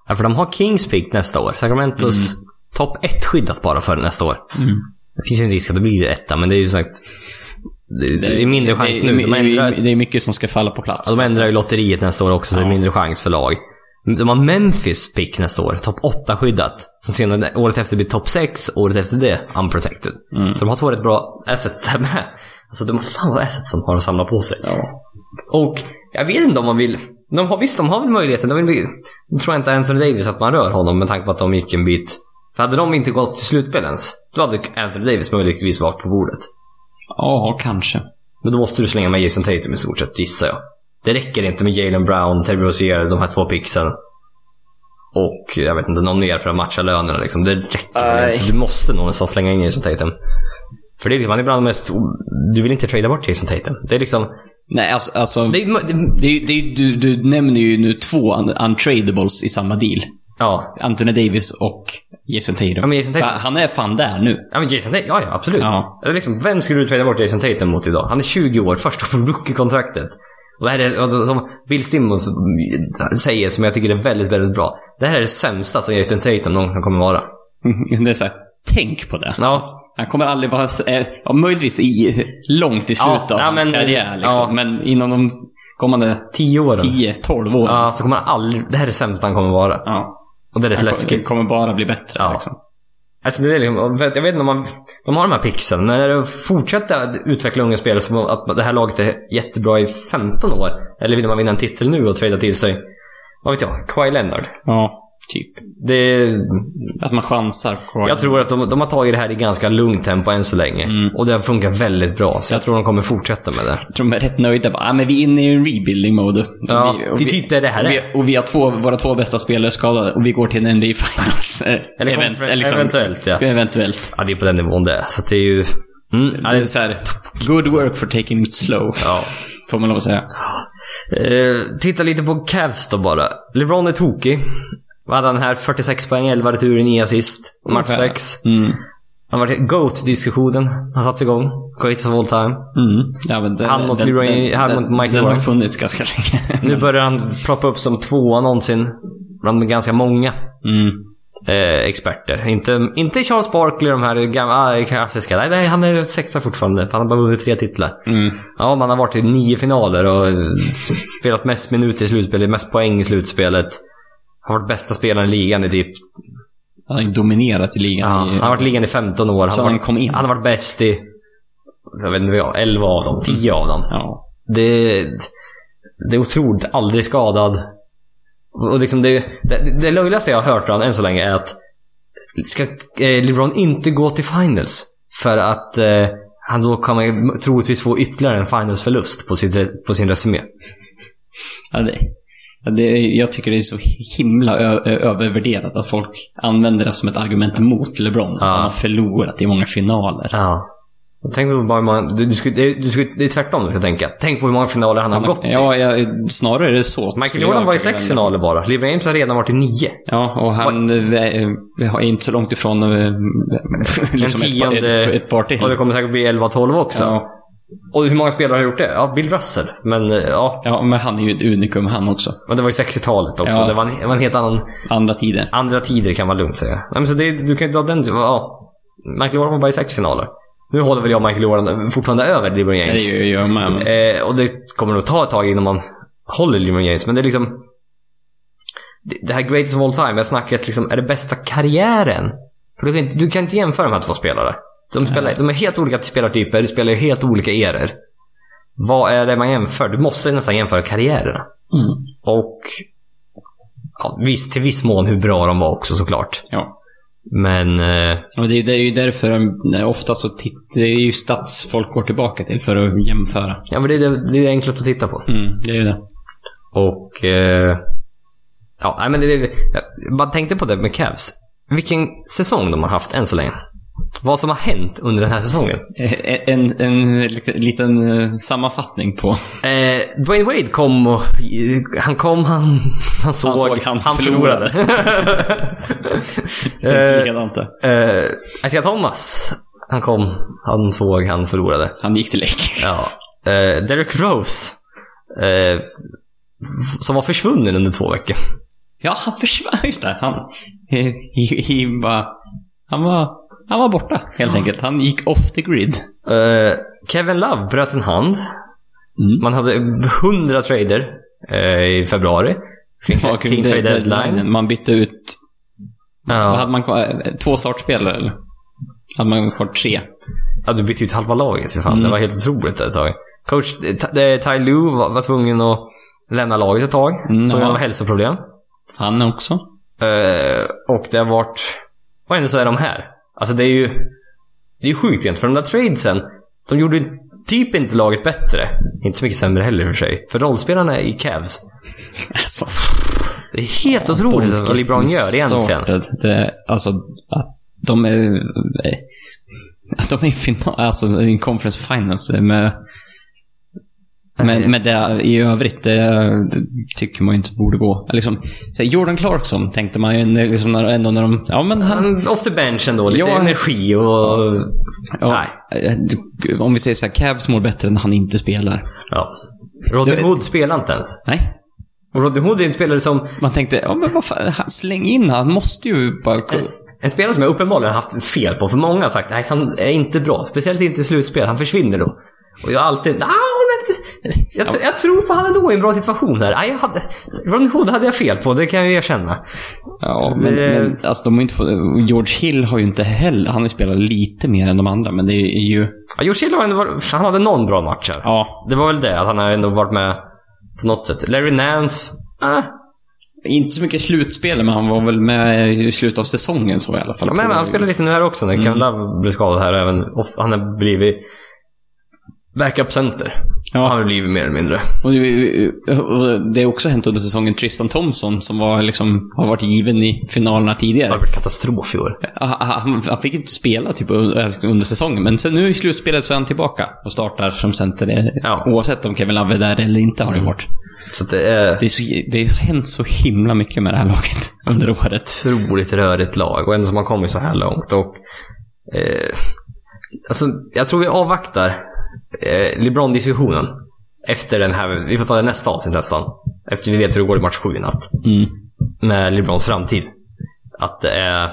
[SPEAKER 1] Ja, för de har Kings pick nästa år. Sacramentos
[SPEAKER 2] Mm.
[SPEAKER 1] topp 1 skyddat bara för nästa år. Det finns ju en risk att det blir etta, men det är ju sagt... Det, det är mindre chans
[SPEAKER 2] det,
[SPEAKER 1] nu. De
[SPEAKER 2] Det,
[SPEAKER 1] ändrar,
[SPEAKER 2] det, det är mycket som ska falla på plats.
[SPEAKER 1] Ja, de ändrar ju lotteriet nästa år också, så det är mindre chans för lag. De har Memphis pick nästa år, topp 8 skyddat. Som senare, året efter blir topp 6, året efter det unprotected. Så de har två rätt bra assets där med. Alltså de har fan vad assets de har att samla på sig.
[SPEAKER 2] Ja.
[SPEAKER 1] Och jag vet inte om man vill... De har, visst, de har väl möjligheten. De vill, nu tror jag inte Anthony Davis att man rör honom med tanke på att de gick en bit. För hade de inte gått till slutspel ens, då hade Anthony Davis möjligtvis varit på bordet.
[SPEAKER 2] ja, kanske.
[SPEAKER 1] Men då måste du slänga med Jason Tatum i stort sett, gissar jag. Det räcker inte med Jalen Brown, Terry Rozier, de här två pixen. Och jag vet inte, någon mer för att matcha lönerna liksom. Det räcker
[SPEAKER 2] Nej.
[SPEAKER 1] inte. Du måste någonstans slänga in Jason Tatum. För det är liksom, han är bland de mest... Du vill inte trada bort Jason Tatum. Det är liksom...
[SPEAKER 2] Nej, alltså, alltså
[SPEAKER 1] Det
[SPEAKER 2] det,
[SPEAKER 1] är, det,
[SPEAKER 2] det, det, du, du nämner ju nu två un- untradables i samma deal.
[SPEAKER 1] ja.
[SPEAKER 2] Anthony Davis och Jason Tatum.
[SPEAKER 1] Ja, men Jason Tatum-
[SPEAKER 2] Fan, Han är fan där nu.
[SPEAKER 1] Ja, men Jason Tatum, ja, ja absolut.
[SPEAKER 2] Ja.
[SPEAKER 1] Eller Liksom, vem skulle du trada bort Jason Tatum mot idag? Han är 20 år, första från rookie-kontraktet. Och det här är, alltså, som Bill Simmons säger, som jag tycker är väldigt, väldigt bra. Det här är det sämsta som Jason Tatum någonsin kommer vara.
[SPEAKER 2] Det är så här, tänk på det.
[SPEAKER 1] Ja,
[SPEAKER 2] Han kommer aldrig vara... s- eh, Ja, möjligtvis i, långt i slutet
[SPEAKER 1] Ja, ja,
[SPEAKER 2] av hans
[SPEAKER 1] men-
[SPEAKER 2] karriär. Liksom.
[SPEAKER 1] ja.
[SPEAKER 2] Men inom de kommande
[SPEAKER 1] 10 år.
[SPEAKER 2] 10-12 åren.
[SPEAKER 1] Ja, så kommer han aldrig... Det här är det sämsta han kommer vara.
[SPEAKER 2] Ja.
[SPEAKER 1] Och det är rätt
[SPEAKER 2] Han kom-
[SPEAKER 1] läskigt.
[SPEAKER 2] kommer bara bli bättre.
[SPEAKER 1] Ja.
[SPEAKER 2] Liksom.
[SPEAKER 1] Alltså det är liksom, jag vet jag vet inte om man... De har de här pixeln, men är det att fortsätta att utveckla unga spelare som att det här laget är jättebra i 15 år? Eller vill man vinna en titel nu och trada till sig, vad vet jag, Kawhi Leonard?
[SPEAKER 2] ja, typ.
[SPEAKER 1] Det,
[SPEAKER 2] Att man chansar. På
[SPEAKER 1] jag tror att de, de har tagit det här i ganska lugnt tempo än så länge. Och det funkar väldigt bra, så jag tror de kommer fortsätta med det.
[SPEAKER 2] Jag tror de är rätt nöjda. Bara, ah, men vi är inne i en rebuilding mode.
[SPEAKER 1] Ja,
[SPEAKER 2] och vi, och
[SPEAKER 1] vi
[SPEAKER 2] vi-
[SPEAKER 1] tyckte det här
[SPEAKER 2] och
[SPEAKER 1] är.
[SPEAKER 2] vi, och vi har två, våra två bästa spelare skadade och vi går till en NBA Finals. eh,
[SPEAKER 1] Eller
[SPEAKER 2] event-
[SPEAKER 1] konfer-
[SPEAKER 2] eh, liksom,
[SPEAKER 1] eventuellt, ja.
[SPEAKER 2] Eventuellt.
[SPEAKER 1] Ja, det är på den nivån det är. Så att det är ju... Mm, ja,
[SPEAKER 2] Det är så här, good work for taking it slow.
[SPEAKER 1] ja.
[SPEAKER 2] Får man lov att säga.
[SPEAKER 1] Eh, titta lite på Cavs då bara. LeBron är tokig. Vad hade han här? 46 poäng, 11 returer, 9 assist. Match
[SPEAKER 2] Ungefär.
[SPEAKER 1] 6.
[SPEAKER 2] Mm.
[SPEAKER 1] Han var GOAT-diskussionen har satts igång. Greatest of all time.
[SPEAKER 2] Mm. Ja, men den,
[SPEAKER 1] Han mot
[SPEAKER 2] den-
[SPEAKER 1] Leroy-
[SPEAKER 2] den-
[SPEAKER 1] han
[SPEAKER 2] den-
[SPEAKER 1] mot Mike
[SPEAKER 2] Den
[SPEAKER 1] Leroy.
[SPEAKER 2] har funnits ganska länge.
[SPEAKER 1] Nu börjar han proppa upp som tvåa någonsin. Bland ganska många
[SPEAKER 2] Mm.
[SPEAKER 1] eh, experter. Inte, inte Charles Barkley de här gamla ah, klassiska. Nej, nej, han är sexa fortfarande. Han har bara vunnit tre titlar.
[SPEAKER 2] Mm.
[SPEAKER 1] Ja, man har varit i nio finaler och eh, spelat mest minuter i slutspelet, mest poäng i slutspelet. Har varit bästa spelaren i ligan i typ...
[SPEAKER 2] Han har ju dominerat i
[SPEAKER 1] Ja,
[SPEAKER 2] ligan. i,
[SPEAKER 1] han har varit i ligan i 15 år.
[SPEAKER 2] Så
[SPEAKER 1] har
[SPEAKER 2] han
[SPEAKER 1] varit-
[SPEAKER 2] kom in.
[SPEAKER 1] han har varit bäst i... Jag vet inte vad jag, 11 av dem, 10 av dem.
[SPEAKER 2] ja.
[SPEAKER 1] Det, det är otroligt, aldrig skadad. Och liksom det, det, det löjligaste jag har hört från än så länge är att ska eh, LeBron inte gå till finals? För att eh, han då kommer troligtvis få ytterligare en finalsförlust på, sitt, på sin resumé.
[SPEAKER 2] Ja, det, ja, det, jag tycker det är så himla ö, ö, övervärderat att folk använder det som ett argument mot LeBron. Att
[SPEAKER 1] Ja.
[SPEAKER 2] han har förlorat i många finaler.
[SPEAKER 1] Ja. Tänk på hur många, du, du skulle, det- du skulle, det är tvärtom du ska tänka. Tänk på hur många finaler han har gått i.
[SPEAKER 2] ja, ja, snarare är det så.
[SPEAKER 1] Michael
[SPEAKER 2] skulle jag
[SPEAKER 1] Jordan var i
[SPEAKER 2] vilja
[SPEAKER 1] sex
[SPEAKER 2] nämna.
[SPEAKER 1] finaler bara. LeBron James har redan varit i nio.
[SPEAKER 2] Ja, och han eh, är inte så långt ifrån eh, liksom ett, par-
[SPEAKER 1] tionde-
[SPEAKER 2] ett, ett par till.
[SPEAKER 1] Och det kommer säkert bli 11-12 också.
[SPEAKER 2] ja,
[SPEAKER 1] Och hur många spelare har gjort det? Ja, Bill Russell. Men eh, ja,
[SPEAKER 2] ja, men han är ju ett unikum han också.
[SPEAKER 1] Men det var ju 60-talet också.
[SPEAKER 2] Ja.
[SPEAKER 1] Det var en, det var en helt annan...
[SPEAKER 2] Andra tider.
[SPEAKER 1] Andra tider kan man lugnt säga. Nej, men så det, du kan ju dra den... Ja. Michael Jordan var bara i sex finaler. Nu håller väl jag och Michael Jordan fortfarande över LeBron
[SPEAKER 2] Det
[SPEAKER 1] James.
[SPEAKER 2] är ju jag med. Men,
[SPEAKER 1] Eh, och det kommer nog ta ett tag innan man håller LeBron James. Men det är liksom... Det, det här greatest of all time, jag snackar att liksom, är det bästa karriären? För du kan, inte- du kan inte jämföra de här två spelarna. De, spelar, de är helt olika spelartyper, de spelar i helt olika eror. Vad är det man jämför? Du måste nästan jämföra karriärerna.
[SPEAKER 2] mm,
[SPEAKER 1] Och ja, visst, till viss mån hur bra de var också såklart.
[SPEAKER 2] ja.
[SPEAKER 1] Men eh,
[SPEAKER 2] Och det, är- det är ju därför eh, ofta så titt, det är ju stats folk går tillbaka till för att jämföra.
[SPEAKER 1] ja, men det, är det, det är enklast att titta på.
[SPEAKER 2] Mm, det är ju det.
[SPEAKER 1] Och eh, ja, nej, men det, det, jag bara tänkte på det med Cavs. Vilken säsong de har haft än så länge. Vad som har hänt under den här säsongen.
[SPEAKER 2] Eh, En, en liten eh, sammanfattning på...
[SPEAKER 1] Eh, Dwayne Wade kom och han kom, han, han såg,
[SPEAKER 2] såg, han
[SPEAKER 1] eh,
[SPEAKER 2] Likadant där.
[SPEAKER 1] eh, Isaiah Thomas, han kom, han såg, han förlorade.
[SPEAKER 2] Han gick till Lakers.
[SPEAKER 1] Ja. Eh, Derek Rose. Eh, f- som var försvunnen under två veckor.
[SPEAKER 2] Ja, han försvann. Just det. Han, he, he, he bara, han, var, han var borta, helt enkelt. Han gick off the grid.
[SPEAKER 1] Eh, Kevin Love bröt en hand.
[SPEAKER 2] Mm.
[SPEAKER 1] Man hade 100 trader eh, i februari. Kring,
[SPEAKER 2] Och
[SPEAKER 1] kring
[SPEAKER 2] det-
[SPEAKER 1] trade
[SPEAKER 2] deadline.
[SPEAKER 1] deadline.
[SPEAKER 2] Man bytte ut...
[SPEAKER 1] Ja.
[SPEAKER 2] Hade man kvar- Eh, två startspelare, eller? Hade man kvar tre?
[SPEAKER 1] ja, du bytte ut halva laget. så Fan. Det
[SPEAKER 2] Mm.
[SPEAKER 1] var helt otroligt ett tag. Coach eh, Ta- eh, Ty Lue var, var tvungen att lämna laget ett tag.
[SPEAKER 2] Mm,
[SPEAKER 1] så
[SPEAKER 2] ja.
[SPEAKER 1] han var hälsoproblem.
[SPEAKER 2] Han också.
[SPEAKER 1] Eh, och det har varit... Och ändå så är de här. Alltså det är ju... Det är ju sjukt egentligen, för de där tradesen, de gjorde ju typ inte laget bättre. Inte så mycket sämre heller i och för sig. För rollspelarna i Cavs,
[SPEAKER 2] Alltså,
[SPEAKER 1] det är helt otroligt vad LeBron gör egentligen.
[SPEAKER 2] Started. Det, alltså, att de är... eh, Att de är i final, alltså i en conference finals med...
[SPEAKER 1] Nej.
[SPEAKER 2] Men med det i övrigt, det, det tycker man ju inte borde gå. Liksom, så här, Jordan Clarkson tänkte man ju när- liksom, när, ändå när de... Ja, men han...
[SPEAKER 1] Han, off the bench ändå, lite
[SPEAKER 2] Ja.
[SPEAKER 1] energi och...
[SPEAKER 2] Ja, eh, om vi säger så här, Cavs mår bättre när han inte spelar.
[SPEAKER 1] Ja. Rodney
[SPEAKER 2] Du-
[SPEAKER 1] Hood spelar inte ens.
[SPEAKER 2] Nej.
[SPEAKER 1] Och Rodney Hood är en spelare som...
[SPEAKER 2] Man tänkte, ja men vad fan, han- släng in han måste ju bara...
[SPEAKER 1] En spelare som jag uppenbarligen har haft fel på, för många har sagt nej, han är inte bra. Speciellt inte i slutspel, han försvinner då. Och jag har alltid, "Ah, men jag, tr- jag tror på han ändå i en bra situation här. Nej, jag hade, Ronny Hood hade jag fel på, det kan jag ju erkänna.
[SPEAKER 2] Ja, men,
[SPEAKER 1] Det-
[SPEAKER 2] men alltså de har ju inte fått, George Hill har ju inte heller, han har ju spelat lite mer än de andra, men det är ju...
[SPEAKER 1] Ja, George Hill har ändå varit- han hade någon bra match här.
[SPEAKER 2] Ja.
[SPEAKER 1] Det var väl det, att han har ändå varit med på något sätt. Larry Nance, ah,
[SPEAKER 2] Inte så mycket slutspel, men han var väl med i slutet av säsongen så i alla fall.
[SPEAKER 1] ja, men han spelar lite nu här också när Kevin Love blev skadad här. Även, och han har blivit backup center.
[SPEAKER 2] Ja.
[SPEAKER 1] Han har blivit mer eller mindre.
[SPEAKER 2] Och det- och det har också hänt under säsongen Tristan Thompson, som var liksom, har varit given i finalerna
[SPEAKER 1] Det har
[SPEAKER 2] tidigare. Ah,
[SPEAKER 1] varit katastrof i år.
[SPEAKER 2] Han, han fick ju inte spela typ under under säsongen, men sen nu i slutspelet så är han tillbaka och startar som center. eh,
[SPEAKER 1] Ja.
[SPEAKER 2] Oavsett om Kevin Love är där eller inte har det varit.
[SPEAKER 1] Så att det är...
[SPEAKER 2] Det, är så, det har hänt så himla mycket med det här laget under året.
[SPEAKER 1] otroligt rörigt lag och ändå som har kommit så här långt. Och Eh, alltså, jag tror vi avvaktar eh, LeBron-diskussionen. Efter den här, vi får ta det nästa avsnitt nästan. Efter vi vet hur det går i match 7 i natt.
[SPEAKER 2] Mm.
[SPEAKER 1] Med LeBrons framtid. Att det är...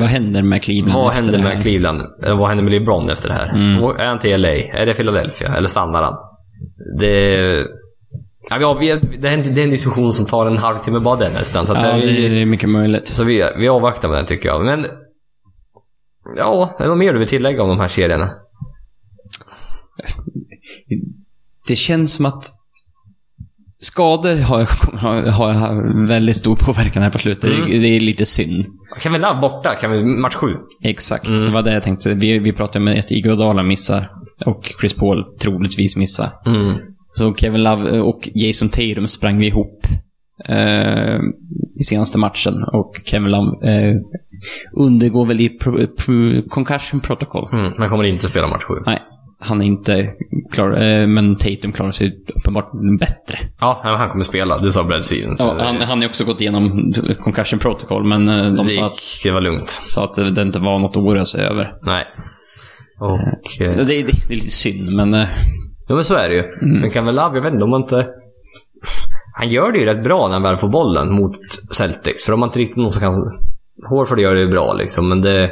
[SPEAKER 2] Vad händer med Cleveland
[SPEAKER 1] Eh, Vad
[SPEAKER 2] efter
[SPEAKER 1] händer
[SPEAKER 2] Mm, det
[SPEAKER 1] med
[SPEAKER 2] här?
[SPEAKER 1] Cleveland? Eh, Vad händer med LeBron efter det här?
[SPEAKER 2] Mm.
[SPEAKER 1] Och Är han till LA? Är det Philadelphia? Eller stannar han? Det... Ja, vi har, vi, det, är en, det är en diskussion som tar en halvtimme bara den nästan. Så, att
[SPEAKER 2] Ja,
[SPEAKER 1] Alltså, vi,
[SPEAKER 2] det det är mycket möjligt.
[SPEAKER 1] så vi, vi avvaktar med den tycker jag. Men... Ja, är det något mer du vill tillägga om de här serierna?
[SPEAKER 2] Det känns som att skador har, har, har väldigt stor påverkan här på slutet.
[SPEAKER 1] Mm.
[SPEAKER 2] Det, det är lite synd.
[SPEAKER 1] Kevin Love borta, kan vi, match 7.
[SPEAKER 2] Exakt,
[SPEAKER 1] Mm.
[SPEAKER 2] det var det jag tänkte. Vi, vi pratade om att Iguodala missar och Chris Paul troligtvis missar.
[SPEAKER 1] Mm.
[SPEAKER 2] Så Kevin Love och Jason Tatum sprang vi ihop eh, i senaste matchen och Kevin Love eh, undergår väl i pro, pro, concussion protocol.
[SPEAKER 1] Mm. Men kommer inte spela match 7.
[SPEAKER 2] Nej, han är inte klar, eh, men Tatum klarar sig uppenbart bättre.
[SPEAKER 1] Ja, men han kommer spela. Du sa Brad Stevens.
[SPEAKER 2] Ja, han, han har också gått igenom concussion protocol, men eh, de
[SPEAKER 1] det,
[SPEAKER 2] sa
[SPEAKER 1] gick,
[SPEAKER 2] att,
[SPEAKER 1] det var lugnt.
[SPEAKER 2] sa att det inte var något att oroa sig över.
[SPEAKER 1] Nej. Och... eh,
[SPEAKER 2] Det, det, det är lite synd, men eh,
[SPEAKER 1] Ja men så är det ju. Men Kevin Love, jag vet inte om man inte... Han gör det ju rätt bra när han väl får bollen mot Celtics. För de har inte riktigt någon som kan... Hårford gör det ju bra liksom, men det...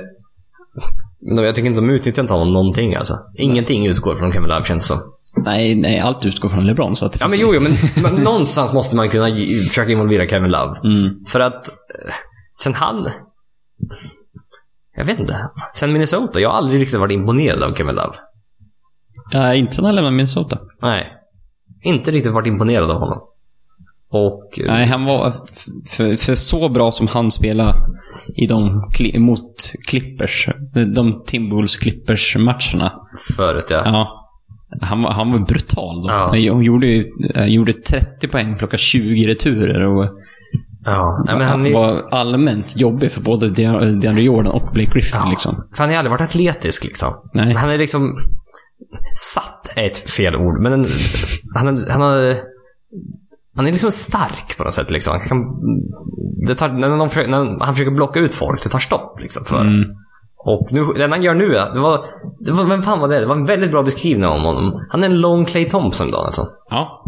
[SPEAKER 1] Men jag tycker inte de utnyttjar inte honom någonting alltså. Ingenting utgår från Kevin Love känns det som.
[SPEAKER 2] nej, nej, allt utgår från LeBron. Så att det
[SPEAKER 1] Ja men
[SPEAKER 2] finns-
[SPEAKER 1] jo, jo men, men någonstans måste man kunna ge- försöka involvera Kevin Love.
[SPEAKER 2] Mm.
[SPEAKER 1] För att... eh, Sen han... Jag vet inte. Sen Minnesota, jag har aldrig riktigt varit imponerad av Kevin Love.
[SPEAKER 2] Nej, inte när han lämnade Minnesota.
[SPEAKER 1] Nej. Inte riktigt varit imponerad av honom. Och... eh,
[SPEAKER 2] Nej, han var... För, för så bra som han spelade i de, kli- mot Clippers, de Timberwolves Clippers-matcherna.
[SPEAKER 1] förut ja.
[SPEAKER 2] Ja. Han var, han var brutal då.
[SPEAKER 1] Ja.
[SPEAKER 2] Han gjorde, ju- han gjorde 30 poäng, plockade 20 returer och
[SPEAKER 1] Ja. Nej, men han, är,
[SPEAKER 2] var allmänt jobbig för både De- DeAndre Jordan och Blake Griffin.
[SPEAKER 1] Ja.
[SPEAKER 2] Liksom.
[SPEAKER 1] för han har aldrig varit atletisk liksom.
[SPEAKER 2] Nej.
[SPEAKER 1] Men Han är liksom... Satt är ett fel ord, men en, han, är, han, har, han är liksom stark på något sätt. Liksom. Han, kan, det tar, när, någon, försöker- när han försöker blocka ut folk, det tar stopp liksom, för
[SPEAKER 2] Mm.
[SPEAKER 1] Och nu, den han gör nu, ja, det var, det var, vem fan var det? Det var en väldigt bra beskrivning om honom. Han är en lång Clay Thompson då nästan.
[SPEAKER 2] Ja.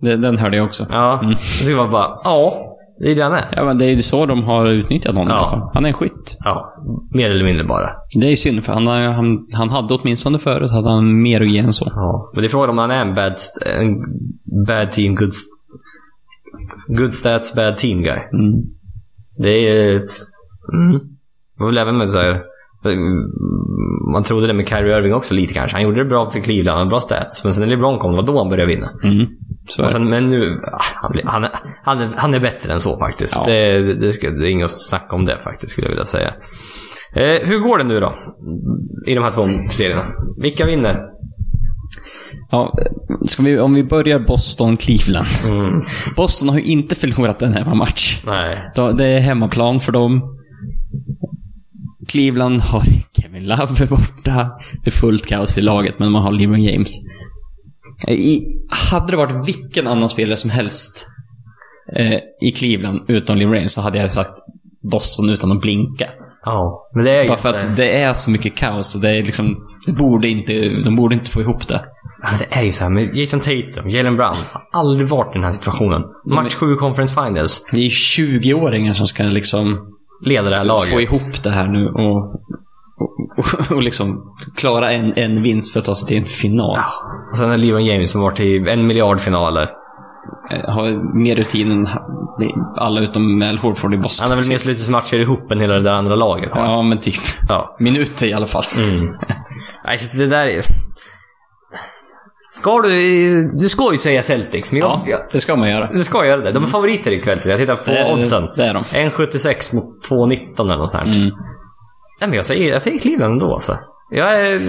[SPEAKER 2] Den, den hörde jag också.
[SPEAKER 1] Ja, mm. det var bara, ja, det är det han är.
[SPEAKER 2] Ja, men det är ju så de har utnyttjat honom.
[SPEAKER 1] Ja.
[SPEAKER 2] i alla fall. Han är en skytt.
[SPEAKER 1] Ja, mer eller mindre bara.
[SPEAKER 2] Det är synd, för han, har- han, han hade åtminstone förut hade han mer att ge än så.
[SPEAKER 1] Ja, men det är frågan om han är en bad, st- en bad team, good, st- good stats, bad team guy.
[SPEAKER 2] Mm.
[SPEAKER 1] Det är... Mm. Det var väl även med så här, Man trodde det med Kyrie Irving också lite kanske. Han gjorde det bra för Cleveland, han hade bra stats. Men sen när LeBron kom, det var då han började vinna.
[SPEAKER 2] Mm. Så är
[SPEAKER 1] Och
[SPEAKER 2] det.
[SPEAKER 1] sen, men nu, ah, han, blir- han, är- han, är- han är bättre än så faktiskt.
[SPEAKER 2] Ja.
[SPEAKER 1] Det, det, ska, det är inget att snacka om det faktiskt, skulle jag vilja säga. Eh, hur går det nu då? I de här två serierna. Vilka vinner?
[SPEAKER 2] Ja, ska vi, om vi börjar Boston-Cleveland.
[SPEAKER 1] Mm.
[SPEAKER 2] Boston har ju inte förlorat en hemmamatch.
[SPEAKER 1] Nej.
[SPEAKER 2] Då- Det är hemmaplan för dem. Cleveland har Kevin Love borta. Det är fullt kaos i laget, men man har LeBron James. I, hade det varit vilken annan spelare som helst eh, i Cleveland utom LeBron James så hade jag sagt Boston utan att blinka.
[SPEAKER 1] Ja, men det är
[SPEAKER 2] Bara
[SPEAKER 1] just eh,
[SPEAKER 2] för att det är så mycket kaos och det är liksom, det borde inte, de borde inte få ihop det.
[SPEAKER 1] Ja, det är ju så här med Jason Tatum, Jalen Brown. Har aldrig varit i den här situationen. Match 7 i Conference Finals.
[SPEAKER 2] Det är 20-åringar som ska liksom
[SPEAKER 1] Leder det här laget.
[SPEAKER 2] få ihop det här nu och, och, och, och liksom klara en, en vinst för att ta sig till en final.
[SPEAKER 1] Ja. Och sen är LeBron James som varit i en miljard finaler.
[SPEAKER 2] Eh, Har mer rutin än alla utom Al Horford i Boston.
[SPEAKER 1] Han har väl mer slutspelsmatcher ihop än hela det där andra laget har.
[SPEAKER 2] Ja, men typ.
[SPEAKER 1] Ja.
[SPEAKER 2] Minuter i alla fall.
[SPEAKER 1] Mm. Nej, så det där är... Ska du... Du ska ju säga Celtics, men jag...
[SPEAKER 2] Ja,
[SPEAKER 1] jag
[SPEAKER 2] det ska man göra.
[SPEAKER 1] du ska göra det. De är favoriter ikväll. Jag tittar på
[SPEAKER 2] Det är-
[SPEAKER 1] oddsen.
[SPEAKER 2] det är de.
[SPEAKER 1] 1,76 mot 2,19 eller något sånt. här.
[SPEAKER 2] Mm.
[SPEAKER 1] Nej, men jag säger, jag säger Cleveland ändå alltså. Jag är...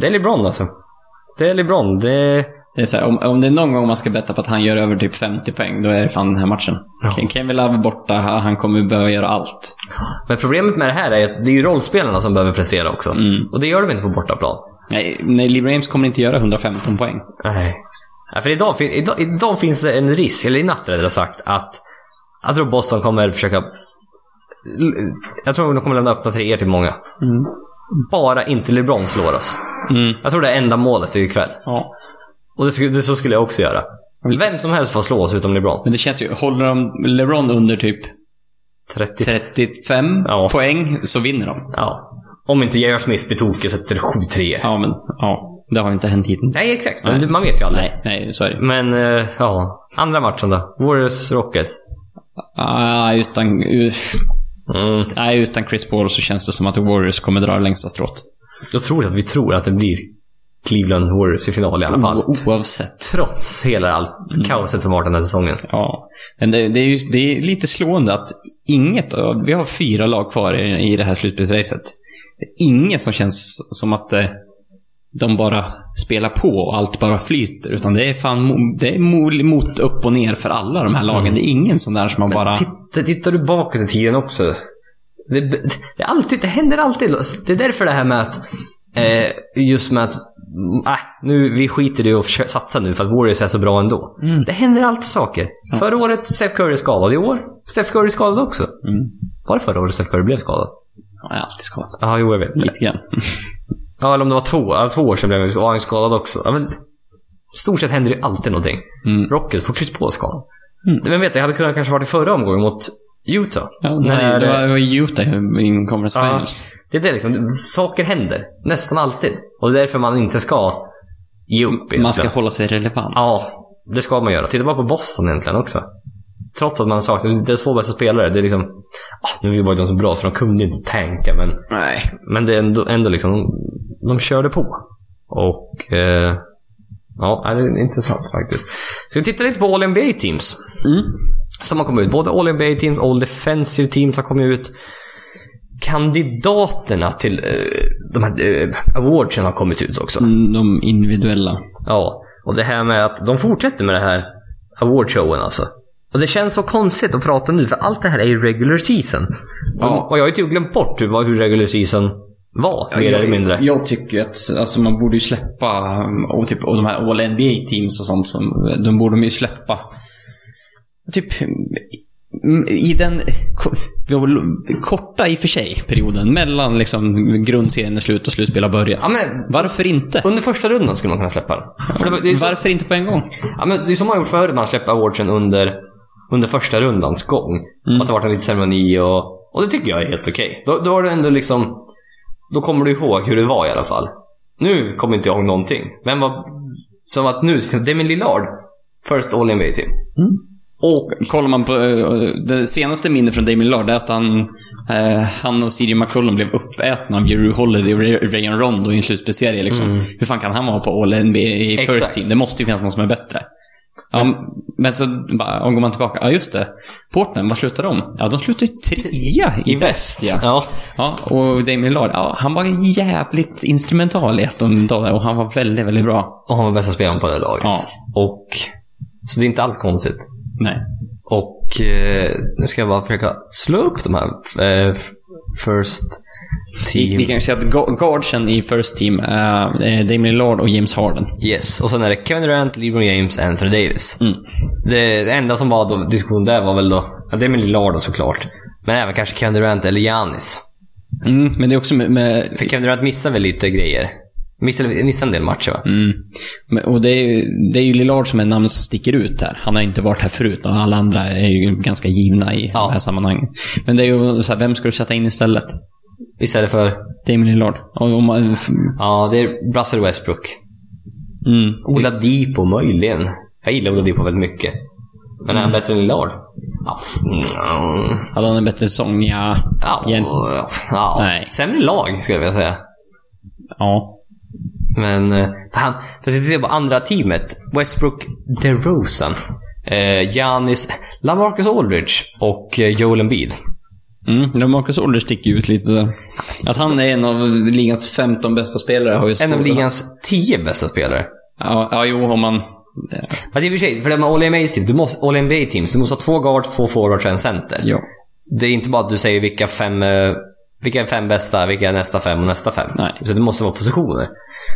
[SPEAKER 1] Det är LeBron alltså. Det är LeBron. Det...
[SPEAKER 2] Det är så här, om, om det är någon gång man ska betta på att han gör över typ 50 poäng, då är det fan den här matchen.
[SPEAKER 1] Ja.
[SPEAKER 2] Kevin Love är borta, han kommer behöva göra allt.
[SPEAKER 1] Men problemet med det här är att det är ju rollspelarna som behöver prestera också.
[SPEAKER 2] Mm.
[SPEAKER 1] Och det gör de inte på bortaplan.
[SPEAKER 2] Nej, nej LeBron James kommer inte göra 115 poäng.
[SPEAKER 1] Nej. Ja, för idag, fin- idag, idag finns det en risk, eller i natt rättare sagt, att jag tror Boston kommer försöka Jag tror de kommer lämna öppna treor till många.
[SPEAKER 2] Mm.
[SPEAKER 1] Bara inte LeBron slår oss.
[SPEAKER 2] Mm.
[SPEAKER 1] Jag tror det är enda målet ikväll.
[SPEAKER 2] Ja.
[SPEAKER 1] Och det, skulle- det, så skulle jag också göra.
[SPEAKER 2] Mm.
[SPEAKER 1] Vem som helst får slå oss utom LeBron.
[SPEAKER 2] Men det känns ju, håller de LeBron under typ
[SPEAKER 1] 30.
[SPEAKER 2] 35
[SPEAKER 1] Ja.
[SPEAKER 2] poäng så vinner de.
[SPEAKER 1] Ja. Om inte J.R. Smith blir tokig och sätter 7-3.
[SPEAKER 2] Ja, men ja, det har inte hänt hittills.
[SPEAKER 1] Nej, exakt. Men det- man vet ju aldrig.
[SPEAKER 2] Nej, nej, så är det.
[SPEAKER 1] Men, eh, ja. Andra matchen då. Warriors Rockets.
[SPEAKER 2] Ah, utan, u-
[SPEAKER 1] Mm.
[SPEAKER 2] nej, utan Chris Paul så känns det som att Warriors kommer dra det längsta strået.
[SPEAKER 1] Otroligt att vi tror att det blir Cleveland Warriors i final i alla fall.
[SPEAKER 2] O- Oavsett.
[SPEAKER 1] Trots hela allt kaoset som varit den här säsongen.
[SPEAKER 2] Ja. Men det, det, är ju, det är lite slående att inget av, vi har fyra lag kvar i, i det här slutspelsracet. Det är Inget som känns som att eh, de bara spelar på och allt bara flyter. Utan det är fan mo- det är mol- mot upp och ner för alla de här lagen. Det är ingen sån där som man bara...
[SPEAKER 1] Mm. Titta, tittar du bakåt i tiden också. Det, det, är alltid, det händer alltid. Det är därför det här med att... Eh, just med att... Äh, nu, vi skiter i att försöka satsa nu för att Warriors är så bra ändå.
[SPEAKER 2] Mm.
[SPEAKER 1] Det händer alltid saker. Förra året Steph Curry är skadad. I år Steph Curry är skadad också.
[SPEAKER 2] Mm.
[SPEAKER 1] Var det förra året Steph Curry blev skadad?
[SPEAKER 2] Ja, jag är alltid skadad.
[SPEAKER 1] Ja, jo jag vet.
[SPEAKER 2] Lite grann.
[SPEAKER 1] Ja, eller om det var två, ja, två år sedan blev han ja, han skadad också. Ja, men, stort sett händer det ju alltid någonting.
[SPEAKER 2] Mm.
[SPEAKER 1] Rocket får kryss på skadan.
[SPEAKER 2] Mm.
[SPEAKER 1] Men vet du, jag hade kunnat kanske varit i förra omgången mot Utah.
[SPEAKER 2] Ja,
[SPEAKER 1] När-
[SPEAKER 2] när, det var det var ju Utah i Conference
[SPEAKER 1] Ja.
[SPEAKER 2] Finals.
[SPEAKER 1] Det är det liksom, saker händer. Nästan alltid. Och det är därför man inte ska ge upp.
[SPEAKER 2] Man
[SPEAKER 1] egentligen.
[SPEAKER 2] ska hålla sig relevant.
[SPEAKER 1] Ja, det ska man göra. Titta bara på Boston egentligen också. Trots att man saknar deras två bästa spelare. Det är liksom, ah, nu var ju de så bra så de kunde inte tänka, men,
[SPEAKER 2] Nej.
[SPEAKER 1] men det är ändå, ändå liksom, de, de körde på. Och, eh, ja, det är intressant faktiskt. Så vi tittar lite på All NBA Teams
[SPEAKER 2] Mm.
[SPEAKER 1] som har kommit ut. Både All NBA Team och All Defensive Team som har kommit ut. Kandidaterna till eh, de här eh, awardsen har kommit ut också.
[SPEAKER 2] Mm, De individuella.
[SPEAKER 1] Ja, och det här med att de fortsätter med det här awardshowen alltså. Och det känns så konstigt att prata nu, för allt det här är ju regular season.
[SPEAKER 2] Ja.
[SPEAKER 1] Och, och jag har ju typ glömt bort hur, vad- hur regular season var, mer eller mindre.
[SPEAKER 2] Jag, jag tycker att alltså, man borde ju släppa, um, och, typ, och de här All NBA teams och sånt, som, de borde man ju släppa. Typ mm, i den ko- korta, i och för sig, perioden mellan liksom, grundserien är slut och slutspel har
[SPEAKER 1] Ja,
[SPEAKER 2] börjat.
[SPEAKER 1] men,
[SPEAKER 2] Varför inte?
[SPEAKER 1] under första rundan skulle man kunna släppa den. För det, var- det är så-
[SPEAKER 2] Varför inte på en gång?
[SPEAKER 1] Ja, men det är som man har gjort förut, man släpper awardsen under, under första rundans gång.
[SPEAKER 2] Mm.
[SPEAKER 1] Att det har varit en liten ceremoni och, och det tycker jag är helt okej. Då, då har du ändå liksom, då kommer du ihåg hur det var i alla fall. Nu kommer inte jag ihåg någonting. Vem var, som att nu, Demi Lillard, first all NBA team.
[SPEAKER 2] Och kollar man på eh, det senaste minnet från Damien Lillard är att han, eh, han och CJ McCollum blev uppätna av Jerry Holiday och Ray- Rayon Rondo i en slutspelserie. Liksom. Hur fan kan han vara på All NBA i First
[SPEAKER 1] Exakt.
[SPEAKER 2] Team? Det måste ju finnas någon som är bättre. Ja, men, så bara, om går man tillbaka. Ja, just det. Portland, vad slutar de? Ja, de slutar ju trea i väst, ja.
[SPEAKER 1] Ja.
[SPEAKER 2] ja och Damien Lillard, ja, han var jävligt instrumental i ett av de dagarna och han var väldigt, väldigt bra.
[SPEAKER 1] Och han var bästa spelaren på det laget.
[SPEAKER 2] Ja.
[SPEAKER 1] Och, så det är inte alls konstigt.
[SPEAKER 2] Nej.
[SPEAKER 1] Och eh, nu ska jag bara försöka slå upp de här eh, first
[SPEAKER 2] Vi,
[SPEAKER 1] team.
[SPEAKER 2] vi kan ju säga att gu- guardsen i First Team är eh, Damien Lillard och James Harden.
[SPEAKER 1] Yes, och sen är det Kevin Durant, LeBron James, Anthony Davis.
[SPEAKER 2] Mm.
[SPEAKER 1] Det, det enda som var då, diskussion där var väl då, ja, det är med Lillard då såklart. Men även kanske Kevin Durant eller Giannis.
[SPEAKER 2] Mm, men det är också med... med
[SPEAKER 1] För Kevin Durant missar väl lite grejer. Missar, missar en del matcher va?
[SPEAKER 2] mm, men- och det är, ju- det är ju Lillard som är namnet som sticker ut här. Han har inte varit här förut och alla andra är ju ganska givna i
[SPEAKER 1] Ja.
[SPEAKER 2] det här sammanhanget. Men det är ju så här, vem ska du sätta in istället?
[SPEAKER 1] Istället för,
[SPEAKER 2] Damien Lillard. Och, om man-
[SPEAKER 1] ja det är Russell Westbrook.
[SPEAKER 2] mm,
[SPEAKER 1] Oladipo möjligen. Jag gillar Oladipo väldigt mycket. Men är han
[SPEAKER 2] Mm.
[SPEAKER 1] bättre än Lillard? Ja, f- mm,
[SPEAKER 2] hade han en bättre säsong? Ja.
[SPEAKER 1] ja,
[SPEAKER 2] Egent-
[SPEAKER 1] ja, ja.
[SPEAKER 2] Nej.
[SPEAKER 1] Sämre lag skulle jag vilja säga.
[SPEAKER 2] ja.
[SPEAKER 1] Men eh, han, fast jag tittar på andra teamet. Westbrook DeRozan. Eh, Giannis, Lamarcus Aldridge och eh, Joel Embiid.
[SPEAKER 2] Mm, men Marcus Oller sticker ju ut lite där. Att han är en av ligans 15 bästa spelare har ju
[SPEAKER 1] En av
[SPEAKER 2] svårt-
[SPEAKER 1] ligans tio bästa spelare.
[SPEAKER 2] Ja, ja, jo, om man...
[SPEAKER 1] Fast i och för sig, för det med All-NBA team, du måste, all NBA teams, du måste ha två guards, två forwards och en center.
[SPEAKER 2] Ja.
[SPEAKER 1] Det är inte bara att du säger vilka fem, eh, vilka är fem bästa, vilka är nästa fem och nästa fem.
[SPEAKER 2] Nej.
[SPEAKER 1] Så det måste vara positioner.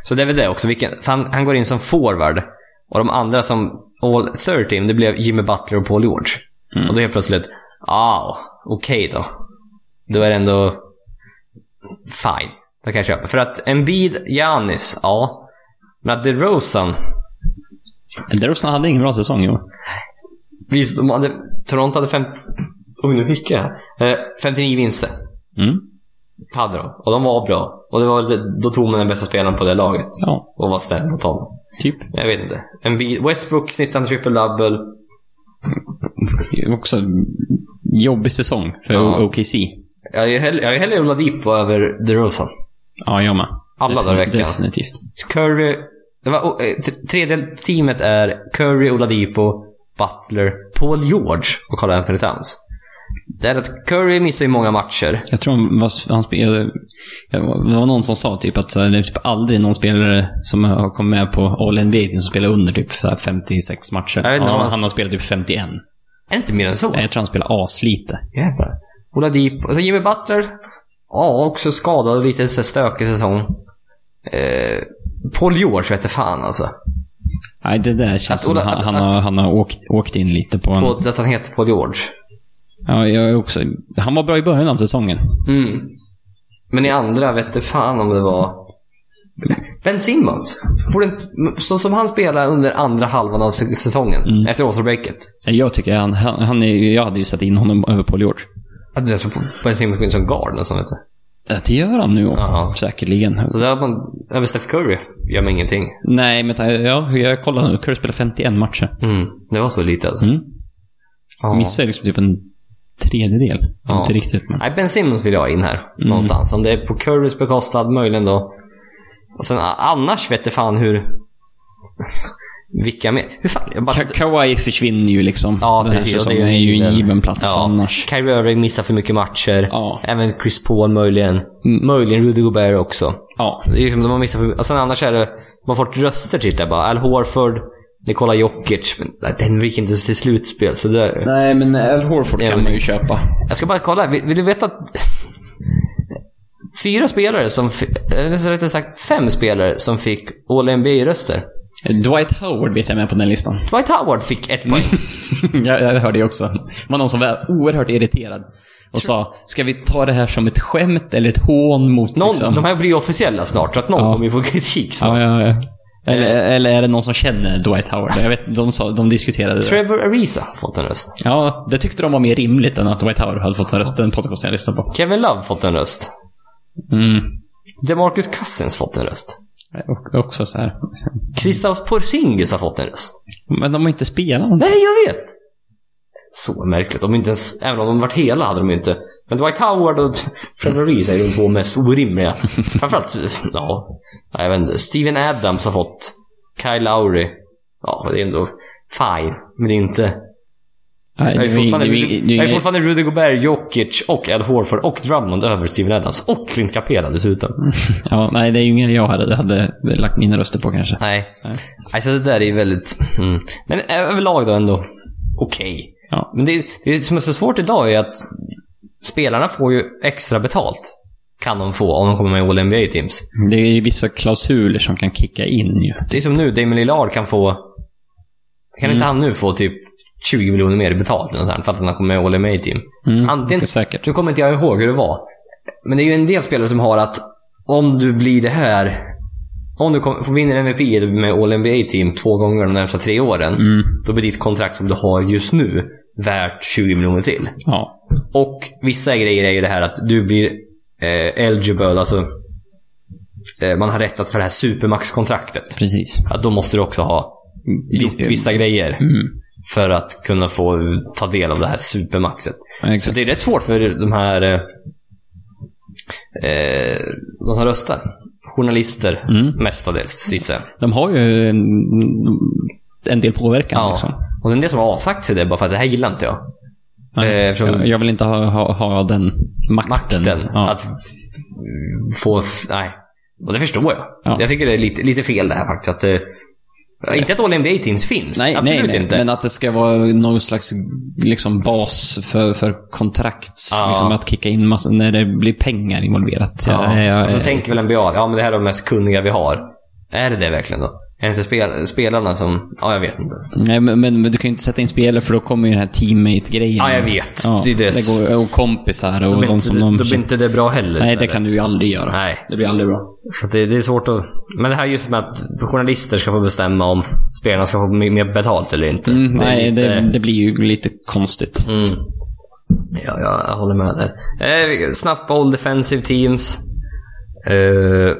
[SPEAKER 1] Så det är väl det också, vilken, för han, han går in som forward. Och de andra som all third team, det blev Jimmy Butler och Paul George. Och då helt plötsligt, ah, okej då. då är det ändå fine. Då kan jag köpa. För att Embiid, Giannis, ja. Men att DeRozan,
[SPEAKER 2] Derozan hade ingen bra säsong i år.
[SPEAKER 1] visst, de hade, Toronto hade fem, oj, nu fick jag. Eh, 59 vinster.
[SPEAKER 2] Mm.
[SPEAKER 1] Hade de. Och de var bra. Och det var, väl- då tog man den bästa spelaren på det laget.
[SPEAKER 2] Ja,
[SPEAKER 1] Och var snäll mot honom.
[SPEAKER 2] typ.
[SPEAKER 1] Jag vet inte. Embiid, Westbrook snittade triple-double.
[SPEAKER 2] Också jobbig säsong för
[SPEAKER 1] Ja.
[SPEAKER 2] OKC.
[SPEAKER 1] Jag är ju hell- jag är hellre Oladipo över DeRozan.
[SPEAKER 2] Ja, jag med.
[SPEAKER 1] Alla dagar i veckan.
[SPEAKER 2] Definitivt.
[SPEAKER 1] Curry... Det var, oh, eh, t- tredje teamet är Curry, Oladipo, Butler, Paul George och Carl Anthony Towns. Det är att Curry missar ju många matcher.
[SPEAKER 2] Jag tror han, var, han spelade, det var någon som sa typ att så här, det är typ aldrig någon spelare som har kommit med på All NBA som spelar under typ så här 56 matcher.
[SPEAKER 1] Jag vet inte
[SPEAKER 2] Ja,
[SPEAKER 1] om han-
[SPEAKER 2] han har spelat typ 51.
[SPEAKER 1] Är det inte mer än så?
[SPEAKER 2] Nej, Jag tror han spelar aslite.
[SPEAKER 1] Jävlar. Oladipo. Och så Jimmy Butler. Ja, också skadad och lite så här stökig säsong. Eh, Paul George vete fan alltså.
[SPEAKER 2] Nej, det där känns
[SPEAKER 1] Att
[SPEAKER 2] som
[SPEAKER 1] Ola-
[SPEAKER 2] han,
[SPEAKER 1] Alltså, att-
[SPEAKER 2] han har, han har åkt, åkt in lite på en,
[SPEAKER 1] Och att han heter Paul George.
[SPEAKER 2] ja, jag är också, Han var bra i början av säsongen.
[SPEAKER 1] Mm. Men i andra vete fan om det var... Ben Simmons. Borde inte, så som han spelade under andra halvan av säs- säsongen.
[SPEAKER 2] Mm.
[SPEAKER 1] Efter All-Star-breaket.
[SPEAKER 2] Jag tycker han, han, han är, jag hade ju satt in honom över Paul George.
[SPEAKER 1] Att Jag tror Ben Simmons går in som guard nästan. Vet du.
[SPEAKER 2] Att Det gör han nu
[SPEAKER 1] Jaha.
[SPEAKER 2] säkerligen.
[SPEAKER 1] Så där har man... Över Steph Curry gör man ingenting.
[SPEAKER 2] Nej, men ta- ja, jag kollar nu. Curry spelar 51 matcher.
[SPEAKER 1] Mm. Det var så lite alltså.
[SPEAKER 2] Mm.
[SPEAKER 1] Ja.
[SPEAKER 2] Missar liksom typ en tredjedel.
[SPEAKER 1] Ja.
[SPEAKER 2] Inte riktigt, men...
[SPEAKER 1] Nej, Ben Simmons vill jag ha in här.
[SPEAKER 2] Mm.
[SPEAKER 1] Någonstans. Om det är på Currys bekostnad, möjligen då. Och sen a- annars vet jag fan hur... Vilka mer? Hur fan? Jag bara...
[SPEAKER 2] Ka- Kawhi försvinner ju liksom.
[SPEAKER 1] Ja,
[SPEAKER 2] den här
[SPEAKER 1] precis, och
[SPEAKER 2] säsongen är ju en given plats
[SPEAKER 1] Ja.
[SPEAKER 2] annars.
[SPEAKER 1] Kyrie Irving missar för mycket matcher.
[SPEAKER 2] Ja. Mm.
[SPEAKER 1] Även Chris Paul möjligen. Möjligen Rudy Gobert också.
[SPEAKER 2] Ja.
[SPEAKER 1] Det är liksom, de har missat för, och sen annars är det, man har fått röster till det bara. Al Horford, Nikola Jokic. Men nej, den gick inte ens till slutspel. Så det,
[SPEAKER 2] Nej, men Al Horford
[SPEAKER 1] Ja,
[SPEAKER 2] kan
[SPEAKER 1] men-
[SPEAKER 2] man ju köpa.
[SPEAKER 1] jag ska bara kolla, vill, vill du veta att... Fyra spelare som, fi- eller så rättare sagt fem spelare som fick All NBA-röster.
[SPEAKER 2] Dwight Howard vet jag med på den här listan.
[SPEAKER 1] Dwight Howard fick ett poäng.
[SPEAKER 2] jag, jag hörde det också. Det var någon som var oerhört irriterad. Och sa, ska vi ta det här som ett skämt eller ett hån mot...
[SPEAKER 1] Någon,
[SPEAKER 2] liksom?
[SPEAKER 1] De här blir ju officiella snart, så att någon
[SPEAKER 2] Ja.
[SPEAKER 1] kommer ju få kritik snart.
[SPEAKER 2] ja, ja, ja. Eller, eller är det någon som känner Dwight Howard? Jag vet, de, sa, de diskuterade det.
[SPEAKER 1] Trevor Ariza har fått en röst.
[SPEAKER 2] Ja, det tyckte de var mer rimligt än att Dwight Howard hade fått en röst. Den podcasten jag lyssnade på.
[SPEAKER 1] Kevin Love fått en röst.
[SPEAKER 2] Mm.
[SPEAKER 1] DeMarcus Cousins fått en röst.
[SPEAKER 2] Och, också så här.
[SPEAKER 1] Kristaps Porzingis har fått en röst.
[SPEAKER 2] Men de har inte spelat någonting.
[SPEAKER 1] Nej, jag vet! Så märkligt. De inte ens, även om de varit hela hade de inte... Men Dwight Howard och Trevor Reese är ju de två mest orimliga. Framförallt, ja, jag vet inte. Steven Adams har fått. Kyle Lowry. Ja, det är ändå fine. Men det är inte...
[SPEAKER 2] Nej,
[SPEAKER 1] Jag är
[SPEAKER 2] det är
[SPEAKER 1] fortfarande,
[SPEAKER 2] ing- det är ing- det är
[SPEAKER 1] jag är
[SPEAKER 2] ing-
[SPEAKER 1] fortfarande Rudy Gobert, Jokic och Al Horford och Drummond över Steven Adams. Och Clint Capela dessutom.
[SPEAKER 2] Ja, nej, det är ju ingen jag hade, hade lagt mina röster på kanske.
[SPEAKER 1] Nej.
[SPEAKER 2] Nej.
[SPEAKER 1] Alltså det där är ju väldigt... Mm. Men överlag då ändå okej.
[SPEAKER 2] Ja.
[SPEAKER 1] Men det, det som är så svårt idag är att spelarna får ju extra betalt. Kan de få om de kommer med i All NBA Teams.
[SPEAKER 2] Det är ju vissa klausuler som kan kicka in ju.
[SPEAKER 1] Det är som nu, Damon Lillard kan få... Kan inte
[SPEAKER 2] Mm.
[SPEAKER 1] han nu få typ 20 miljoner mer betalt eller något sånt, för att han kommer med i All NBA Team?
[SPEAKER 2] Mm,
[SPEAKER 1] Antingen-
[SPEAKER 2] mycket säkert.
[SPEAKER 1] Nu kommer inte jag ihåg hur det var. Men det är ju en del spelare som har att om du blir det här... Om du kom, får vinna MVP med All NBA Team två gånger de närmsta tre åren.
[SPEAKER 2] Mm.
[SPEAKER 1] Då blir ditt kontrakt som du har just nu värt 20 miljoner till.
[SPEAKER 2] Ja.
[SPEAKER 1] Och vissa grejer är ju det här att du blir eh, eligible, alltså eh, man har rätt att för det här supermax-kontraktet.
[SPEAKER 2] Precis.
[SPEAKER 1] Att då måste du också ha gjort
[SPEAKER 2] Vi-
[SPEAKER 1] vissa grejer
[SPEAKER 2] Mm.
[SPEAKER 1] för att kunna få ta del av det här supermaxet.
[SPEAKER 2] Ja,
[SPEAKER 1] Så
[SPEAKER 2] exakt.
[SPEAKER 1] det är rätt svårt för de här eh, eh, de som röstar. Journalister
[SPEAKER 2] Mm.
[SPEAKER 1] mestadels, gissar jag.
[SPEAKER 2] De har ju en, en del påverkan
[SPEAKER 1] Ja.
[SPEAKER 2] liksom.
[SPEAKER 1] Och det är en del som har avsagt sig det bara för att det här gillar inte jag.
[SPEAKER 2] Nej,
[SPEAKER 1] Eh, eftersom-
[SPEAKER 2] jag, jag vill inte ha, ha, ha den makten.
[SPEAKER 1] makten.
[SPEAKER 2] Ja.
[SPEAKER 1] Att få... Nej. Och det förstår jag.
[SPEAKER 2] Ja.
[SPEAKER 1] Jag tycker det är lite, lite fel det här faktiskt. Att, eh, ja, inte att All NBA Teams finns.
[SPEAKER 2] nej,
[SPEAKER 1] Absolut
[SPEAKER 2] nej, nej.
[SPEAKER 1] inte.
[SPEAKER 2] Men att det ska vara någon slags liksom, bas för, för kontrakt.
[SPEAKER 1] Ja.
[SPEAKER 2] Liksom, att kicka in massa, när det blir pengar involverat.
[SPEAKER 1] ja.
[SPEAKER 2] Jag- jag-
[SPEAKER 1] och så tänker väl NBA, ja men det här är de mest kunniga vi har. Är det det verkligen då? Är det inte spel, spelarna som... Ja, jag vet inte.
[SPEAKER 2] Nej, men, men, men du kan ju inte sätta in spelare för då kommer ju den här teammate-grejen.
[SPEAKER 1] Ja, jag vet. Det är det.
[SPEAKER 2] går, och kompisar och
[SPEAKER 1] Då blir
[SPEAKER 2] de
[SPEAKER 1] inte,
[SPEAKER 2] som de...
[SPEAKER 1] då blir inte det bra heller.
[SPEAKER 2] Nej, det
[SPEAKER 1] istället.
[SPEAKER 2] kan du ju aldrig göra.
[SPEAKER 1] Nej.
[SPEAKER 2] Det blir aldrig bra.
[SPEAKER 1] Så att det, det är svårt att... Men det här just med att journalister ska få bestämma om spelarna ska få m- mer betalt eller inte.
[SPEAKER 2] Mm, nej,
[SPEAKER 1] lite-
[SPEAKER 2] det, det blir ju lite konstigt.
[SPEAKER 1] Mm. Ja, ja, jag håller med där. Eh, vi- snabbt all defensive teams. Eh,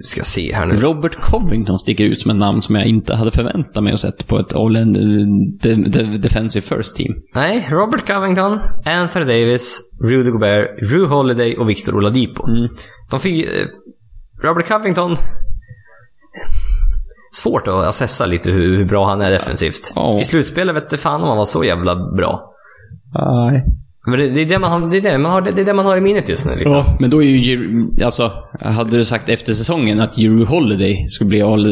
[SPEAKER 1] vi ska se här nu.
[SPEAKER 2] Robert Covington sticker ut som ett namn som jag inte hade förväntat mig att sett på ett all de, de, defensive first team.
[SPEAKER 1] Nej, Robert Covington, Anthony Davis, Rudy Gobert, Drew Holiday och Victor Oladipo.
[SPEAKER 2] Mm.
[SPEAKER 1] De fyra... eh, Robert Covington... Svårt att assessa lite hur, hur bra han är defensivt.
[SPEAKER 2] Ja.
[SPEAKER 1] I slutspelet vet du fan om han var så jävla bra.
[SPEAKER 2] Nej.
[SPEAKER 1] Men det, det, är det, man har, det, är det, man har, det är det man har i minnet just nu. Liksom.
[SPEAKER 2] Ja, men då är ju Jer- alltså, hade du sagt efter säsongen att Juru Holiday skulle bli all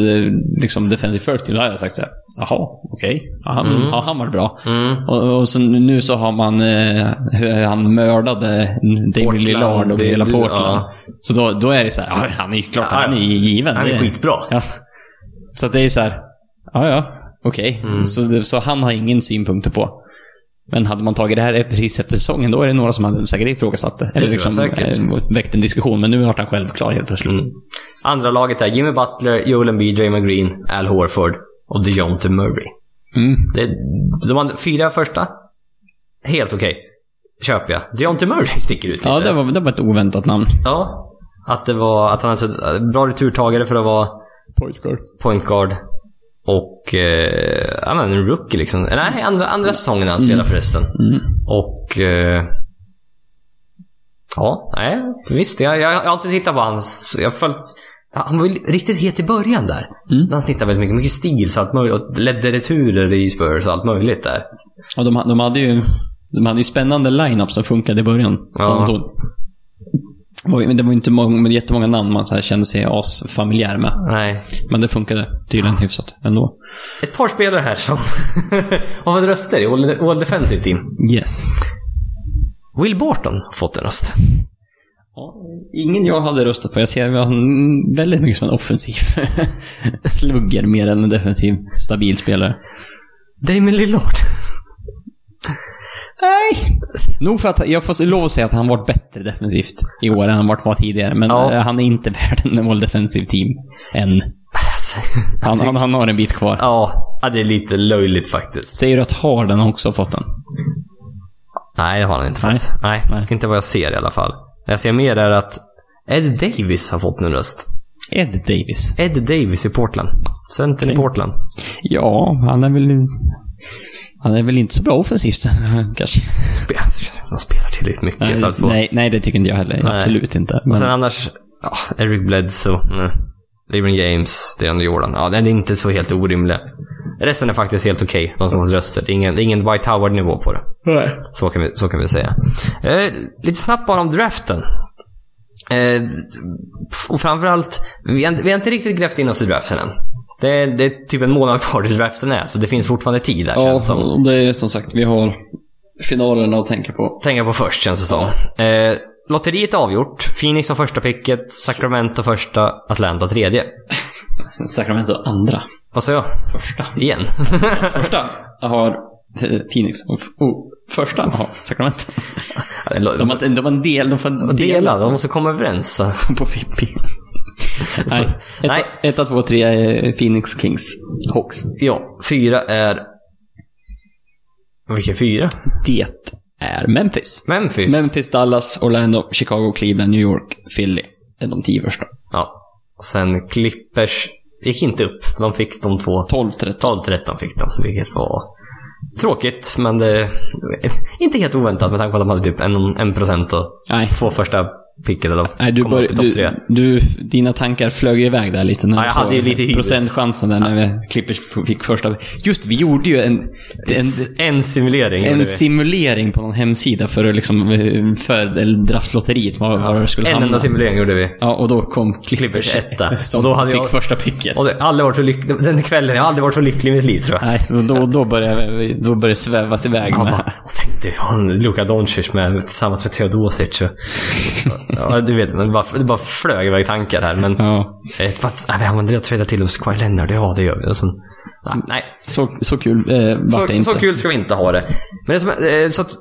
[SPEAKER 2] liksom, defensive first team, då hade jag sagt så här, jaha, okej. Ja, han-
[SPEAKER 1] Mm.
[SPEAKER 2] Ja, han var bra.
[SPEAKER 1] Mm.
[SPEAKER 2] Och, och så nu så har man eh, hur han mördade David
[SPEAKER 1] Portland,
[SPEAKER 2] Lillard och
[SPEAKER 1] det-
[SPEAKER 2] hela
[SPEAKER 1] du-
[SPEAKER 2] Portland.
[SPEAKER 1] ja.
[SPEAKER 2] Så då, då är det så här, ja, han är ju klart,
[SPEAKER 1] Ja,
[SPEAKER 2] han är
[SPEAKER 1] ja.
[SPEAKER 2] ju given.
[SPEAKER 1] Han
[SPEAKER 2] Det-
[SPEAKER 1] är skitbra.
[SPEAKER 2] Ja. Så att det är så här, ja ja, okej.
[SPEAKER 1] Mm.
[SPEAKER 2] Så, det- så han har ingen synpunkter på. Men hade man tagit det här precis efter säsongen, då är det några som hade säkert ifrågasatt det. Eller
[SPEAKER 1] jag
[SPEAKER 2] liksom
[SPEAKER 1] säkert. Mm.
[SPEAKER 2] eh, väckt en diskussion, men nu har han självklar helt plötsligt.
[SPEAKER 1] Andra laget är Jimmy Butler, Joel Embiid, Draymond Green, Al Horford och DeJounte Murray.
[SPEAKER 2] Mm.
[SPEAKER 1] Det, de var fyra första. Helt okej. Köper jag. DeJounte Murray sticker ut lite.
[SPEAKER 2] Ja, det var, det var ett oväntat namn.
[SPEAKER 1] Ja. Att det var, att han är så eh, bra returtagare för att vara
[SPEAKER 2] Pojkar.
[SPEAKER 1] point guard. Och, eh, ja men en rookie liksom. Nej, andra, andra säsongen han spelar förresten.
[SPEAKER 2] Mm.
[SPEAKER 1] Och... Eh, ja, nej, visst. Jag, jag, jag har inte tittat på hans... så Jag har följt, han var ju riktigt het i början där.
[SPEAKER 2] Mm.
[SPEAKER 1] När Han snittade väldigt mycket. Mycket stil så allt möjligt. Och ledde returer i Spurs och allt möjligt där.
[SPEAKER 2] Och de, ha- de hade ju de hade ju spännande line-up som funkade i början. Så
[SPEAKER 1] Ja.
[SPEAKER 2] de tog, det var ju- men det var ju inte många, men jättemånga namn man så här kände sig asfamiljär med.
[SPEAKER 1] Nej.
[SPEAKER 2] Men det funkade tydligen hyfsat ändå.
[SPEAKER 1] Ett par spelare här som har fått röster i All, all Defensive Team.
[SPEAKER 2] Yes.
[SPEAKER 1] Will Borton har fått en röst.
[SPEAKER 2] Ja, ingen jag hade röstat på. Jag ser honom väldigt mycket som en offensiv slugger mer än en defensiv stabil spelare.
[SPEAKER 1] Damon Lillard.
[SPEAKER 2] Nej! Nog för att jag får lov att säga att han varit bättre defensivt i år än han varit var tidigare. Men
[SPEAKER 1] Ja.
[SPEAKER 2] eh, han är inte värd en all defensive team än.
[SPEAKER 1] Alltså,
[SPEAKER 2] Han, han, han har en bit kvar.
[SPEAKER 1] ja, ja, det är lite löjligt faktiskt.
[SPEAKER 2] Säger du att Harden också har fått den?
[SPEAKER 1] Nej, det har han inte
[SPEAKER 2] Nej.
[SPEAKER 1] fått. Nej.
[SPEAKER 2] Nej.
[SPEAKER 1] inte vad jag ser i alla fall. Det jag ser mer är att Ed Davis har fått en röst.
[SPEAKER 2] Ed Davis.
[SPEAKER 1] Ed Davis i Portland. Centern i
[SPEAKER 2] Okej.
[SPEAKER 1] Portland.
[SPEAKER 2] Ja, han är väl... Han är väl inte så bra offensivt kanske.
[SPEAKER 1] Spe- De spelar tillräckligt mycket för att få...
[SPEAKER 2] Nej, nej, det tycker inte jag heller.
[SPEAKER 1] Nej.
[SPEAKER 2] Absolut inte.
[SPEAKER 1] Och
[SPEAKER 2] Men...
[SPEAKER 1] sen annars, ja, Eric Bledsoe, nej. LeBron James, DeAndre Jordan. Ja, det är inte så helt orimliga. Resten är faktiskt helt okej, de som har fått röster. Det är ingen, det är ingen White Howard-nivå på det.
[SPEAKER 2] Nej.
[SPEAKER 1] Så kan vi, så kan vi säga. Eh, lite snabbt bara om draften. Eh, och framförallt, vi har, inte- vi har inte riktigt grävt in oss i draften än. Det är, det är typ en månad kvar till draften är, så det finns fortfarande tid där känns det som.
[SPEAKER 2] Ja, det är som sagt, vi har finalerna att tänka på.
[SPEAKER 1] tänka på först känns det som. Eh, lotteriet är avgjort. Phoenix har första picket, Sacramento första, Atlanta tredje.
[SPEAKER 2] Sacramento andra.
[SPEAKER 1] Vad sa jag?
[SPEAKER 2] Första.
[SPEAKER 1] Igen.
[SPEAKER 2] Första har eh, Phoenix. Och f- och första har Sacramento.
[SPEAKER 1] Ja, det är lo-
[SPEAKER 2] De har, de har en del, de får
[SPEAKER 1] och dela, de måste komma överens. så.
[SPEAKER 2] på Fippi. Nej.
[SPEAKER 1] Nej.
[SPEAKER 2] Ett- Ett, av två, tre är Phoenix Kings. Hawks.
[SPEAKER 1] Ja, fyra är... Vilka fyra?
[SPEAKER 2] Det är Memphis.
[SPEAKER 1] Memphis.
[SPEAKER 2] Memphis, Dallas, Orlando, Chicago, Cleveland, New York, Philly. Är de tio första.
[SPEAKER 1] Ja. Och sen Clippers gick inte upp. De fick de två.
[SPEAKER 2] 12, 13.
[SPEAKER 1] 12-13 fick de, vilket var tråkigt, men det... Inte helt oväntat med tanke på att de hade typ en, en procent att
[SPEAKER 2] Nej.
[SPEAKER 1] få första picket. Eller
[SPEAKER 2] Nej, du
[SPEAKER 1] komma
[SPEAKER 2] bör,
[SPEAKER 1] upp i topp tre.
[SPEAKER 2] du, du, dina tankar flög iväg där lite. När
[SPEAKER 1] Ja,
[SPEAKER 2] du
[SPEAKER 1] jag
[SPEAKER 2] såg
[SPEAKER 1] hade ju lite hybris.
[SPEAKER 2] Procentchansen där när vi Clippers f- fick första. Just vi gjorde ju en, en,
[SPEAKER 1] en simulering. gjorde
[SPEAKER 2] en
[SPEAKER 1] vi.
[SPEAKER 2] simulering på någon hemsida för att liksom, eh, för eller draftlotteriet, var, var det skulle
[SPEAKER 1] en
[SPEAKER 2] hamna.
[SPEAKER 1] enda simulering gjorde vi.
[SPEAKER 2] Ja, och då kom Clippers
[SPEAKER 1] Clippers etta.
[SPEAKER 2] Som
[SPEAKER 1] Och då hade
[SPEAKER 2] fick
[SPEAKER 1] jag-
[SPEAKER 2] första picket.
[SPEAKER 1] Och det, aldrig varit så lyck... Den kvällen, jag har aldrig varit så lycklig i mitt liv tror jag.
[SPEAKER 2] Nej, så då, då började vi- då började det svävas iväg.
[SPEAKER 1] Jag
[SPEAKER 2] med-
[SPEAKER 1] bara, jag tänkte han Luka Doncic med, tillsammans med Theodosic. Och, Ja, du vet, det bara, det bara flög iväg tankar här. Men
[SPEAKER 2] Ja,
[SPEAKER 1] eh, bara, nej, vi använder det att trada till oss Kawhi Leonard, ja det gör vi. Och sen, nej, nej,
[SPEAKER 2] så, så kul eh, vart det
[SPEAKER 1] så,
[SPEAKER 2] inte.
[SPEAKER 1] så kul ska vi inte ha det. Men det som, eh, så att,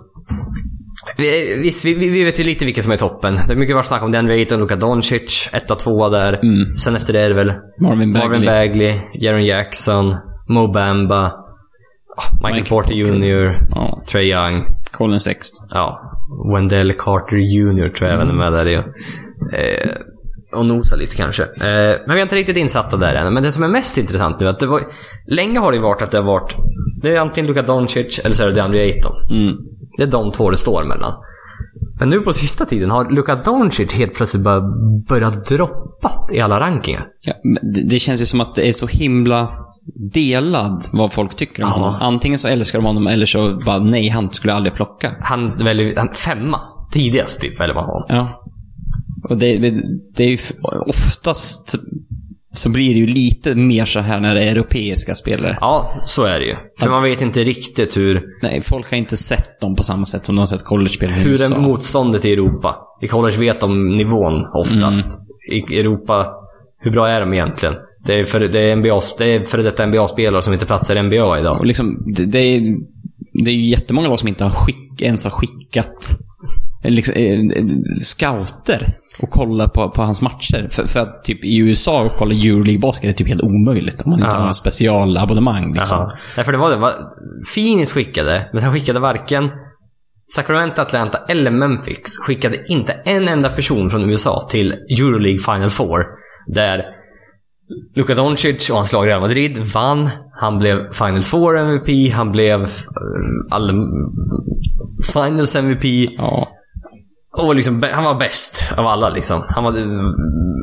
[SPEAKER 1] vi, visst, vi, vi vet ju lite vilka som är toppen. Det är mycket varit snack om den vi och Luka Doncic. Etta, tvåa där.
[SPEAKER 2] Mm.
[SPEAKER 1] Sen efter det är det väl
[SPEAKER 2] Marvin Bagley.
[SPEAKER 1] Marvin Bagley, Jaron Jackson, Mo Bamba, ah, Michael,
[SPEAKER 2] Michael
[SPEAKER 1] Porter
[SPEAKER 2] Porter.
[SPEAKER 1] Jr,
[SPEAKER 2] Ja,
[SPEAKER 1] Trey Young.
[SPEAKER 2] Colin Sext.
[SPEAKER 1] Ja, Wendell Carter Jr tror jag även är med där. i. Eh, och nosa lite kanske. Eh, men vi är inte riktigt insatta där än. Men det som är mest intressant nu är att det var, länge har det varit att det har varit det är antingen Luka Doncic eller så är det DeAndre Ayton.
[SPEAKER 2] Mm.
[SPEAKER 1] Det är de två det står mellan. Men nu på sista tiden har Luka Doncic helt plötsligt bara börjat droppa i alla rankingar.
[SPEAKER 2] Ja, men det, det känns ju som att det är så himla delad vad folk tycker om
[SPEAKER 1] Ja.
[SPEAKER 2] honom. Antingen så älskar de honom eller så bara nej, han skulle jag aldrig plocka.
[SPEAKER 1] Han väljer han, femma tidigast typ, eller vad han
[SPEAKER 2] Ja. Och det, det, det är ju f- oftast så blir det ju lite mer så här när det är europeiska spelare.
[SPEAKER 1] Ja, så är det ju. För man vet inte riktigt hur,
[SPEAKER 2] Nej, folk har inte sett dem på samma sätt som de har sett college-spel i
[SPEAKER 1] hur är
[SPEAKER 2] USA.
[SPEAKER 1] motståndet i Europa. I college vet de nivån oftast. I Europa, hur bra är de egentligen? Det är för, det är NBA, det är för detta NBA-spelare som inte platsar i NBA
[SPEAKER 2] Och
[SPEAKER 1] idag.
[SPEAKER 2] liksom, det, det, är, det är ju jättemånga lag som inte har skick, ens har skickat eh, liksom, eh, eh, scouter och kolla på, på hans matcher. För, för att typ i USA och kolla Euroleague Basket är typ helt omöjligt om man inte
[SPEAKER 1] Ja.
[SPEAKER 2] har några specialabonnemang. Liksom.
[SPEAKER 1] Jaha. Alltså, Nej, för det var det. va- Phoenix skickade, men sen skickade varken Sacramento, Atlanta eller Memphis skickade inte en enda person från USA till Euroleague Final Four. Där Luka Doncic och hans lag Real Madrid vann. Han blev Final Four MVP. Han blev eh, all... Finals MVP.
[SPEAKER 2] Ja.
[SPEAKER 1] Och liksom, bä- han var bäst av alla liksom. Han var, eh,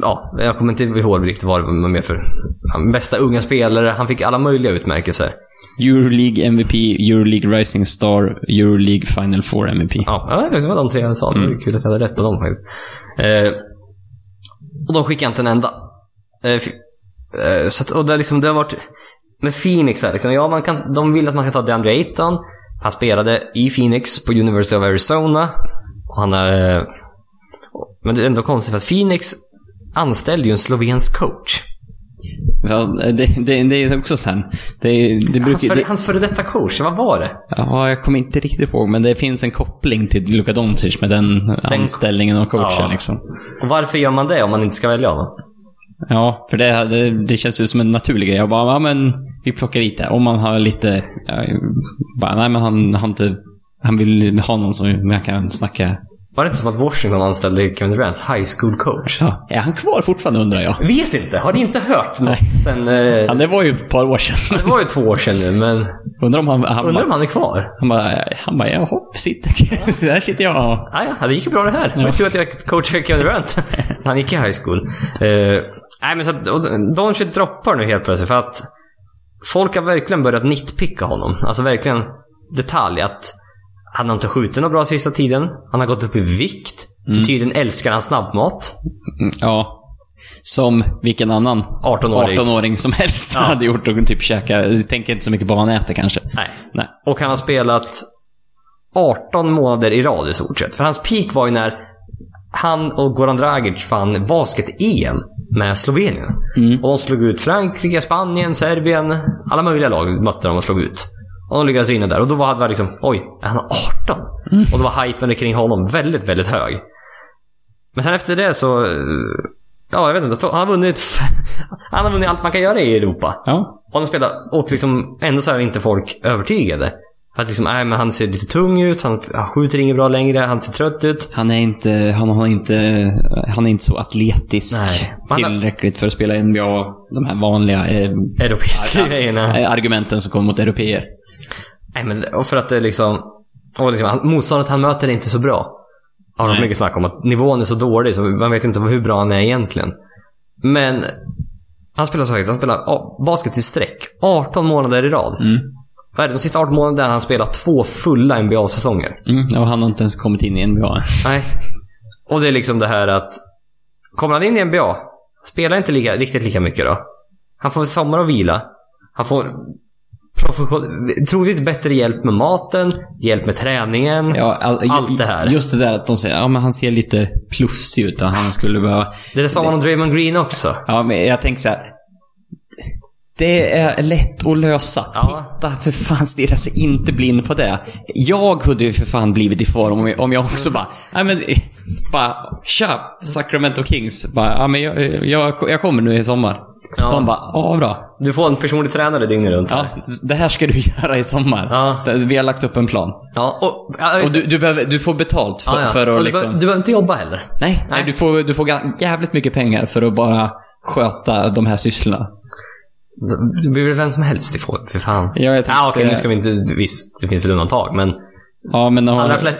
[SPEAKER 1] ja, jag kommer inte ihåg riktigt vad det var mer för. Han, bästa unga spelare. Han fick alla möjliga utmärkelser.
[SPEAKER 2] Euroleague MVP, Euroleague Rising Star, Euroleague Final Four MVP.
[SPEAKER 1] Ja, jag vet inte, det var de tre jag sa. Det var kul att jag hade rätt på dem faktiskt. Eh, och de skickade inte en enda. Eh, fi- eh, så att, och det, har liksom, det har varit... Med Phoenix här, liksom, ja, man kan, de vill att man kan ta DeAndre Ayton. Han spelade i Phoenix på University of Arizona. Och han är, eh, men det är ändå konstigt för att Phoenix anställde ju en slovensk coach.
[SPEAKER 2] Ja, det, det, det är ju också så här. Det,
[SPEAKER 1] Hans
[SPEAKER 2] det brukar,
[SPEAKER 1] före,
[SPEAKER 2] det,
[SPEAKER 1] hans före detta coach, vad var det?
[SPEAKER 2] ja, jag kommer inte riktigt ihåg, men det finns en koppling till Luka Doncic med den, anställningen och coachen.
[SPEAKER 1] Ja.
[SPEAKER 2] Liksom.
[SPEAKER 1] Och varför gör man det om man inte ska välja honom?
[SPEAKER 2] Ja, för det, det, det känns ju som en naturlig grej. Jag bara, ja men vi plockar dit det. Om man har lite, ja, bara, nej men han har inte, han vill ha någon som jag kan snacka.
[SPEAKER 1] Var det inte som att Washington anställde Kevin Durants high school coach?
[SPEAKER 2] Ja, är han kvar fortfarande undrar jag?
[SPEAKER 1] Vet inte. Har ni inte hört något sen... Eh,
[SPEAKER 2] Ja, det var ju ett par år sedan.
[SPEAKER 1] det var ju två år sedan nu, men
[SPEAKER 2] Undrar om han, han,
[SPEAKER 1] undrar om
[SPEAKER 2] bara,
[SPEAKER 1] han är kvar.
[SPEAKER 2] han bara, han bara, jaha, sitter, så här sitter jag och
[SPEAKER 1] Ah, ja, det gick ju bra det här. Jag tror att jag coachade Kevin Durant. han gick i high school. Eh, nej, men så att och Doncic droppar nu helt plötsligt för att folk har verkligen börjat nitpicka honom. Alltså verkligen detalj att han har inte skjutit något bra sista tiden. Han har gått upp i vikt. Tydligen älskar han snabbmat.
[SPEAKER 2] Mm, Ja. Som vilken annan
[SPEAKER 1] 18-åring.
[SPEAKER 2] 18-åring som helst hade gjort och typ käka. Tänker inte så mycket på vad man äter kanske.
[SPEAKER 1] Nej.
[SPEAKER 2] Nej.
[SPEAKER 1] Och han har spelat 18 månader i rad i stort sett. För hans peak var ju när han och Goran Dragic vann basket-EM med Slovenien. Och de slog ut Frankrike, Spanien, Serbien. Alla möjliga lag mötte de och slog ut. Och de lyckades vinna där. Och då var det liksom, oj, är han 18? Och då var hypen kring honom väldigt, väldigt hög. Men sen efter det så... eh, Ja, jag vet inte. Han har vunnit, han har vunnit allt man kan göra i Europa.
[SPEAKER 2] Ja.
[SPEAKER 1] Och han spelar, och liksom ändå så är inte folk övertygade. För att liksom, nej men han ser lite tung ut, han, han skjuter inget bra längre, han ser trött ut.
[SPEAKER 2] Han är inte, han har inte, han är inte så atletisk
[SPEAKER 1] Nej. Man har-
[SPEAKER 2] tillräckligt för att spela i NBA. De här vanliga eh,
[SPEAKER 1] Europeiska grejerna.
[SPEAKER 2] eh, argumenten som kommer mot europeer.
[SPEAKER 1] Nej men, och för att det liksom, och liksom han, motståndet han möter är inte så bra. Har de
[SPEAKER 2] Nej.
[SPEAKER 1] mycket snack om att nivån är så dålig så man vet inte hur bra han är egentligen. Men, han spelar så högt, han spelar ja, basket i streck. 18 månader i rad.
[SPEAKER 2] Mm.
[SPEAKER 1] Vad är det, de sista 18 månaderna har han spelat två fulla NBA-säsonger.
[SPEAKER 2] Mm. Och han har inte ens kommit in i NBA.
[SPEAKER 1] Nej. Och det är liksom det här att... Kommer han in i NBA, spelar inte lika, riktigt lika mycket då. Han får sommar och vila. Han får profession... troligtvis bättre hjälp med maten, hjälp med träningen.
[SPEAKER 2] Ja, all, ju-
[SPEAKER 1] Allt det här.
[SPEAKER 2] Just det där att de säger ja men han ser lite plufsig ut och han skulle behöva...
[SPEAKER 1] Det där sa man om Draymond Green också.
[SPEAKER 2] Ja, men jag tänker så här. Det är lätt att lösa.
[SPEAKER 1] Ja.
[SPEAKER 2] Titta för fan, stirra sig inte blind på det. Jag hade ju för fan blivit i form om jag- om jag också bara, nej men, eh, bara, köp Sacramento Kings. Bara, ja men jag, jag, jag kommer nu i sommar.
[SPEAKER 1] Ja.
[SPEAKER 2] De bara, ja bra.
[SPEAKER 1] Du får en personlig tränare dygnet runt.
[SPEAKER 2] Ja,
[SPEAKER 1] här.
[SPEAKER 2] det här ska du göra i sommar.
[SPEAKER 1] Ja.
[SPEAKER 2] Det- Vi har lagt upp en plan.
[SPEAKER 1] ja och, ja,
[SPEAKER 2] Och
[SPEAKER 1] just det.
[SPEAKER 2] du, du, behöver, du får betalt för,
[SPEAKER 1] Ja, ja.
[SPEAKER 2] för
[SPEAKER 1] Och
[SPEAKER 2] att
[SPEAKER 1] du,
[SPEAKER 2] liksom...
[SPEAKER 1] behöver- du behöver inte jobba heller.
[SPEAKER 2] Nej, nej. Du, får, du får ga- jävligt mycket pengar för att bara sköta de här sysslorna.
[SPEAKER 1] Du blir väl vem som helst ifrån, för fan.
[SPEAKER 2] Ja, jag tänkte
[SPEAKER 1] ah, okej,
[SPEAKER 2] säga-
[SPEAKER 1] nu ska vi inte... Visst, det finns väl undantag, men...
[SPEAKER 2] Ja, men... om-
[SPEAKER 1] Allra flest,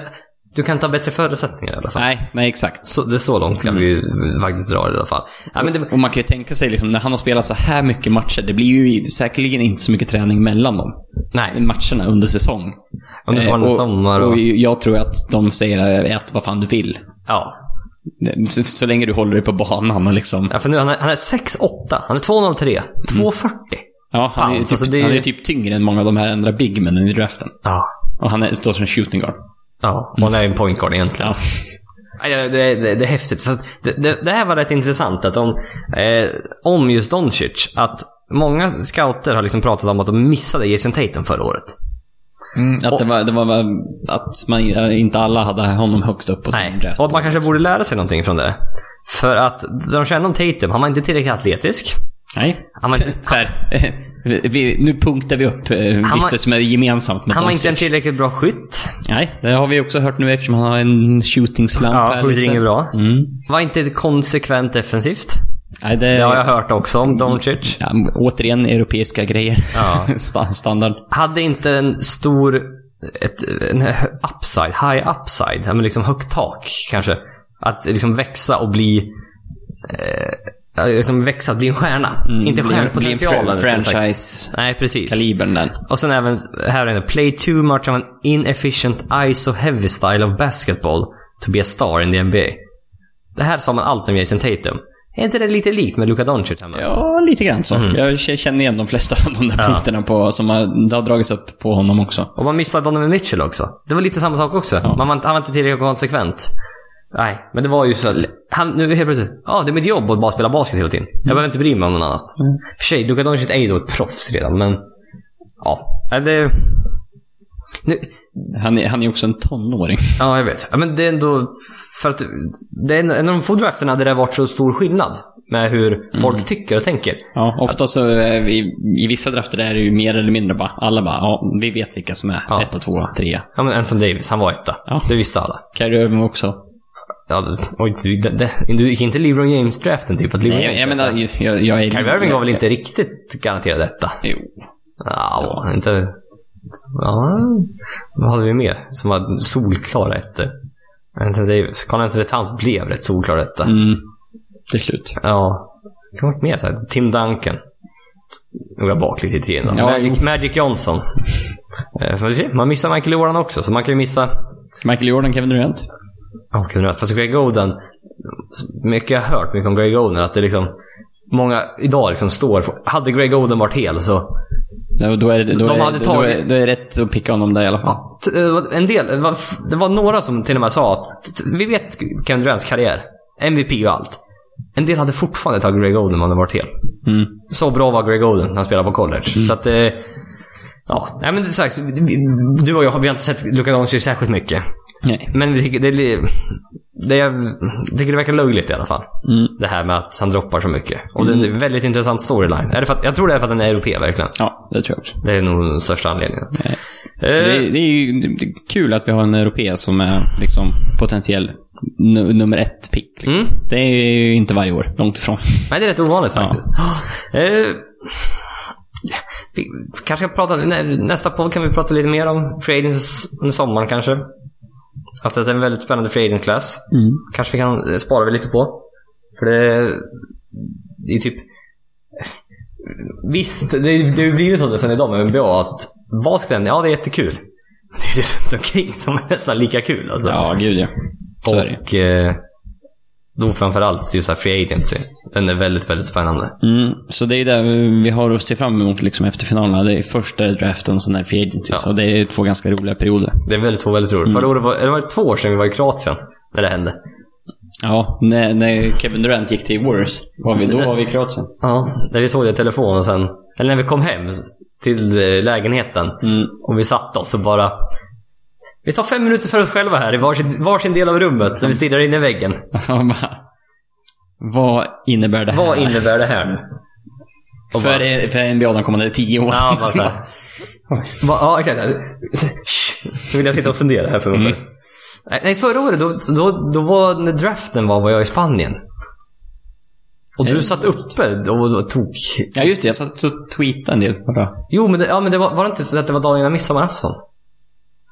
[SPEAKER 1] du kan ta bättre förutsättningar i alla fall.
[SPEAKER 2] Nej, nej exakt.
[SPEAKER 1] Så, det är så långt kan vi ju faktiskt dra det i alla fall. Ja, men det,
[SPEAKER 2] Och man kan ju tänka sig liksom, när han har spelat så här mycket matcher, det blir ju i- säkerligen inte så mycket träning mellan dem.
[SPEAKER 1] nej,
[SPEAKER 2] Matcherna under säsong.
[SPEAKER 1] om du får en
[SPEAKER 2] Eh, och,
[SPEAKER 1] sommar och...
[SPEAKER 2] och jag tror att de säger att vad fan du vill.
[SPEAKER 1] Ja.
[SPEAKER 2] Så, så länge du håller dig på banan och liksom...
[SPEAKER 1] ja, för nu han är, han är 6'8. Han är 2'03. 2'40.
[SPEAKER 2] Ja, han, är,
[SPEAKER 1] Fan,
[SPEAKER 2] ju typ,
[SPEAKER 1] alltså det är
[SPEAKER 2] han är
[SPEAKER 1] ju-
[SPEAKER 2] typ tyngre än många av de här andra big menen i draften.
[SPEAKER 1] Ja.
[SPEAKER 2] Och han är, står som shooting guard.
[SPEAKER 1] Ja, och han är en point guard egentligen.
[SPEAKER 2] Ja.
[SPEAKER 1] Ja, Det, det, det, det är häftigt. Fast det, det, det här var rätt intressant att om, eh, om just Doncic. Att många scouter har liksom pratat om att de missade Jason Tatum förra året.
[SPEAKER 2] Mm. Att, det var, det var, att man, inte alla hade honom högst upp på sin
[SPEAKER 1] Nej,
[SPEAKER 2] draft.
[SPEAKER 1] och man kanske borde lära sig någonting från det. För att de kände om Tatum, han var inte tillräckligt atletisk.
[SPEAKER 2] Nej.
[SPEAKER 1] Han var inte-
[SPEAKER 2] så här, eh, vi, nu punktar vi upp eh,
[SPEAKER 1] var-
[SPEAKER 2] visst det som är gemensamt med
[SPEAKER 1] Han var inte en
[SPEAKER 2] Doncic.
[SPEAKER 1] tillräckligt bra skytt.
[SPEAKER 2] Nej, det har vi också hört nu eftersom han har en shooting slump
[SPEAKER 1] Ja,
[SPEAKER 2] här
[SPEAKER 1] skjuter
[SPEAKER 2] lite.
[SPEAKER 1] inget bra.
[SPEAKER 2] Mm.
[SPEAKER 1] Var inte konsekvent defensivt.
[SPEAKER 2] Nej, det,
[SPEAKER 1] Det har jag
[SPEAKER 2] ja,
[SPEAKER 1] hört också om Doncic.
[SPEAKER 2] återigen europeiska grejer.
[SPEAKER 1] Ja.
[SPEAKER 2] Sta- Standard.
[SPEAKER 1] Hade inte en stor ett, en hö- upside, high upside, ja, men liksom högt tak kanske. Att liksom växa och bli... Eh, ja, liksom växa och bli en stjärna. inte
[SPEAKER 2] Mm, bli-
[SPEAKER 1] stjärnpotentialen.
[SPEAKER 2] bli en
[SPEAKER 1] utan
[SPEAKER 2] fra-
[SPEAKER 1] sagt-
[SPEAKER 2] Franchise-kalibern
[SPEAKER 1] Nej, precis.
[SPEAKER 2] den.
[SPEAKER 1] Och sen även här inne. Play too much of an inefficient ISO heavy style of basketball to be a star in the NBA. Det här sa man allt om Jason Tatum. Är inte det lite likt med Luka Doncic? här med?
[SPEAKER 2] Ja, lite grann så.
[SPEAKER 1] Mm.
[SPEAKER 2] Jag k- känner igen de flesta av de där punkterna på, som har, det har dragits upp på honom också.
[SPEAKER 1] Och man missade Donovan Mitchell också. Det var lite samma sak också. Man var, inte- han var inte tillräckligt konsekvent. Nej, men det var ju så att han nu helt plötsligt, ja ah, det är mitt jobb att bara spela basket hela tiden. Jag behöver inte bry mig om något annat. För sig, Luka Doncic är ju då ett proffs redan, men ja. Äh, Det, nu,
[SPEAKER 2] Han är, han är också en tonåring.
[SPEAKER 1] Ja, jag vet. Ja, Men det är ändå... För att det är en, en av de få drafterna där det har varit så stor skillnad med hur folk
[SPEAKER 2] Mm.
[SPEAKER 1] tycker och tänker.
[SPEAKER 2] Ja, ofta så eh, i, i vissa drafter är det ju mer eller mindre bara, alla bara, ja, vi vet vilka som är
[SPEAKER 1] Ja.
[SPEAKER 2] etta, tvåa, trea.
[SPEAKER 1] Ja, men Anthony Davis, han var etta.
[SPEAKER 2] Ja.
[SPEAKER 1] Det visste alla.
[SPEAKER 2] Kyrie Irving också.
[SPEAKER 1] Ja, det, oj, du, det, det, du gick inte LeBron James-draften typ? Att LeBron
[SPEAKER 2] Nej,
[SPEAKER 1] James
[SPEAKER 2] jag menar, jag, jag, jag är...
[SPEAKER 1] Kyrie Irving var väl inte riktigt garanterad detta?
[SPEAKER 2] Jo.
[SPEAKER 1] Ja, inte... Ja, vad hade vi mer som var solklara ettor? Anthony Davis. Carl Anthony Towns blev rätt solklar etta.
[SPEAKER 2] Mm. Till slut.
[SPEAKER 1] Ja. Det kan ha varit mer så här. Tim Duncan. Nu går jag bak lite i tiden.
[SPEAKER 2] Ja,
[SPEAKER 1] Magic, Magic Johnson. Eh, får vi se. Man missar Michael Jordan också, så man kan ju missa...
[SPEAKER 2] Michael Jordan, Kevin Durant.
[SPEAKER 1] Oh, Kevin Durant. Fast Greg Golden. Mycket jag har hört mycket om Greg Golden, att det är liksom... Många idag liksom står... för- Hade Greg Golden varit hel så...
[SPEAKER 2] Ja, Då är, det- då,
[SPEAKER 1] De
[SPEAKER 2] är,
[SPEAKER 1] hade
[SPEAKER 2] då, är,
[SPEAKER 1] tagit-
[SPEAKER 2] då är det rätt att picka honom där i alla fall.
[SPEAKER 1] Ja, t- eh, en del... det var- Det var några som till och med sa att... t- t- Vi vet Kevin Durants karriär. MVP och allt. En del hade fortfarande tagit Greg Golden om han hade varit hel.
[SPEAKER 2] Mm.
[SPEAKER 1] Så bra var Greg Oden när han spelade på college. Så att, eh, ja. Nej men som sagt, vi- du och jag vi har inte sett Luka Doncic särskilt mycket.
[SPEAKER 2] Nej.
[SPEAKER 1] Men vi tycker det, är li- det, jag tycker det verkar löjligt i alla fall.
[SPEAKER 2] Mm.
[SPEAKER 1] Det här med att han droppar så mycket. Och det är en väldigt intressant storyline. Är det för att, jag tror det är för att den är europé verkligen.
[SPEAKER 2] Ja, det tror jag också.
[SPEAKER 1] Det är nog den största anledningen.
[SPEAKER 2] Nej.
[SPEAKER 1] Eh,
[SPEAKER 2] Det, är- det är ju det är kul att vi har en europé som är liksom potentiell nu- nummer ett pick. Liksom.
[SPEAKER 1] Mm.
[SPEAKER 2] Det är ju inte varje år, långt ifrån.
[SPEAKER 1] Nej, det är rätt ovanligt
[SPEAKER 2] Ja.
[SPEAKER 1] faktiskt. Eh, vi kanske kan prata, nä- nästa podd kan vi prata lite mer om free agents under sommaren kanske. Att det är en väldigt spännande free agent class.
[SPEAKER 2] Mm.
[SPEAKER 1] Kanske vi kan eh, spara vi lite på. För det, det är typ... Visst, det, det har ju blivit så nästan idag med NBA att basketen, ja det är jättekul. Det är det runt omkring som är nästan lika kul alltså.
[SPEAKER 2] Ja, gud ja. Så är det ju.
[SPEAKER 1] Och eh, Då framförallt just här Free Agency. Den är väldigt, väldigt spännande.
[SPEAKER 2] Mm, så det är där vi har att se fram emot liksom efter finalerna. Det är första draften och sen är free agency.
[SPEAKER 1] Ja.
[SPEAKER 2] Så det är två ganska roliga perioder.
[SPEAKER 1] Det är väldigt, två väldigt roligt. Förra året var, eller var det två år sedan vi var i Kroatien? När det hände.
[SPEAKER 2] Ja, när, när Kevin Durant gick till Warriors, var vi, då var vi i Kroatien.
[SPEAKER 1] Ja, när vi såg det i telefon och sen... Eller när vi kom hem till eh, lägenheten.
[SPEAKER 2] Mm.
[SPEAKER 1] Och vi satte oss och bara... Vi tar fem minuter för oss själva här i varsin, varsin del av rummet. Så vi stirrar in i väggen.
[SPEAKER 2] Han bara, Vad innebär det här?
[SPEAKER 1] Vad innebär det här nu? Och bara-
[SPEAKER 2] för, för NBA de kommande tio åren.
[SPEAKER 1] Ja, bara såhär. ja, exakt. Shh. Så vill jag sitta och fundera här för mig själv. Nej, Nej, förra året då, då, då var, när draften var, var jag i Spanien. Och
[SPEAKER 2] Hej.
[SPEAKER 1] du satt uppe och, och tog...
[SPEAKER 2] ja, just det. Jag satt och tweetade en del. Bara,
[SPEAKER 1] Jo, men, det, ja, men det var, var det inte för att det var dagen innan midsommarafton?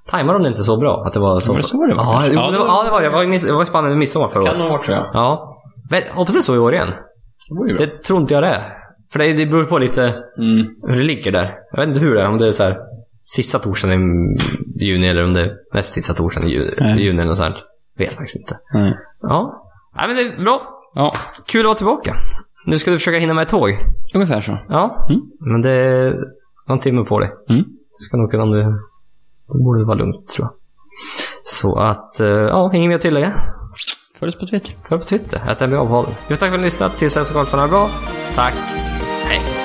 [SPEAKER 1] Tajmade de det inte så bra? Att det var så...
[SPEAKER 2] Var det så det var?
[SPEAKER 1] Ja, jo,
[SPEAKER 2] Ja,
[SPEAKER 1] det
[SPEAKER 2] det
[SPEAKER 1] var,
[SPEAKER 2] var-
[SPEAKER 1] ja, det var det. Jag var i mids- Jag var i Spanien i midsommar förra året.
[SPEAKER 2] ha varit så, ja.
[SPEAKER 1] Ja. Men hoppas det är så i år igen.
[SPEAKER 2] Det vore ju bra.
[SPEAKER 1] Det tror inte jag det är. För det, det beror på lite...
[SPEAKER 2] Mm.
[SPEAKER 1] hur det ligger där. Jag vet inte hur det är. Om det är så här sista torsdagen i juni eller om det är näst sista torsdagen i ju-
[SPEAKER 2] Nej.
[SPEAKER 1] juni. eller något sånt. Vet faktiskt inte.
[SPEAKER 2] Nej.
[SPEAKER 1] Ja. Nej, men det är bra.
[SPEAKER 2] Ja,
[SPEAKER 1] Kul att vara tillbaka. Nu ska du försöka hinna med ett tåg.
[SPEAKER 2] ungefär så.
[SPEAKER 1] Ja.
[SPEAKER 2] Mm.
[SPEAKER 1] Men det är någon timme på dig.
[SPEAKER 2] Mm.
[SPEAKER 1] Ska nog kunna om du... Då borde det vara lugnt tror jag. Så att, eh, ja, inget mer att tillägga.
[SPEAKER 2] Följ oss på Twitter.
[SPEAKER 1] Följ på Twitter, att den blir avhållen. Jo, tack för att ni har lyssnat. Tills sen så kommer det bra. Tack. Hej.